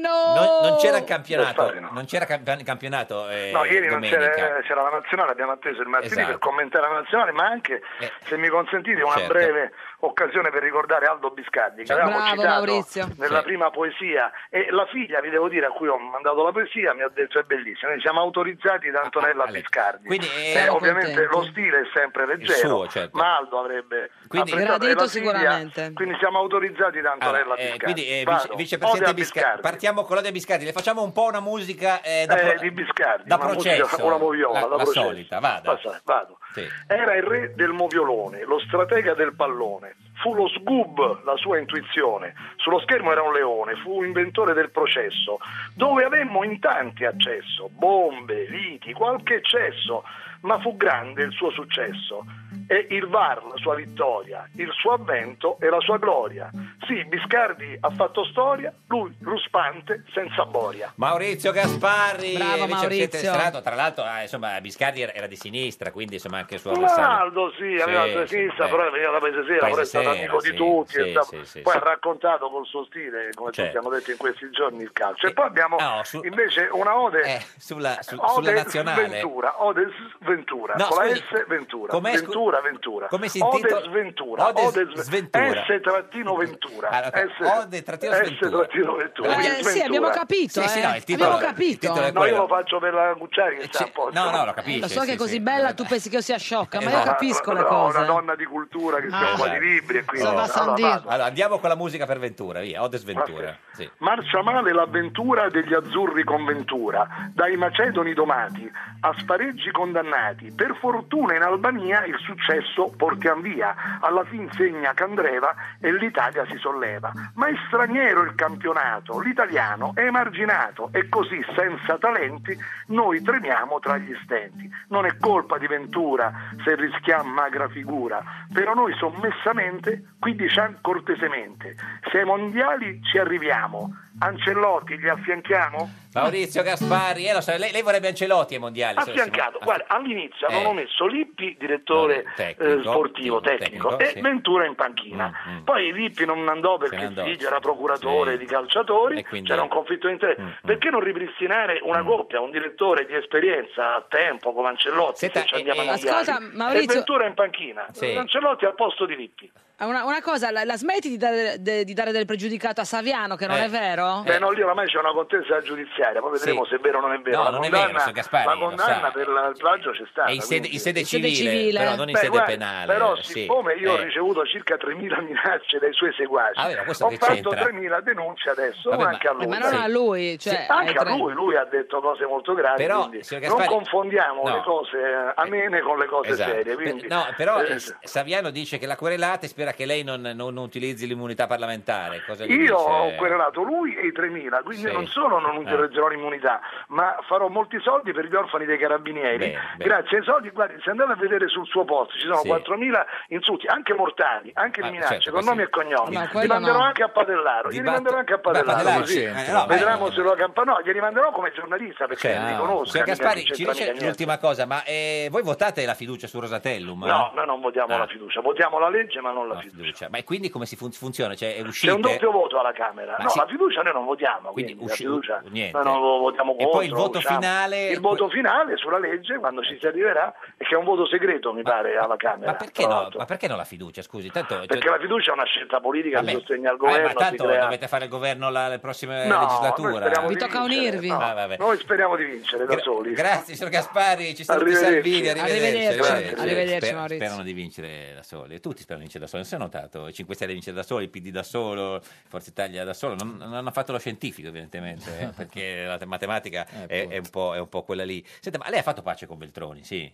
Speaker 2: Non, non c'era il campionato,
Speaker 21: Gasparri no.
Speaker 2: non c'era camp- campionato eh,
Speaker 21: No, ieri non
Speaker 2: domenica.
Speaker 21: c'era, eh, c'era la nazionale, abbiamo atteso il martedì
Speaker 2: Esatto. Eh.
Speaker 21: per commentare la nazionale, ma anche, se mi consentite, una
Speaker 2: certo.
Speaker 21: breve occasione per ricordare Aldo Biscardi, che
Speaker 2: Certo.
Speaker 21: avevamo
Speaker 2: Bravo,
Speaker 21: citato
Speaker 2: Maurizio.
Speaker 21: nella
Speaker 2: Sì.
Speaker 21: prima poesia. E la figlia, vi devo dire, a cui ho mandato la poesia, mi ha detto è bellissima. Noi siamo autorizzati da Antonella Biscardi.
Speaker 2: Quindi, eh,
Speaker 21: Eh,
Speaker 2: siamo
Speaker 21: ovviamente
Speaker 2: contenti.
Speaker 21: lo stile è sempre leggero,
Speaker 2: suo, certo.
Speaker 21: ma Aldo avrebbe
Speaker 2: Quindi-
Speaker 21: apprezzato. E la
Speaker 2: Gradito
Speaker 21: figlia-
Speaker 2: sicuramente.
Speaker 21: Quindi siamo autorizzati da Antonella
Speaker 2: Allora, eh,
Speaker 21: Biscardi.
Speaker 2: quindi eh, vice-
Speaker 21: Vado.
Speaker 2: vicepresidente
Speaker 21: Ode a
Speaker 2: Biscardi. partiamo con l'Odia Biscardi, le facciamo un po' una musica eh, da,
Speaker 21: Eh,
Speaker 2: pro-
Speaker 21: di Biscardi,
Speaker 2: da
Speaker 21: una musica-
Speaker 2: processo,
Speaker 21: una moviola,
Speaker 2: la,
Speaker 21: da
Speaker 2: la
Speaker 21: processo.
Speaker 2: solita, vada.
Speaker 21: Passa- vado.
Speaker 2: Sì.
Speaker 21: Era il re del moviolone, lo stratega del pallone. Fu lo sgub la sua intuizione. Sullo schermo era un leone, fu inventore del processo, dove avemmo in tanti accesso, bombe, liti, qualche eccesso, ma fu grande il suo successo. E il VAR la sua vittoria, il suo avvento e la sua gloria. Sì, Biscardi ha fatto storia, lui ruspante senza boria.
Speaker 2: Maurizio Gasparri,
Speaker 21: Bravo,
Speaker 2: vicepresidente del
Speaker 21: Maurizio.
Speaker 2: Senato. tra l'altro eh, insomma, Biscardi era, era di sinistra, quindi insomma anche il suo avversario.
Speaker 21: Ronaldo sì, aveva
Speaker 2: Sì,
Speaker 21: la
Speaker 2: sì,
Speaker 21: sinistra,
Speaker 2: beh.
Speaker 21: però veniva da Paese Sera, però è
Speaker 2: Paese
Speaker 21: stato
Speaker 2: Sera,
Speaker 21: amico
Speaker 2: sì,
Speaker 21: di tutti,
Speaker 2: sì,
Speaker 21: è stato-
Speaker 2: sì, sì,
Speaker 21: poi
Speaker 2: sì.
Speaker 21: ha raccontato col suo stile, come
Speaker 2: Certo.
Speaker 21: tutti hanno detto in questi giorni, il calcio. E poi abbiamo invece una ode,
Speaker 2: sulla, Eh, su-
Speaker 21: ode
Speaker 2: sulla nazionale.
Speaker 21: Ventura, ode s- Ventura,
Speaker 2: No,
Speaker 21: con la
Speaker 2: scusi,
Speaker 21: S Ventura,
Speaker 2: com'è, scu-
Speaker 21: Ventura, Ventura,
Speaker 2: come si
Speaker 21: Ode
Speaker 2: intitola?
Speaker 21: Sventura,
Speaker 2: Ode
Speaker 21: Ode
Speaker 2: S- Sventura. Ah,
Speaker 21: S-Ventura,
Speaker 2: Allora,
Speaker 21: S-
Speaker 2: Ode-trattino Sventura.
Speaker 21: S-Ventura,
Speaker 1: Eh,
Speaker 21: quindi
Speaker 1: sì, abbiamo
Speaker 21: Sventura.
Speaker 1: capito.
Speaker 2: Sì, sì,
Speaker 1: eh.
Speaker 2: no, il titolo-
Speaker 1: abbiamo
Speaker 2: il
Speaker 1: capito. Eh,
Speaker 2: titolo è
Speaker 21: No, io
Speaker 2: quello. Eh,
Speaker 21: lo faccio per la Cucciari che sta a posto.
Speaker 2: No, no, lo capisce.
Speaker 1: Lo so che è
Speaker 2: sì,
Speaker 1: così
Speaker 2: sì.
Speaker 1: bella, tu pensi che io sia sciocca, ma
Speaker 2: Eh,
Speaker 1: io
Speaker 2: no,
Speaker 1: capisco le
Speaker 21: no,
Speaker 1: cose.
Speaker 21: una donna di cultura che si
Speaker 2: Ah.
Speaker 21: occupa di libri e quindi
Speaker 2: Oh.
Speaker 21: Allora, vado. Ah,
Speaker 2: Allora, andiamo con la musica per Ventura, via, Ode Sventura. Sì.
Speaker 21: Marcia male l'avventura degli azzurri con Ventura, dai macedoni domati a spareggi condannati. Per fortuna in Albania il successo portiamo via, alla fin segna Candreva e l'Italia si solleva. Ma è straniero il campionato, l'italiano è emarginato e così senza talenti noi tremiamo tra gli stenti. Non è colpa di Ventura se rischiamo magra figura, però noi sommessamente, qui diciamo cortesemente, se ai mondiali ci arriviamo, Ancelotti li affianchiamo?
Speaker 2: Maurizio Gasparri, eh, lo so, lei, lei vorrebbe Ancelotti ai mondiali. se avessimo-
Speaker 21: Affiancato, guarda, all'inizio
Speaker 2: Eh.
Speaker 21: avevano messo Lippi direttore
Speaker 2: tecnico,
Speaker 21: eh, sportivo, tecnico,
Speaker 2: tecnico,
Speaker 21: e
Speaker 2: sì. Mm,
Speaker 21: Ventura in panchina. Poi Lippi non andò
Speaker 2: Se ne
Speaker 21: perché
Speaker 2: andò,
Speaker 21: Zigi era procuratore
Speaker 2: sì.
Speaker 21: di calciatori,
Speaker 2: E quindi- Mm,
Speaker 21: c'era un conflitto di interesse. Perché non ripristinare una coppia, un direttore di esperienza a tempo come Ancelotti, se ci andiamo
Speaker 1: eh,
Speaker 21: a
Speaker 1: Ascolta, Maurizio-
Speaker 21: E Ventura in panchina,
Speaker 1: Sì.
Speaker 21: Ancelotti al posto di Lippi.
Speaker 1: Ah, Una, una cosa, la, la smetti di dare, de- di dare del pregiudicato a Saviano, che non
Speaker 21: Eh.
Speaker 1: è vero?
Speaker 21: Beh, no, lì oramai c'è una contesa giudiziaria, poi vedremo
Speaker 2: Sì.
Speaker 21: se è vero o non è vero.
Speaker 2: No,
Speaker 21: la
Speaker 2: non è
Speaker 21: condanna,
Speaker 2: vero, signor Gasparri,
Speaker 21: la
Speaker 2: lo sa.
Speaker 21: condanna per la- il plagio c'è stata.
Speaker 2: È in sede,
Speaker 21: quindi-
Speaker 2: in sede civile, però non in
Speaker 21: Beh,
Speaker 2: sede
Speaker 21: guarda,
Speaker 2: penale.
Speaker 21: Però,
Speaker 2: sì.
Speaker 21: siccome io ho
Speaker 2: Eh,
Speaker 21: ricevuto circa 3.000 minacce dai suoi seguaci,
Speaker 2: Ah, vero, questo
Speaker 21: ho
Speaker 2: che
Speaker 21: fatto
Speaker 2: c'entra?
Speaker 21: 3.000 denunce adesso
Speaker 2: Vabbè, ma-
Speaker 21: anche a lui.
Speaker 1: Ma non a lui, cioè,
Speaker 21: Sì, anche
Speaker 1: ai
Speaker 21: a
Speaker 1: tre.
Speaker 21: lui, lui ha detto cose molto gravi.
Speaker 2: Però,
Speaker 21: quindi
Speaker 2: signor
Speaker 21: non
Speaker 2: Gasparri-
Speaker 21: confondiamo
Speaker 2: no.
Speaker 21: le cose amene con le cose
Speaker 2: esatto.
Speaker 21: serie.
Speaker 2: Per-
Speaker 21: Quindi,
Speaker 2: no, però
Speaker 21: eh,
Speaker 2: eh, S- Saviano dice che la querelata e spera che lei non, non- non utilizzi l'immunità parlamentare. Cosa gli dice?
Speaker 21: Io ho querelato lui e i 3.000, quindi
Speaker 2: Sì. Eh.
Speaker 21: non solo non utilizzerò l'immunità, ma farò molti soldi per gli orfani dei carabinieri.
Speaker 2: Bene, bene.
Speaker 21: Grazie ai soldi, guardi, se andate a vedere sul suo posto ci sono
Speaker 2: Sì.
Speaker 21: 4.000 insulti, anche mortali, anche
Speaker 2: Ah,
Speaker 21: di minacce,
Speaker 2: certo,
Speaker 21: con
Speaker 2: questo-
Speaker 21: nomi e cognomi.
Speaker 2: Ma
Speaker 21: Li
Speaker 2: quello
Speaker 21: manderò
Speaker 2: no.
Speaker 21: anche a Padellaro,
Speaker 2: Di
Speaker 21: glieli
Speaker 2: Bat-
Speaker 21: manderò anche a
Speaker 2: Beh,
Speaker 21: Padellaro,
Speaker 2: Padellaro
Speaker 21: così
Speaker 2: c'entra, no,
Speaker 21: vedremo
Speaker 2: beh,
Speaker 21: se lo campanò, glieli manderò come giornalista perché li
Speaker 2: Signor
Speaker 21: conosco. mica
Speaker 2: Cioè, ah, Gaspari,
Speaker 21: non
Speaker 2: ci
Speaker 21: c'entra mica
Speaker 2: dice
Speaker 21: niente.
Speaker 2: l'ultima cosa, ma eh, voi votate la fiducia su Rosatellum?
Speaker 21: No, noi non votiamo
Speaker 2: Ah.
Speaker 21: la fiducia, votiamo la legge ma non la
Speaker 2: La
Speaker 21: fiducia.
Speaker 2: fiducia. Cioè, Ma e quindi come si fun- funziona? Cioè, è
Speaker 21: C'è
Speaker 2: uscite?
Speaker 21: un doppio voto alla Camera,
Speaker 2: Ma
Speaker 21: no,
Speaker 2: sì.
Speaker 21: la fiducia noi non votiamo,
Speaker 2: Quindi
Speaker 21: quindi,
Speaker 2: usci-
Speaker 21: la fiducia
Speaker 2: niente.
Speaker 21: noi non lo votiamo
Speaker 2: E
Speaker 21: contro.
Speaker 2: poi il voto
Speaker 21: diciamo.
Speaker 2: finale-
Speaker 21: Il voto finale sulla legge, quando ci si arriverà, e che è un voto segreto, mi pare, alla Camera.
Speaker 2: Ma perché, no? ma perché non la fiducia? Scusi, tanto...
Speaker 21: Perché la fiducia è una scelta politica
Speaker 2: Vabbè.
Speaker 21: di sostegno al
Speaker 2: Ah,
Speaker 21: governo.
Speaker 2: ma tanto
Speaker 21: si crea-
Speaker 2: dovete fare il governo la, la prossima
Speaker 21: No, noi
Speaker 2: legislatura.
Speaker 21: speriamo di vincere, no.
Speaker 2: Ah, vabbè.
Speaker 21: Noi speriamo di vincere da
Speaker 2: Gra-
Speaker 21: soli.
Speaker 2: Grazie, signor Gaspari, ci saluti
Speaker 21: Arrivederci.
Speaker 2: Salvini, arrivederci.
Speaker 1: Arrivederci,
Speaker 2: Sper-
Speaker 1: arrivederci,
Speaker 2: sper-
Speaker 1: Maurizio.
Speaker 2: Sperano di vincere da soli, tutti sperano di vincere da soli, non si è notato, i 5 Stelle vincere da soli, il PD da solo, Forza Italia da solo, non, non hanno fatto lo scientifico evidentemente, eh, perché la te- matematica
Speaker 17: Eh,
Speaker 2: è, è un po', è un po' quella lì. Senta, ma lei ha fatto pace con Beltroni, sì?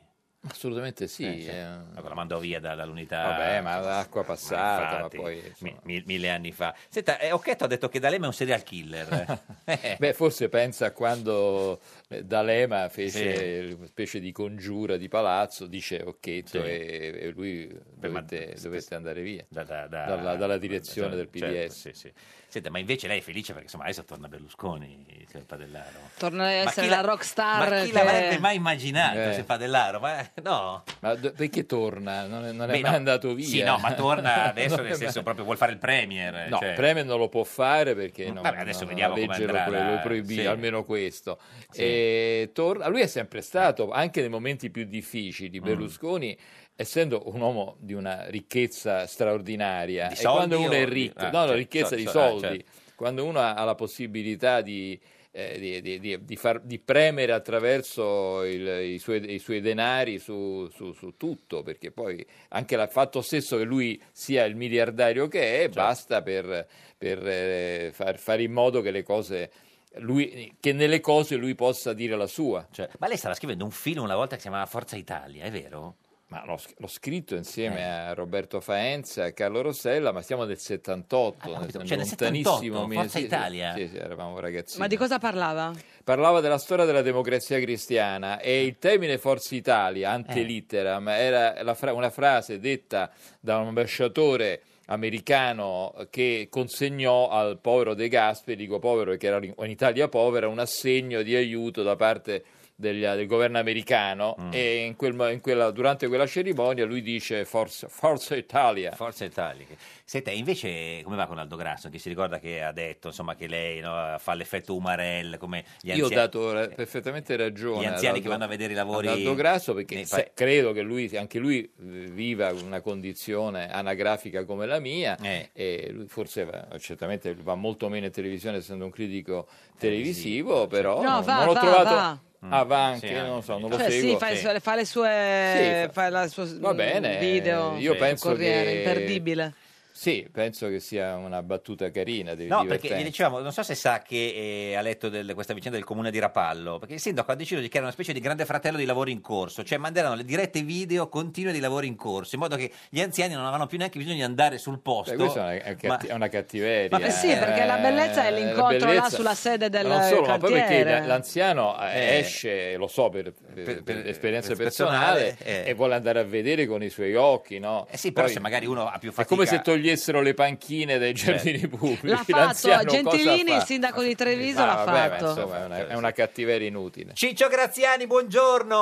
Speaker 17: Assolutamente sì.
Speaker 2: Eh, sì.
Speaker 17: eh.
Speaker 2: La mandò via da- dall'unità.
Speaker 17: Vabbè, ma l'acqua passata, ma
Speaker 2: infatti,
Speaker 17: poi,
Speaker 2: mi- mi- mille anni fa. Senta, eh, Occhetto ha detto che D'Alema è un serial killer. Eh.
Speaker 17: Beh, forse pensa a quando eh, D'Alema fece
Speaker 2: Sì.
Speaker 17: una specie di congiura di palazzo, dice Occhetto,
Speaker 2: Sì.
Speaker 17: e, e lui
Speaker 2: ma-
Speaker 17: dovette, dovette andare via
Speaker 2: da-
Speaker 17: dalla, dalla direzione
Speaker 2: certo,
Speaker 17: del PDS.
Speaker 2: certo, Senta, ma invece lei è felice perché insomma adesso torna Berlusconi, signor Padellaro.
Speaker 1: Torna a
Speaker 2: Ma
Speaker 1: essere
Speaker 2: chi
Speaker 1: la,
Speaker 2: la-
Speaker 1: rockstar.
Speaker 2: ma chi
Speaker 1: che-
Speaker 2: l'avrebbe mai immaginato,
Speaker 17: Eh.
Speaker 2: se Padellaro? Ma no.
Speaker 17: Ma d- perché torna? Non è, non è
Speaker 2: Beh,
Speaker 17: mai
Speaker 2: no.
Speaker 17: andato via.
Speaker 2: Sì, no, ma torna adesso
Speaker 17: Non è
Speaker 2: nel senso
Speaker 17: mai-
Speaker 2: proprio vuol fare il premier.
Speaker 17: No,
Speaker 2: cioè. Mm,
Speaker 17: il Premier non lo può fare perché non,
Speaker 2: Vabbè, adesso
Speaker 17: non-
Speaker 2: vediamo
Speaker 17: la
Speaker 2: come
Speaker 17: legge
Speaker 2: andrà
Speaker 17: lo, pro-
Speaker 2: la-
Speaker 17: lo proibì,
Speaker 2: sì.
Speaker 17: almeno questo.
Speaker 2: Sì.
Speaker 17: E torna- lui è sempre stato, anche nei momenti più
Speaker 2: Mm.
Speaker 17: difficili, Berlusconi, essendo un uomo di una ricchezza straordinaria,
Speaker 2: Di
Speaker 17: e quando
Speaker 2: soldi
Speaker 17: uno
Speaker 2: o
Speaker 17: è
Speaker 2: di-
Speaker 17: ricco,
Speaker 2: ah,
Speaker 17: no, la
Speaker 2: certo,
Speaker 17: ricchezza
Speaker 2: so-
Speaker 17: di
Speaker 2: so- ah,
Speaker 17: soldi,
Speaker 2: certo.
Speaker 17: eh, quando uno ha ha la possibilità di... eh, di- di- di- di far- di premere attraverso il- i, suoi, i suoi denari su, su- su tutto, perché poi anche il fatto stesso che lui sia il miliardario che è, basta per, per, eh, far, fare in modo che le cose lui, che nelle cose lui possa dire la sua. Cioè,
Speaker 2: Ma lei stava scrivendo un film una volta che si chiamava Forza Italia, è vero?
Speaker 17: Ma l'ho, sc- l'ho scritto insieme
Speaker 2: Eh.
Speaker 17: a Roberto Faenza e a Carlo Rossella, ma siamo del 78, nel
Speaker 2: cioè nel 78,
Speaker 17: mille-
Speaker 2: Forza
Speaker 17: sì, sì,
Speaker 2: Italia?
Speaker 17: Sì, sì, eravamo ragazzini.
Speaker 1: Ma di cosa parlava?
Speaker 17: Parlava della storia della democrazia cristiana e il termine Forza Italia, ante
Speaker 1: Eh.
Speaker 17: litteram, era la fra- una frase detta da un ambasciatore americano che consegnò al povero De Gasperi, dico povero che era in Italia povera, un assegno di aiuto da parte degli- del governo americano
Speaker 2: Mm.
Speaker 17: e in quel mo- in quella- durante quella cerimonia lui dice Forza, Forza Italia.
Speaker 2: Forza Italia. Senta, invece come va con Aldo Grasso? Che si ricorda che ha detto insomma, che lei no, fa l'effetto Umarell, come gli anziani.
Speaker 17: Io ho dato ra- perfettamente ragione.
Speaker 2: gli anziani che vanno a vedere i lavori-
Speaker 17: Aldo Grasso perché
Speaker 2: nei
Speaker 17: se-
Speaker 2: pa-
Speaker 17: credo che lui, anche lui eh, viva una condizione anagrafica come la mia e lui forse va, certamente va molto meno in televisione essendo un critico televisivo, però
Speaker 1: No,
Speaker 17: non,
Speaker 1: va,
Speaker 17: non l'ho
Speaker 1: va,
Speaker 17: trovato...
Speaker 1: va.
Speaker 17: Ah, va anche,
Speaker 1: Sì,
Speaker 17: non lo so, non lo
Speaker 1: Cioè,
Speaker 17: seguo.
Speaker 1: sì, fa, le sue- fa le sue.
Speaker 17: Sì, fa-
Speaker 1: fa la sua-
Speaker 17: Va bene, eh,
Speaker 1: Video.
Speaker 17: io
Speaker 1: sul
Speaker 17: penso
Speaker 1: Corriere,
Speaker 17: che-
Speaker 1: imperdibile.
Speaker 17: Sì, penso che sia una battuta carina, devi
Speaker 2: No, perché gli
Speaker 17: divertente.
Speaker 2: dicevamo, non so se sa che eh, ha letto del- questa vicenda del comune di Rapallo, perché il sindaco ha deciso di creare una specie di grande fratello dei lavori in corso, cioè manderanno le dirette video continue dei lavori in corso, in modo che gli anziani non avranno più neanche bisogno di andare sul posto.
Speaker 17: Beh, questa è una, è
Speaker 2: Ma- Eh.
Speaker 17: catti- è una cattiveria.
Speaker 1: Ma sì, perché la bellezza è l'incontro
Speaker 17: Eh, la
Speaker 1: là sulla sede del
Speaker 17: Ma non solo, ma poi perché
Speaker 1: cantiere.
Speaker 17: la- l'anziano eh,
Speaker 2: Eh.
Speaker 17: esce, lo so per, per- per esperienza
Speaker 2: per
Speaker 17: personale,
Speaker 2: personale, eh.
Speaker 17: e vuole andare a vedere con i suoi occhi, no?
Speaker 2: Eh sì, però se magari uno ha più fatica-
Speaker 17: È come se togliessero le panchine dai giardini pubblici.
Speaker 1: L'ha
Speaker 17: l'anziano
Speaker 1: fatto
Speaker 17: cosa
Speaker 1: Gentilini,
Speaker 17: fa?
Speaker 1: il sindaco di Treviso
Speaker 17: Ah,
Speaker 1: l'ha
Speaker 17: vabbè, ma
Speaker 1: fatto.
Speaker 17: insomma, è una, è una cattiveria inutile.
Speaker 2: Ciccio Graziani, buongiorno.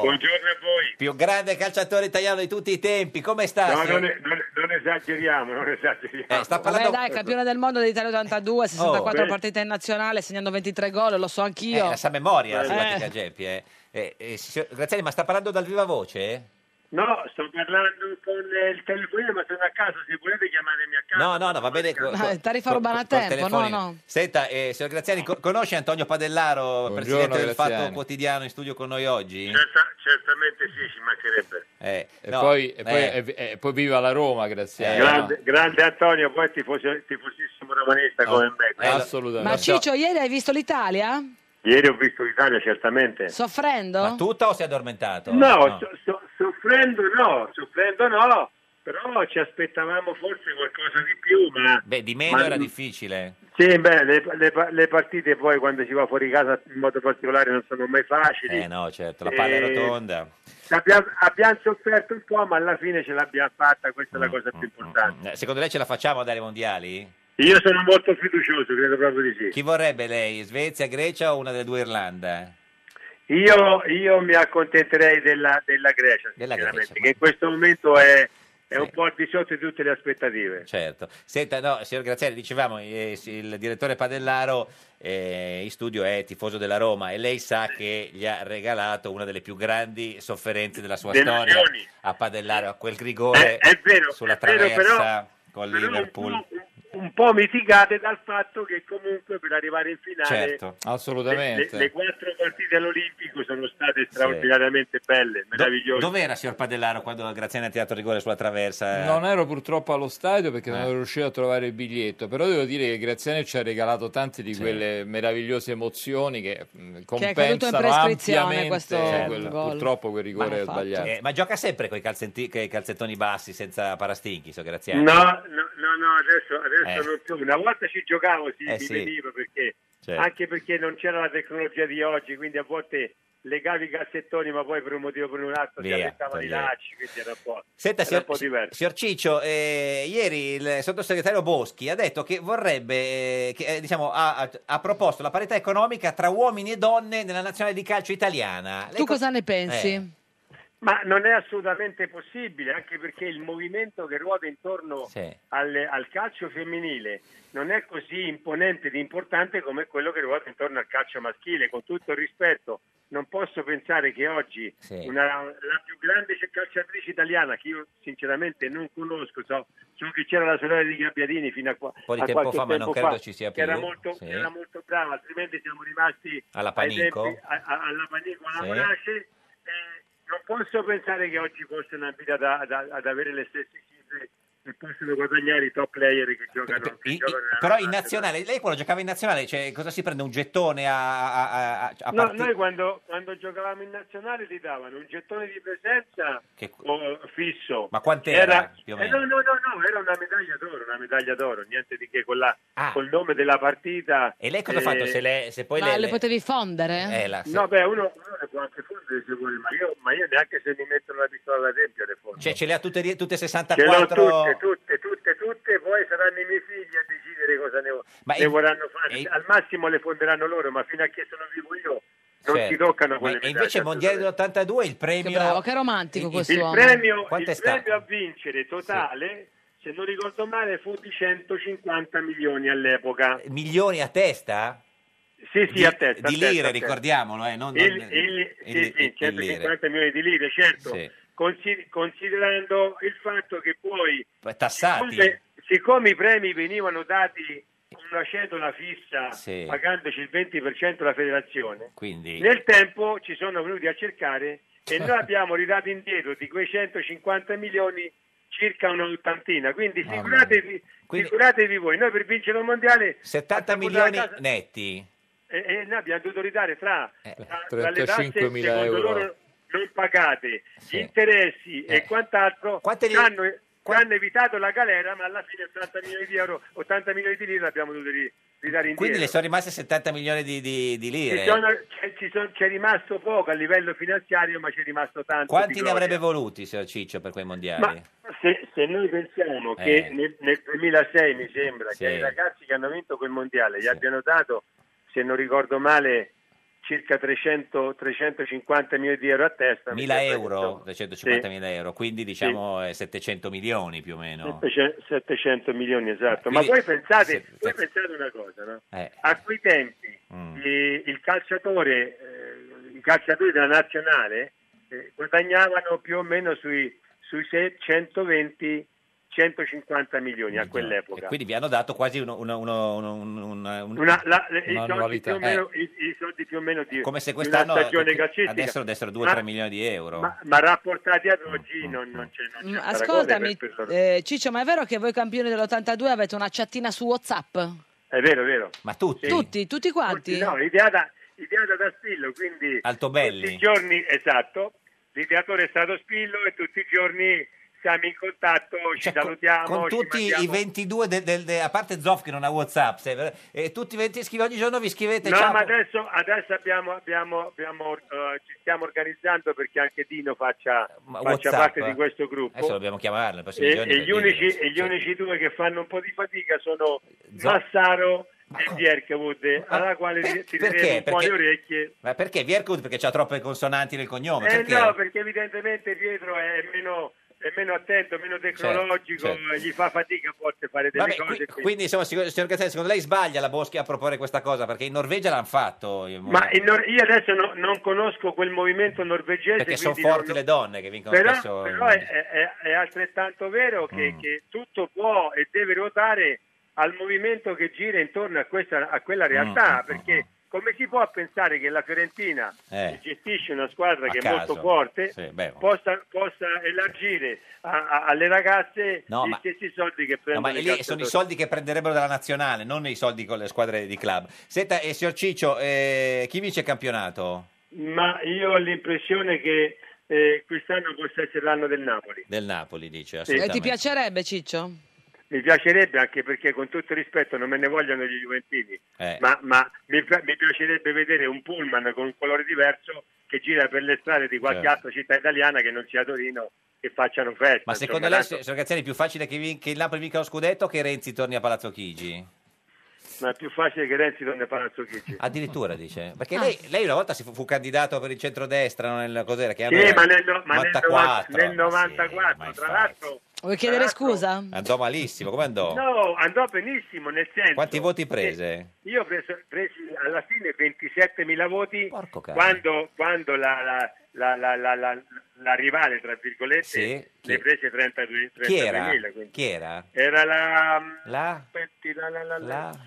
Speaker 3: Buongiorno a voi.
Speaker 2: Più grande calciatore italiano di tutti i tempi, come sta?
Speaker 3: No,
Speaker 2: signor-
Speaker 3: non, non- non esageriamo, non esageriamo.
Speaker 2: Eh, sta
Speaker 1: Vabbè,
Speaker 2: parlando...
Speaker 1: dai, campione del mondo dell'Italia 82, 64
Speaker 2: Oh.
Speaker 1: partite in nazionale, segnando 23 gol, lo so
Speaker 2: Eh,
Speaker 1: anch'io.
Speaker 2: la sa memoria, la
Speaker 1: Eh.
Speaker 2: simpatica Geppi. eh. Eh, eh, signor Graziani, ma sta parlando dal viva voce?
Speaker 3: No, sto parlando con eh, il telefonino, ma sono a casa, se volete chiamatemi a casa.
Speaker 2: No, no, no, va bene. co-
Speaker 1: Ma
Speaker 2: co-
Speaker 1: è tariffa
Speaker 2: co-
Speaker 1: urbana a
Speaker 2: col
Speaker 1: tempo,
Speaker 2: telefonino.
Speaker 1: no, no.
Speaker 2: Senta, eh, signor Graziani, co- conosce Antonio Padellaro, presidente del
Speaker 17: Graziani.
Speaker 2: Fatto Quotidiano, in studio con noi oggi?
Speaker 3: Certa- certamente sì, ci mancherebbe.
Speaker 2: Eh,
Speaker 17: E,
Speaker 2: no,
Speaker 17: poi, e
Speaker 2: eh,
Speaker 17: poi- e- e poi viva la Roma, grazie.
Speaker 2: Eh,
Speaker 3: grande, grande Antonio, poi tifoso, tifosissimo romanista come me.
Speaker 17: Assolutamente.
Speaker 1: Ma Ciccio, ieri hai visto l'Italia?
Speaker 3: Ieri ho visto l'Italia, certamente.
Speaker 1: Soffrendo?
Speaker 2: Ma tutta o si è addormentato?
Speaker 3: No, so- so- soffrendo no, soffrendo no, però ci aspettavamo forse qualcosa di più, ma...
Speaker 2: Beh, di meno
Speaker 3: Ma-
Speaker 2: era difficile.
Speaker 3: Sì, beh, le, le pa- le partite poi quando si va fuori casa in modo particolare non sono mai facili.
Speaker 2: Eh no, certo, la palla
Speaker 3: Eh,
Speaker 2: è rotonda.
Speaker 3: Abbiamo, abbiamo sofferto un po', ma alla fine ce l'abbiamo fatta, questa è la cosa più importante.
Speaker 2: Eh, Secondo lei ce la facciamo a dare i mondiali?
Speaker 3: Io sono molto fiducioso, credo proprio di sì.
Speaker 2: Chi vorrebbe lei? Svezia, Grecia o una delle due Irlanda?
Speaker 3: Io, io mi accontenterei della, della Grecia, sinceramente, che in questo momento è, è un po' al di sotto di tutte le aspettative.
Speaker 2: Certo. Senta, no, signor Graziani, dicevamo, eh, il direttore Padellaro eh, in studio è tifoso della Roma e lei sa che gli ha regalato una delle più grandi sofferenze della sua
Speaker 3: Delusioni.
Speaker 2: storia a Padellaro, a quel rigore sulla
Speaker 3: Eh, è vero,
Speaker 2: traversa
Speaker 3: però-
Speaker 2: con
Speaker 3: però
Speaker 2: Liverpool.
Speaker 3: Un po' mitigate dal fatto che comunque per arrivare in finale
Speaker 2: Certo,
Speaker 3: le,
Speaker 17: assolutamente.
Speaker 3: le quattro partite all'Olimpico sono state straordinariamente belle,
Speaker 2: Do-
Speaker 3: meravigliose.
Speaker 2: dov'era signor Padellaro quando Graziani ha tirato il rigore sulla traversa?
Speaker 17: Non ero purtroppo allo stadio perché
Speaker 2: Eh.
Speaker 17: non ero riuscito a trovare il biglietto, però devo dire che Graziani ci ha regalato tante di quelle meravigliose emozioni che mh, compensano
Speaker 1: prescrizione
Speaker 17: ampiamente
Speaker 1: questo
Speaker 17: quel-
Speaker 1: gol.
Speaker 17: purtroppo quel rigore sbagliato.
Speaker 2: Certo. Eh, ma gioca sempre con i calzettoni bassi senza parastinchi, so Graziani.
Speaker 3: No, no, no, no, adesso, adesso
Speaker 2: Eh.
Speaker 3: non più. Una volta ci giocavo, sì,
Speaker 2: Eh,
Speaker 3: mi
Speaker 2: sì.
Speaker 3: veniva perché
Speaker 2: Certo.
Speaker 3: anche perché non c'era la tecnologia di oggi, quindi a volte legavi i cassettoni, ma poi per un motivo o per un altro si
Speaker 2: Via,
Speaker 3: aspettavano i
Speaker 2: togliere.
Speaker 3: lacci, quindi era un po',
Speaker 2: Senta,
Speaker 3: era un
Speaker 2: signor,
Speaker 3: po diverso.
Speaker 2: signor Ciccio, eh, ieri il sottosegretario Boschi ha detto che vorrebbe, eh, che, eh, diciamo, ha, ha- ha proposto la parità economica tra uomini e donne nella nazionale di calcio italiana. Lei
Speaker 1: Tu
Speaker 2: co-
Speaker 1: cosa ne pensi?
Speaker 2: Eh.
Speaker 3: Ma non è assolutamente possibile, anche perché il movimento che ruota intorno
Speaker 2: Sì.
Speaker 3: al, al calcio femminile non è così imponente ed importante come quello che ruota intorno al calcio maschile. Con tutto il rispetto, non posso pensare che oggi
Speaker 2: Sì.
Speaker 3: una- la più grande calciatrice italiana, che io sinceramente non conosco, so, so che c'era la sorella di Gabbiadini fino a, qua,
Speaker 2: po' di
Speaker 3: a
Speaker 2: tempo
Speaker 3: qualche
Speaker 2: fa, ma non
Speaker 3: tempo
Speaker 2: credo
Speaker 3: fa,
Speaker 2: ci sia
Speaker 3: che Era
Speaker 2: più.
Speaker 3: molto,
Speaker 2: Sì.
Speaker 3: era molto brava, altrimenti siamo rimasti
Speaker 2: Alla
Speaker 3: ai
Speaker 2: Panico.
Speaker 3: tempi- a- a- alla Panico, alla
Speaker 2: Sì.
Speaker 3: Monace, eh, non posso pensare che oggi possano ambire ad, ad- ad avere le stesse cifre e possano guadagnare i top player che giocano. che
Speaker 2: I- i-
Speaker 3: giocano nella
Speaker 2: però in
Speaker 3: nazionale.
Speaker 2: nazionale, lei quando giocava in nazionale, cioè, cosa si prende? Un gettone a, a, a- a- a
Speaker 3: No,
Speaker 2: partita?
Speaker 3: noi quando, quando giocavamo in nazionale ti davano un gettone di presenza
Speaker 2: Che-
Speaker 3: o fisso.
Speaker 2: Ma quant'era,
Speaker 3: Era-
Speaker 2: più o
Speaker 3: eh,
Speaker 2: meno?
Speaker 3: no, no, no, no, era una medaglia d'oro, una medaglia d'oro, niente di che con la-
Speaker 2: Ah.
Speaker 3: col nome della partita. eh,
Speaker 2: E lei cosa ha fatto? Se, le- se poi
Speaker 1: Ma
Speaker 2: le,
Speaker 1: le,
Speaker 2: le-
Speaker 1: potevi fondere?
Speaker 2: Eh, la- se-
Speaker 3: No, beh, uno, uno le può anche fondere se vuole, ma io, ma io neanche se mi mettono la pistola da tempio le fondo.
Speaker 2: cioè, ce le ha tutte, e tutte
Speaker 3: Ce l'ho
Speaker 2: 64?
Speaker 3: tutte, tutte, tutte, tutte, poi saranno i miei figli a decidere cosa ne,
Speaker 2: Ma
Speaker 3: ne
Speaker 2: in-
Speaker 3: vorranno fare.
Speaker 2: e-
Speaker 3: Al massimo le fonderanno loro, ma fino a che sono vivo io non
Speaker 2: Certo.
Speaker 3: si toccano
Speaker 2: Ma-
Speaker 3: quelle
Speaker 2: e
Speaker 3: medaglie.
Speaker 2: invece il mondiale dell'82 il premio...
Speaker 1: Che bravo, che romantico
Speaker 2: il-
Speaker 1: quest'uomo.
Speaker 3: Il premio,
Speaker 2: Quanto è
Speaker 3: il
Speaker 2: stato?
Speaker 3: premio a vincere totale, se non ricordo male, fu di 150 milioni all'epoca.
Speaker 2: Milioni a testa?
Speaker 3: Sì, sì,
Speaker 2: Di-
Speaker 3: a testa.
Speaker 2: di
Speaker 3: a testa,
Speaker 2: lire,
Speaker 3: a testa.
Speaker 2: ricordiamolo, eh, non-
Speaker 3: Il-
Speaker 2: non-
Speaker 3: il-
Speaker 2: il-
Speaker 3: sì, sì, certo
Speaker 2: il- il
Speaker 3: 150
Speaker 2: lire.
Speaker 3: milioni di lire, certo.
Speaker 2: Sì.
Speaker 3: Consi- considerando il fatto che poi
Speaker 2: Tassati?
Speaker 3: Siccome, siccome i premi venivano dati con una cedola fissa,
Speaker 2: Sì.
Speaker 3: pagandoci il 20% la federazione,
Speaker 2: Quindi...
Speaker 3: nel tempo ci sono venuti a cercare e noi abbiamo ridato indietro di quei 150 milioni circa un'ottantina. Quindi
Speaker 2: Mamma mia.
Speaker 3: figuratevi,
Speaker 2: Quindi-
Speaker 3: figuratevi voi, noi per vincere un mondiale
Speaker 2: 70
Speaker 3: abbiamo dato
Speaker 2: milioni
Speaker 3: a casa-
Speaker 2: netti? Eh,
Speaker 3: e, e noi abbiamo dovuto ridare tra, tra- tra le tasse
Speaker 17: 35.000
Speaker 3: secondo
Speaker 17: euro.
Speaker 3: loro non pagate,
Speaker 17: Sì.
Speaker 3: gli interessi
Speaker 17: Eh.
Speaker 3: e quant'altro
Speaker 17: Quante li-
Speaker 3: ci hanno, ci hanno evitato la galera ma alla fine 80 milioni di euro 80 milioni di lire l'abbiamo dovuto ri- ridare indietro.
Speaker 2: Quindi le sono rimaste 70 milioni di, di- di
Speaker 3: Ci
Speaker 2: lire.
Speaker 3: sono- c'è, ci sono- c'è rimasto poco a livello finanziario, ma c'è rimasto tanto. di
Speaker 2: Quanti ne
Speaker 3: gloria.
Speaker 2: avrebbe voluti, signor Ciccio, per quei mondiali?
Speaker 3: Ma se, se noi pensiamo
Speaker 2: Eh.
Speaker 3: che nel, nel 2006 mi sembra
Speaker 2: Sì.
Speaker 3: che ai ragazzi che hanno vinto quel mondiale gli abbiano dato, se non ricordo male, circa 300, 350 milioni di euro a testa. mi
Speaker 2: 1000
Speaker 3: sembra che
Speaker 2: euro,
Speaker 3: sono-
Speaker 2: 350 mila euro, quindi diciamo eh, 700 milioni più o meno.
Speaker 3: 700 700 milioni esatto, ma
Speaker 2: Quindi-
Speaker 3: voi pensate, voi pensate una cosa, no?
Speaker 2: Eh, Mm.
Speaker 3: a quei tempi eh, il calciatore, eh, i calciatori della nazionale eh, guadagnavano più o meno sui, sui se- 120 150 milioni a quell'epoca.
Speaker 2: quindi vi hanno dato quasi uno, uno- uno- uno- un- un- un-
Speaker 3: Una- la- le- i, soldi più o meno, i, i soldi più o meno di,
Speaker 2: Eh, come se
Speaker 3: di una
Speaker 2: quest'anno
Speaker 3: stagione
Speaker 2: eh,
Speaker 3: calcistica.
Speaker 2: adesso Mm, dessero
Speaker 3: Ma-
Speaker 2: 2-3 milioni di euro.
Speaker 3: ma, ma rapportati ad oggi non, non c'è, non c'è
Speaker 1: Mm,
Speaker 3: paragone
Speaker 1: Ascoltami,
Speaker 3: per- per loro.
Speaker 1: eh, Ciccio, ma è vero che voi campioni dell'82 avete una chattina su WhatsApp?
Speaker 3: È vero, è vero.
Speaker 2: Ma tutti?
Speaker 1: Tutti, tutti quanti?
Speaker 3: No, ideata, ideata da Spillo, quindi tutti i
Speaker 2: Altobelli?
Speaker 3: giorni, esatto, l'ideatore è stato Spillo e tutti i giorni siamo in contatto, ci salutiamo,
Speaker 2: Cioè, Con
Speaker 3: ci
Speaker 2: tutti i
Speaker 3: mandiamo-
Speaker 2: 22, del- del- de- a parte Zoff che non ha Whatsapp, se- eh, tutti i 20 scrivi ogni giorno vi scrivete
Speaker 3: No,
Speaker 2: ciao.
Speaker 3: ma adesso, adesso abbiamo, abbiamo, abbiamo, eh, ci stiamo organizzando perché anche Dino faccia, faccia
Speaker 2: WhatsApp? eh.
Speaker 3: parte di questo gruppo.
Speaker 2: Adesso dobbiamo chiamarlo nei prossimi
Speaker 3: E,
Speaker 2: giorni
Speaker 3: e
Speaker 2: per
Speaker 3: gli, unici,
Speaker 2: dirglielo.
Speaker 3: e gli
Speaker 2: Cioè,
Speaker 3: unici due che fanno un po' di fatica sono
Speaker 2: Zo-
Speaker 3: Massaro e Bierkewood, alla quale ti tireremo
Speaker 2: perché?
Speaker 3: un po' le
Speaker 2: Perché-
Speaker 3: orecchie.
Speaker 2: Ma perché Vierkut? Perché c'ha troppe consonanti nel cognome?
Speaker 3: Eh
Speaker 2: perché?
Speaker 3: no, perché evidentemente Pietro è meno, è meno attento, meno tecnologico,
Speaker 2: Certo, certo.
Speaker 3: gli fa fatica a volte fare delle
Speaker 2: Vabbè,
Speaker 3: cose.
Speaker 2: qui- quindi insomma, signor signor Castelli, secondo lei sbaglia la Boschi a proporre questa cosa? Perché in Norvegia l'hanno fatto. il-
Speaker 3: Ma in Nor- io adesso no- non conosco quel movimento norvegese,
Speaker 2: perché sono
Speaker 3: quindi non-
Speaker 2: forti le donne che vincono
Speaker 3: però,
Speaker 2: spesso. Mm. il
Speaker 3: però è, è- è altrettanto vero che, che tutto può e deve ruotare al movimento che gira intorno a, questa, a quella realtà,
Speaker 2: Mm,
Speaker 3: perché come si può pensare che la Fiorentina,
Speaker 2: Eh.
Speaker 3: che gestisce una squadra
Speaker 2: A
Speaker 3: che è
Speaker 2: caso.
Speaker 3: molto forte,
Speaker 2: Sì, beh,
Speaker 3: possa, possa elargire a- a- alle ragazze
Speaker 2: No,
Speaker 3: gli
Speaker 2: ma-
Speaker 3: stessi soldi che
Speaker 2: No,
Speaker 3: prendono
Speaker 2: ma
Speaker 3: i
Speaker 2: lì sono i
Speaker 3: calciatori.
Speaker 2: soldi che prenderebbero dalla nazionale, non i soldi con le squadre di club. Senta, eh, signor Ciccio, eh, chi vince il campionato
Speaker 3: Ma io ho l'impressione che eh, quest'anno possa essere l'anno del Napoli.
Speaker 2: del Napoli? Dice
Speaker 1: E
Speaker 3: Eh,
Speaker 1: ti
Speaker 2: assolutamente.
Speaker 1: piacerebbe, Ciccio?
Speaker 3: Mi piacerebbe anche perché con tutto rispetto non me ne vogliono gli Juventini,
Speaker 2: Eh.
Speaker 3: ma, ma mi, pi- mi piacerebbe vedere un pullman con un colore diverso che gira per le strade di qualche
Speaker 2: Certo.
Speaker 3: altra città italiana che non sia Torino e facciano festa.
Speaker 2: Ma secondo
Speaker 3: insomma,
Speaker 2: lei,
Speaker 3: tanto-
Speaker 2: signor Gazzani, è più facile che, vin- che il Napoli vinca lo scudetto o che Renzi torni a Palazzo Chigi?
Speaker 3: ma è più facile che Renzi torni a Palazzo Chigi.
Speaker 2: Addirittura dice. Perché lei, lei una volta si fu, fu candidato per il centrodestra, non nel, cos'era? Che
Speaker 3: Sì,
Speaker 2: anno era?
Speaker 3: ma nel, no- ma nel
Speaker 2: 94.
Speaker 3: 90 nel 94 tra l'altro
Speaker 1: Vuoi chiedere scusa?
Speaker 2: Andò malissimo, come andò?
Speaker 3: no, andò benissimo nel senso
Speaker 2: Quanti voti prese?
Speaker 3: Io ho preso, presi alla fine 27.000 voti
Speaker 2: cane.
Speaker 3: quando, quando la, la, la, la, la, la- la rivale, tra virgolette,
Speaker 2: Sì, chi-
Speaker 3: ne prese 32
Speaker 2: Chi era?
Speaker 3: 32.000. quindi.
Speaker 2: Chi era?
Speaker 3: Era la...
Speaker 2: La?
Speaker 3: Aspetti, la... la, la, la-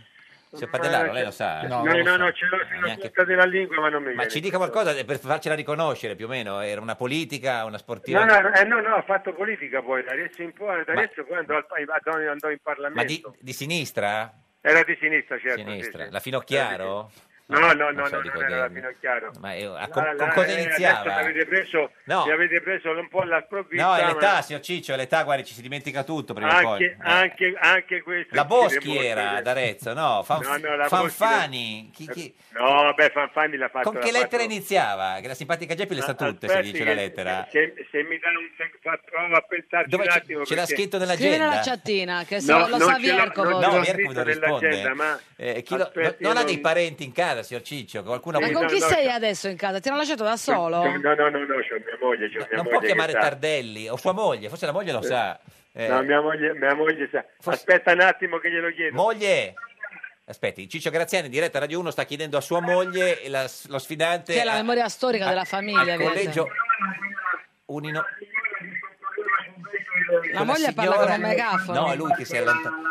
Speaker 2: Signor Padellaro, lei lo sa.
Speaker 3: No, no, no, ce l'ho sulla punta della lingua, ma non mi
Speaker 2: Ma
Speaker 3: viene.
Speaker 2: ci dica qualcosa eh, per farcela riconoscere più o meno. Era una politica, una sportiva.
Speaker 3: No, no, eh, no, no, ha fatto politica poi, da adesso in poi, da
Speaker 2: Ma-
Speaker 3: adesso quando al- andò- andò in Parlamento.
Speaker 2: Ma di, di sinistra?
Speaker 3: Era di sinistra, certo.
Speaker 2: Sinistra.
Speaker 3: sì, sì.
Speaker 2: La Finocchiaro?
Speaker 3: No, no, no,
Speaker 2: non
Speaker 3: no,
Speaker 2: so,
Speaker 3: no,
Speaker 2: dico
Speaker 3: non era la
Speaker 2: che-
Speaker 3: Finocchiaro.
Speaker 2: Ma io- a-
Speaker 3: No,
Speaker 2: con,
Speaker 3: la-
Speaker 2: con cosa
Speaker 3: eh, adesso
Speaker 2: iniziava?
Speaker 3: Mi avete preso,
Speaker 2: No.
Speaker 3: mi avete preso un po' alla sprovvista.
Speaker 2: No, è
Speaker 3: ma-
Speaker 2: l'età, signor Ciccio, è l'età, guardi, ci si dimentica tutto prima o poi. Eh.
Speaker 3: Anche, anche, anche questo.
Speaker 2: La Boschi
Speaker 3: Devo
Speaker 2: era
Speaker 3: dire.
Speaker 2: ad Arezzo, no? Fan-
Speaker 3: No, no, la
Speaker 2: Fanfani.
Speaker 3: Boschi- No, beh, Fanfani l'ha fatto.
Speaker 2: Con che lettera iniziava? Che la simpatica Geppi
Speaker 3: Ah,
Speaker 2: le sa tutte, se dice la lettera.
Speaker 3: eh, Se, se mi dà un sec- fa- provo a pensarci
Speaker 2: Dove
Speaker 3: un
Speaker 2: c'è-
Speaker 3: attimo.
Speaker 2: ce l'ha
Speaker 3: perché-
Speaker 2: scritto nella
Speaker 1: Scrivi nella chattina, che so-
Speaker 3: No,
Speaker 1: lo
Speaker 3: non
Speaker 1: sa
Speaker 3: ce l'ho-
Speaker 1: Viercovo.
Speaker 3: non
Speaker 2: No,
Speaker 3: l'ho
Speaker 2: Viercovo non
Speaker 3: scritto nell'agenda,
Speaker 2: risponde.
Speaker 3: ma-
Speaker 2: Eh, chi lo-
Speaker 3: aspetti,
Speaker 2: non ha
Speaker 3: io
Speaker 2: dei
Speaker 3: non-
Speaker 2: parenti in casa, signor Ciccio? Qualcuno
Speaker 1: Ma
Speaker 2: può-
Speaker 1: con chi sei adesso in casa? Ti hanno lasciato da solo?
Speaker 3: No, no, no, no, no, c'ho mia moglie. C'ho mia
Speaker 2: Non
Speaker 3: moglie
Speaker 2: può
Speaker 3: che
Speaker 2: chiamare
Speaker 3: sa.
Speaker 2: Tardelli o sua moglie, forse la moglie lo sa. Eh,
Speaker 3: No, mia moglie, mia moglie sa. Aspetta un attimo che glielo chiedo.
Speaker 2: Moglie! Aspetti, Ciccio Graziani, in diretta a Radio 1, sta chiedendo a sua moglie la- lo sfidante
Speaker 1: Che è la
Speaker 2: a-
Speaker 1: memoria storica della famiglia.
Speaker 2: Eh, al
Speaker 1: vedi.
Speaker 2: collegio Unino...
Speaker 1: La moglie parla con un megafono.
Speaker 2: No, è lui che si è allontanato.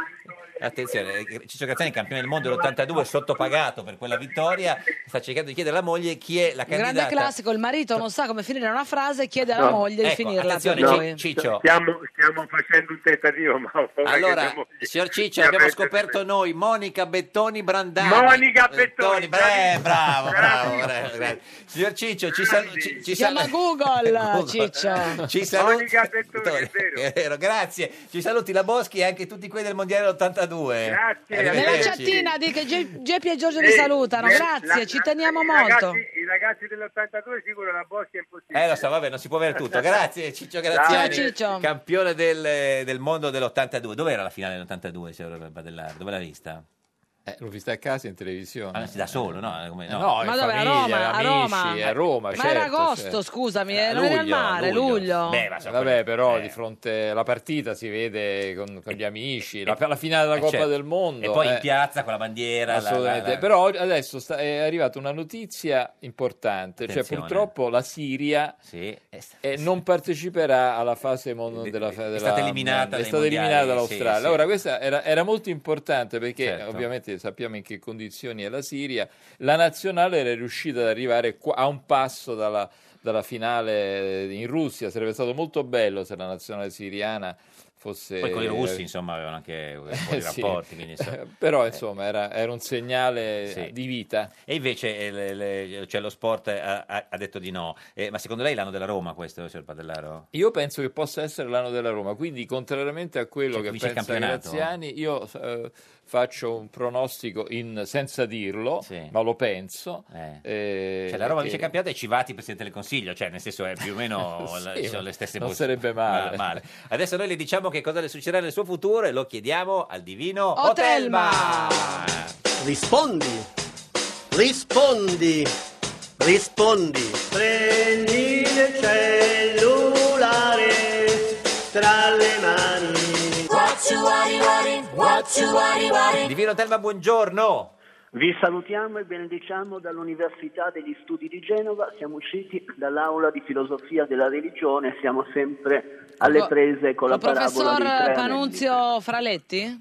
Speaker 2: Attenzione, eh, Ciccio Graziani, campione del mondo dell'82, sottopagato per quella vittoria, sta cercando di chiedere alla moglie chi è la
Speaker 1: Un grande
Speaker 2: candidata.
Speaker 1: classico, il marito non sa come finire una frase e chiede alla
Speaker 2: No.
Speaker 1: moglie di
Speaker 2: Ecco,
Speaker 1: finirla
Speaker 2: attenzione,
Speaker 1: per
Speaker 2: Ci-
Speaker 1: lui.
Speaker 2: Ciccio.
Speaker 3: Stiamo, stiamo facendo un tentativo, ma ho paura che
Speaker 2: Allora,
Speaker 3: mia moglie-
Speaker 2: signor Ciccio,
Speaker 3: mi ha
Speaker 2: abbiamo
Speaker 3: preso-
Speaker 2: scoperto noi Monica Bettoni Brandani. Eh,
Speaker 3: Monica Bettoni,
Speaker 2: beh, eh, bravo,
Speaker 3: bravissimo.
Speaker 2: bravo, bravo, bravo. Signor Ciccio, ci, sal- ci, ci
Speaker 1: Si chiama
Speaker 2: sal-
Speaker 1: Google,
Speaker 2: Google.
Speaker 1: Ciccio.
Speaker 2: Ci saluti. Bettoni, è vero. Grazie. Ci saluti la Boschi e anche tutti quelli del Mondiale due.
Speaker 3: Grazie.
Speaker 1: Nella
Speaker 2: Arrivederci.
Speaker 1: chattina di che Ge- Geppi e Giorgio vi
Speaker 3: Eh,
Speaker 1: salutano,
Speaker 3: eh,
Speaker 1: grazie,
Speaker 3: la-
Speaker 1: ci teniamo
Speaker 3: i
Speaker 1: molto.
Speaker 3: ragazzi- I ragazzi dell'82 sicuro la bosca è impossibile.
Speaker 2: Eh, lo so, vabbè, non si può avere tutto. Grazie Ciccio
Speaker 3: Ciao,
Speaker 2: Graziani,
Speaker 3: Ciccio.
Speaker 2: campione del, del mondo dell'82. Dov'era la finale dell'82, signor Badellardo? Dove l'ha vista?
Speaker 17: Eh, l'ho vista a casa in televisione.
Speaker 2: Ah, da solo, no? Come- no.
Speaker 17: No,
Speaker 1: Ma
Speaker 17: in
Speaker 1: dove? A
Speaker 17: famiglia,
Speaker 1: Roma? A
Speaker 17: amici,
Speaker 1: Roma?
Speaker 17: a Roma,
Speaker 1: Ma
Speaker 17: certo,
Speaker 1: era agosto,
Speaker 17: certo.
Speaker 1: scusami, eh, non era al mare, luglio.
Speaker 17: Vabbè, però
Speaker 2: eh.
Speaker 17: di fronte alla partita si vede con, con gli amici, la, la finale della
Speaker 2: Eh,
Speaker 17: Coppa
Speaker 2: certo.
Speaker 17: del Mondo.
Speaker 2: E poi in
Speaker 17: eh.
Speaker 2: piazza con la bandiera. la- la-
Speaker 17: Assolutamente.
Speaker 2: la-
Speaker 17: Però adesso sta- è arrivata una notizia importante,
Speaker 2: Attenzione.
Speaker 17: cioè purtroppo la Siria eh, non parteciperà alla fase mon- della, della-
Speaker 2: stata eliminata dai
Speaker 17: è stata
Speaker 2: mondiali,
Speaker 17: eliminata
Speaker 2: sì,
Speaker 17: dall'Australia.
Speaker 2: sì.
Speaker 17: Ora questa era, era molto importante perché
Speaker 2: Certo.
Speaker 17: ovviamente sappiamo in che condizioni è la Siria. La nazionale era riuscita ad arrivare qua- a un passo dalla, dalla finale in Russia, sarebbe stato molto bello se la nazionale siriana fosse
Speaker 2: Poi con i russi, insomma, avevano anche un po' di
Speaker 17: Sì.
Speaker 2: rapporti. quindi, insomma.
Speaker 17: Però
Speaker 2: Eh.
Speaker 17: insomma era, era un segnale
Speaker 2: Sì.
Speaker 17: di vita.
Speaker 2: E invece eh, le- le- cioè, lo sport ha, ha- ha detto di no. Eh, ma secondo lei l'anno della Roma questo, signor Padellaro?
Speaker 17: Io penso che possa essere l'anno della Roma, quindi contrariamente a quello
Speaker 2: Cioè,
Speaker 17: che
Speaker 2: vince il
Speaker 17: pensa
Speaker 2: campionato?
Speaker 17: Graziani, io eh, faccio un pronostico in- senza dirlo, ma lo penso. eh,
Speaker 2: Cioè, la Roma
Speaker 17: che-
Speaker 2: vince il campionato e Civati Presidente del Consiglio, cioè nel senso è più o meno
Speaker 17: Sì,
Speaker 2: la- ci sono
Speaker 17: ma
Speaker 2: le stesse
Speaker 17: non
Speaker 2: poss-
Speaker 17: sarebbe male.
Speaker 2: Ma- Adesso noi le diciamo che cosa le succederà nel suo futuro e lo chiediamo al divino
Speaker 1: Otelma!
Speaker 5: Rispondi, rispondi, rispondi.
Speaker 22: Prendi il cellulare tra le mani.
Speaker 2: Divino Otelma, buongiorno.
Speaker 22: Vi salutiamo e benediciamo dall'Università degli Studi di Genova, siamo usciti dall'aula di filosofia della religione, siamo sempre alle
Speaker 1: Co-
Speaker 22: prese con la
Speaker 1: Col
Speaker 22: parabola
Speaker 1: professor
Speaker 22: dei tre anelli.
Speaker 1: Panunzio Fraletti?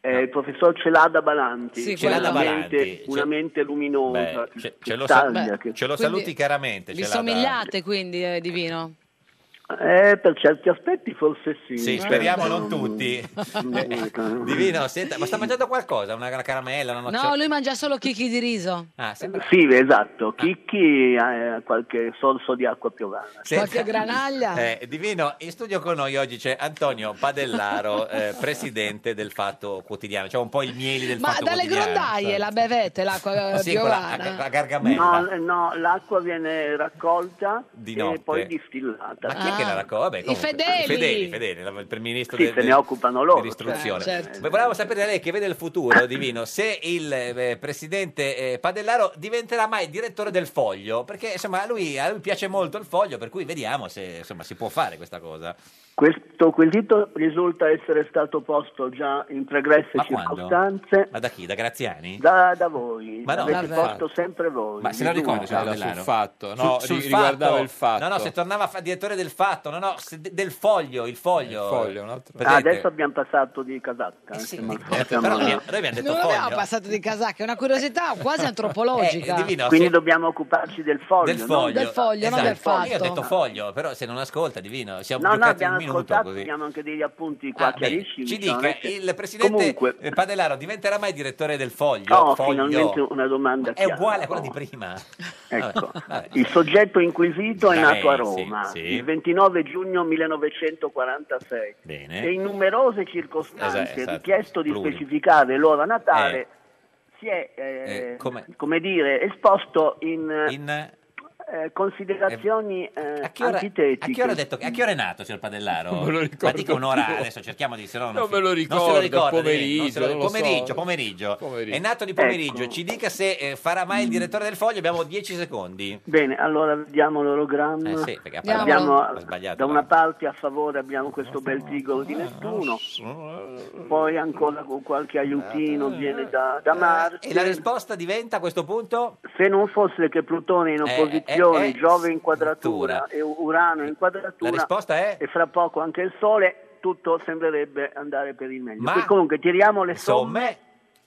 Speaker 22: Eh, il professor Celada Balanti,
Speaker 1: Sì, Celada
Speaker 22: una mente-
Speaker 2: Balanti,
Speaker 22: una mente luminosa,
Speaker 2: Beh,
Speaker 22: che
Speaker 2: ce, ce lo, sa-
Speaker 22: taglia,
Speaker 2: beh,
Speaker 22: che-
Speaker 2: ce lo
Speaker 1: Quindi-
Speaker 2: saluti caramente.
Speaker 1: Vi
Speaker 2: ce l'ha da-
Speaker 1: somigliate quindi, eh, Divino?
Speaker 22: Eh, per certi aspetti forse sì.
Speaker 2: Sì,
Speaker 22: cioè,
Speaker 2: speriamo non tutti. Divino, senta, ma sta mangiando qualcosa? Una, una caramella, una nocciola?
Speaker 1: No, lui mangia solo chicchi di riso.
Speaker 2: Ah, sembra-
Speaker 22: Sì,
Speaker 2: Ah.
Speaker 22: esatto, chicchi ha qualche sorso di acqua piovana.
Speaker 2: Senta.
Speaker 1: Qualche granaglia?
Speaker 2: Eh, Divino, in studio con noi oggi c'è Antonio Padellaro, eh, presidente del Fatto Quotidiano, cioè un po' il mieli del
Speaker 1: Ma
Speaker 2: Fatto
Speaker 1: dalle
Speaker 2: Quotidiano.
Speaker 1: grondaie la bevete l'acqua eh,
Speaker 2: Sì, quella a,
Speaker 1: piovana?
Speaker 2: a gargamella.
Speaker 22: No, eh, no, l'acqua viene raccolta
Speaker 2: Di
Speaker 22: e
Speaker 2: notte.
Speaker 22: poi distillata.
Speaker 2: Ma chi è che la raccoglie? Vabbè, comunque,
Speaker 22: fedeli.
Speaker 2: I fedeli, i fedeli, la- il ministro
Speaker 22: Sì,
Speaker 2: del-
Speaker 22: se ne
Speaker 2: del-
Speaker 22: occupano loro,
Speaker 2: dell'istruzione.
Speaker 22: cioè, certo.
Speaker 2: Ma Volevamo sapere da lei che vede il futuro, Divino, se il eh, presidente eh, Padellaro diventerà mai direttore del Foglio, perché insomma a lui, a lui piace molto il Foglio, per cui vediamo se insomma, si può fare questa cosa.
Speaker 22: Questo quesito risulta essere stato posto già in pregresse
Speaker 2: Ma quando?
Speaker 22: circostanze
Speaker 2: Ma da chi? Da Graziani?
Speaker 22: da, da voi,
Speaker 2: Ma no,
Speaker 22: avete
Speaker 2: dal
Speaker 22: posto sempre voi.
Speaker 2: Ma se lo ricordo,
Speaker 22: Dunque,
Speaker 2: signor Padellaro?
Speaker 17: sul fatto, no, ri- riguardava il fatto.
Speaker 2: No, no, se tornava fa- direttore del fatto, no, no, se- de- del foglio, il foglio.
Speaker 17: Il Foglio, un altro-
Speaker 22: Ah,
Speaker 2: Vedete?
Speaker 22: adesso abbiamo passato di casacca. insomma, siamo-
Speaker 2: Però noi, noi abbiamo detto
Speaker 1: Non abbiamo
Speaker 2: foglio. Eh,
Speaker 1: passato di casacca, è una curiosità quasi antropologica.
Speaker 2: divino,
Speaker 22: Quindi
Speaker 2: se-
Speaker 22: dobbiamo occuparci del foglio.
Speaker 2: Del
Speaker 22: no?
Speaker 2: foglio,
Speaker 1: Del foglio, non
Speaker 2: Esatto.
Speaker 1: del fatto.
Speaker 2: Io ho detto foglio, però se non ascolta, divino, siamo
Speaker 22: No, no,
Speaker 2: giocati
Speaker 22: abbiamo
Speaker 2: un minuto
Speaker 22: ascoltato,
Speaker 2: così.
Speaker 22: abbiamo anche degli appunti qua
Speaker 2: Ah, bene.
Speaker 22: chiarissimi.
Speaker 2: Ci
Speaker 22: cioè, non
Speaker 2: dica,
Speaker 22: è che-
Speaker 2: il presidente
Speaker 22: Comunque,
Speaker 2: eh, Padellaro diventerà mai direttore del foglio?
Speaker 22: oh,
Speaker 2: Foglio.
Speaker 22: finalmente una domanda
Speaker 2: È
Speaker 22: chiara.
Speaker 2: uguale a quella di prima.
Speaker 22: Ecco,
Speaker 2: vabbè.
Speaker 22: il soggetto inquisito è
Speaker 2: Da
Speaker 22: nato a
Speaker 3: Eh,
Speaker 2: lei, sì,
Speaker 22: Roma
Speaker 2: sì.
Speaker 22: il 29 giugno 1946
Speaker 2: Bene.
Speaker 22: e in numerose circostanze
Speaker 2: Esatto, esatto.
Speaker 22: richiesto di
Speaker 2: Pluri.
Speaker 22: specificare l'ora natale,
Speaker 2: Eh.
Speaker 22: si è, eh,
Speaker 2: Eh, come-
Speaker 22: come dire, esposto in,
Speaker 2: In-
Speaker 22: eh, considerazioni eh,
Speaker 2: che ora-
Speaker 22: antitetiche.
Speaker 2: a che ora ha detto che- a che ora è nato signor Padellaro?
Speaker 17: Non me lo ricordo
Speaker 2: Ma dica un'ora
Speaker 17: più.
Speaker 2: adesso cerchiamo di se no
Speaker 17: Non me
Speaker 2: non se
Speaker 17: lo ricordo,
Speaker 2: ricorda,
Speaker 17: pomeriggio,
Speaker 2: non se lo-
Speaker 17: non lo
Speaker 2: pomeriggio,
Speaker 17: so.
Speaker 2: pomeriggio.
Speaker 17: Pomeriggio.
Speaker 2: È nato di
Speaker 22: Ecco.
Speaker 2: pomeriggio, ci dica se eh, farà
Speaker 22: Mm.
Speaker 2: mai il direttore del foglio, abbiamo 10 secondi.
Speaker 22: Bene, allora vediamo l'orogramma.
Speaker 2: Eh sì, perché ha parlato-
Speaker 22: abbiamo
Speaker 2: ha sbagliato,
Speaker 22: da una parte a favore abbiamo questo bel tigolo di Nettuno, poi ancora con qualche aiutino viene da, da Marte.
Speaker 2: Eh. E la risposta diventa a questo punto?
Speaker 22: Se non fosse che Plutone in
Speaker 2: Eh,
Speaker 22: opposizione,
Speaker 2: eh, eh,
Speaker 22: Giove in quadratura
Speaker 2: quadratura.
Speaker 22: e Urano in quadratura,
Speaker 2: La risposta è?
Speaker 22: e fra poco anche il Sole, tutto sembrerebbe andare per il meglio.
Speaker 2: Ma-
Speaker 22: Qui comunque tiriamo le
Speaker 2: Somme?
Speaker 22: somme.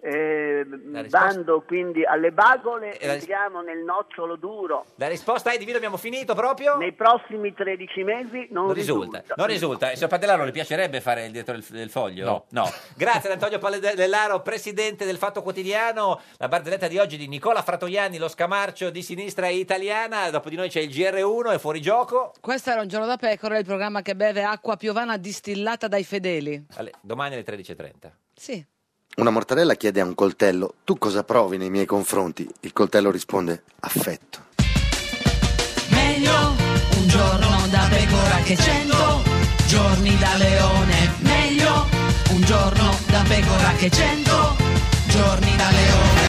Speaker 22: eh,
Speaker 2: risposta-
Speaker 22: bando quindi alle bagole,
Speaker 2: E la ris-
Speaker 22: entriamo nel nocciolo duro.
Speaker 2: La risposta è divino, abbiamo finito proprio?
Speaker 22: Nei prossimi 13 mesi non,
Speaker 2: Non risulta, non risulta. Eh, Signor Padellaro, le piacerebbe fare il direttore del, del foglio?
Speaker 17: No.
Speaker 2: Grazie ad Antonio Padellaro, presidente del Fatto Quotidiano. La barzelletta di oggi di Nicola Fratoianni, lo scamarcio di sinistra italiana. Dopo di noi c'è il GR1 e fuori gioco.
Speaker 1: Questo era un giorno da pecora, il programma che beve acqua piovana distillata dai fedeli.
Speaker 2: Alle- domani alle 13.30.
Speaker 1: Sì.
Speaker 14: Una mortadella chiede a un coltello, tu cosa provi nei miei confronti? Il coltello risponde, affetto.
Speaker 1: Meglio un giorno da pecora che cento giorni da leone. Meglio un giorno da pecora che cento giorni da leone.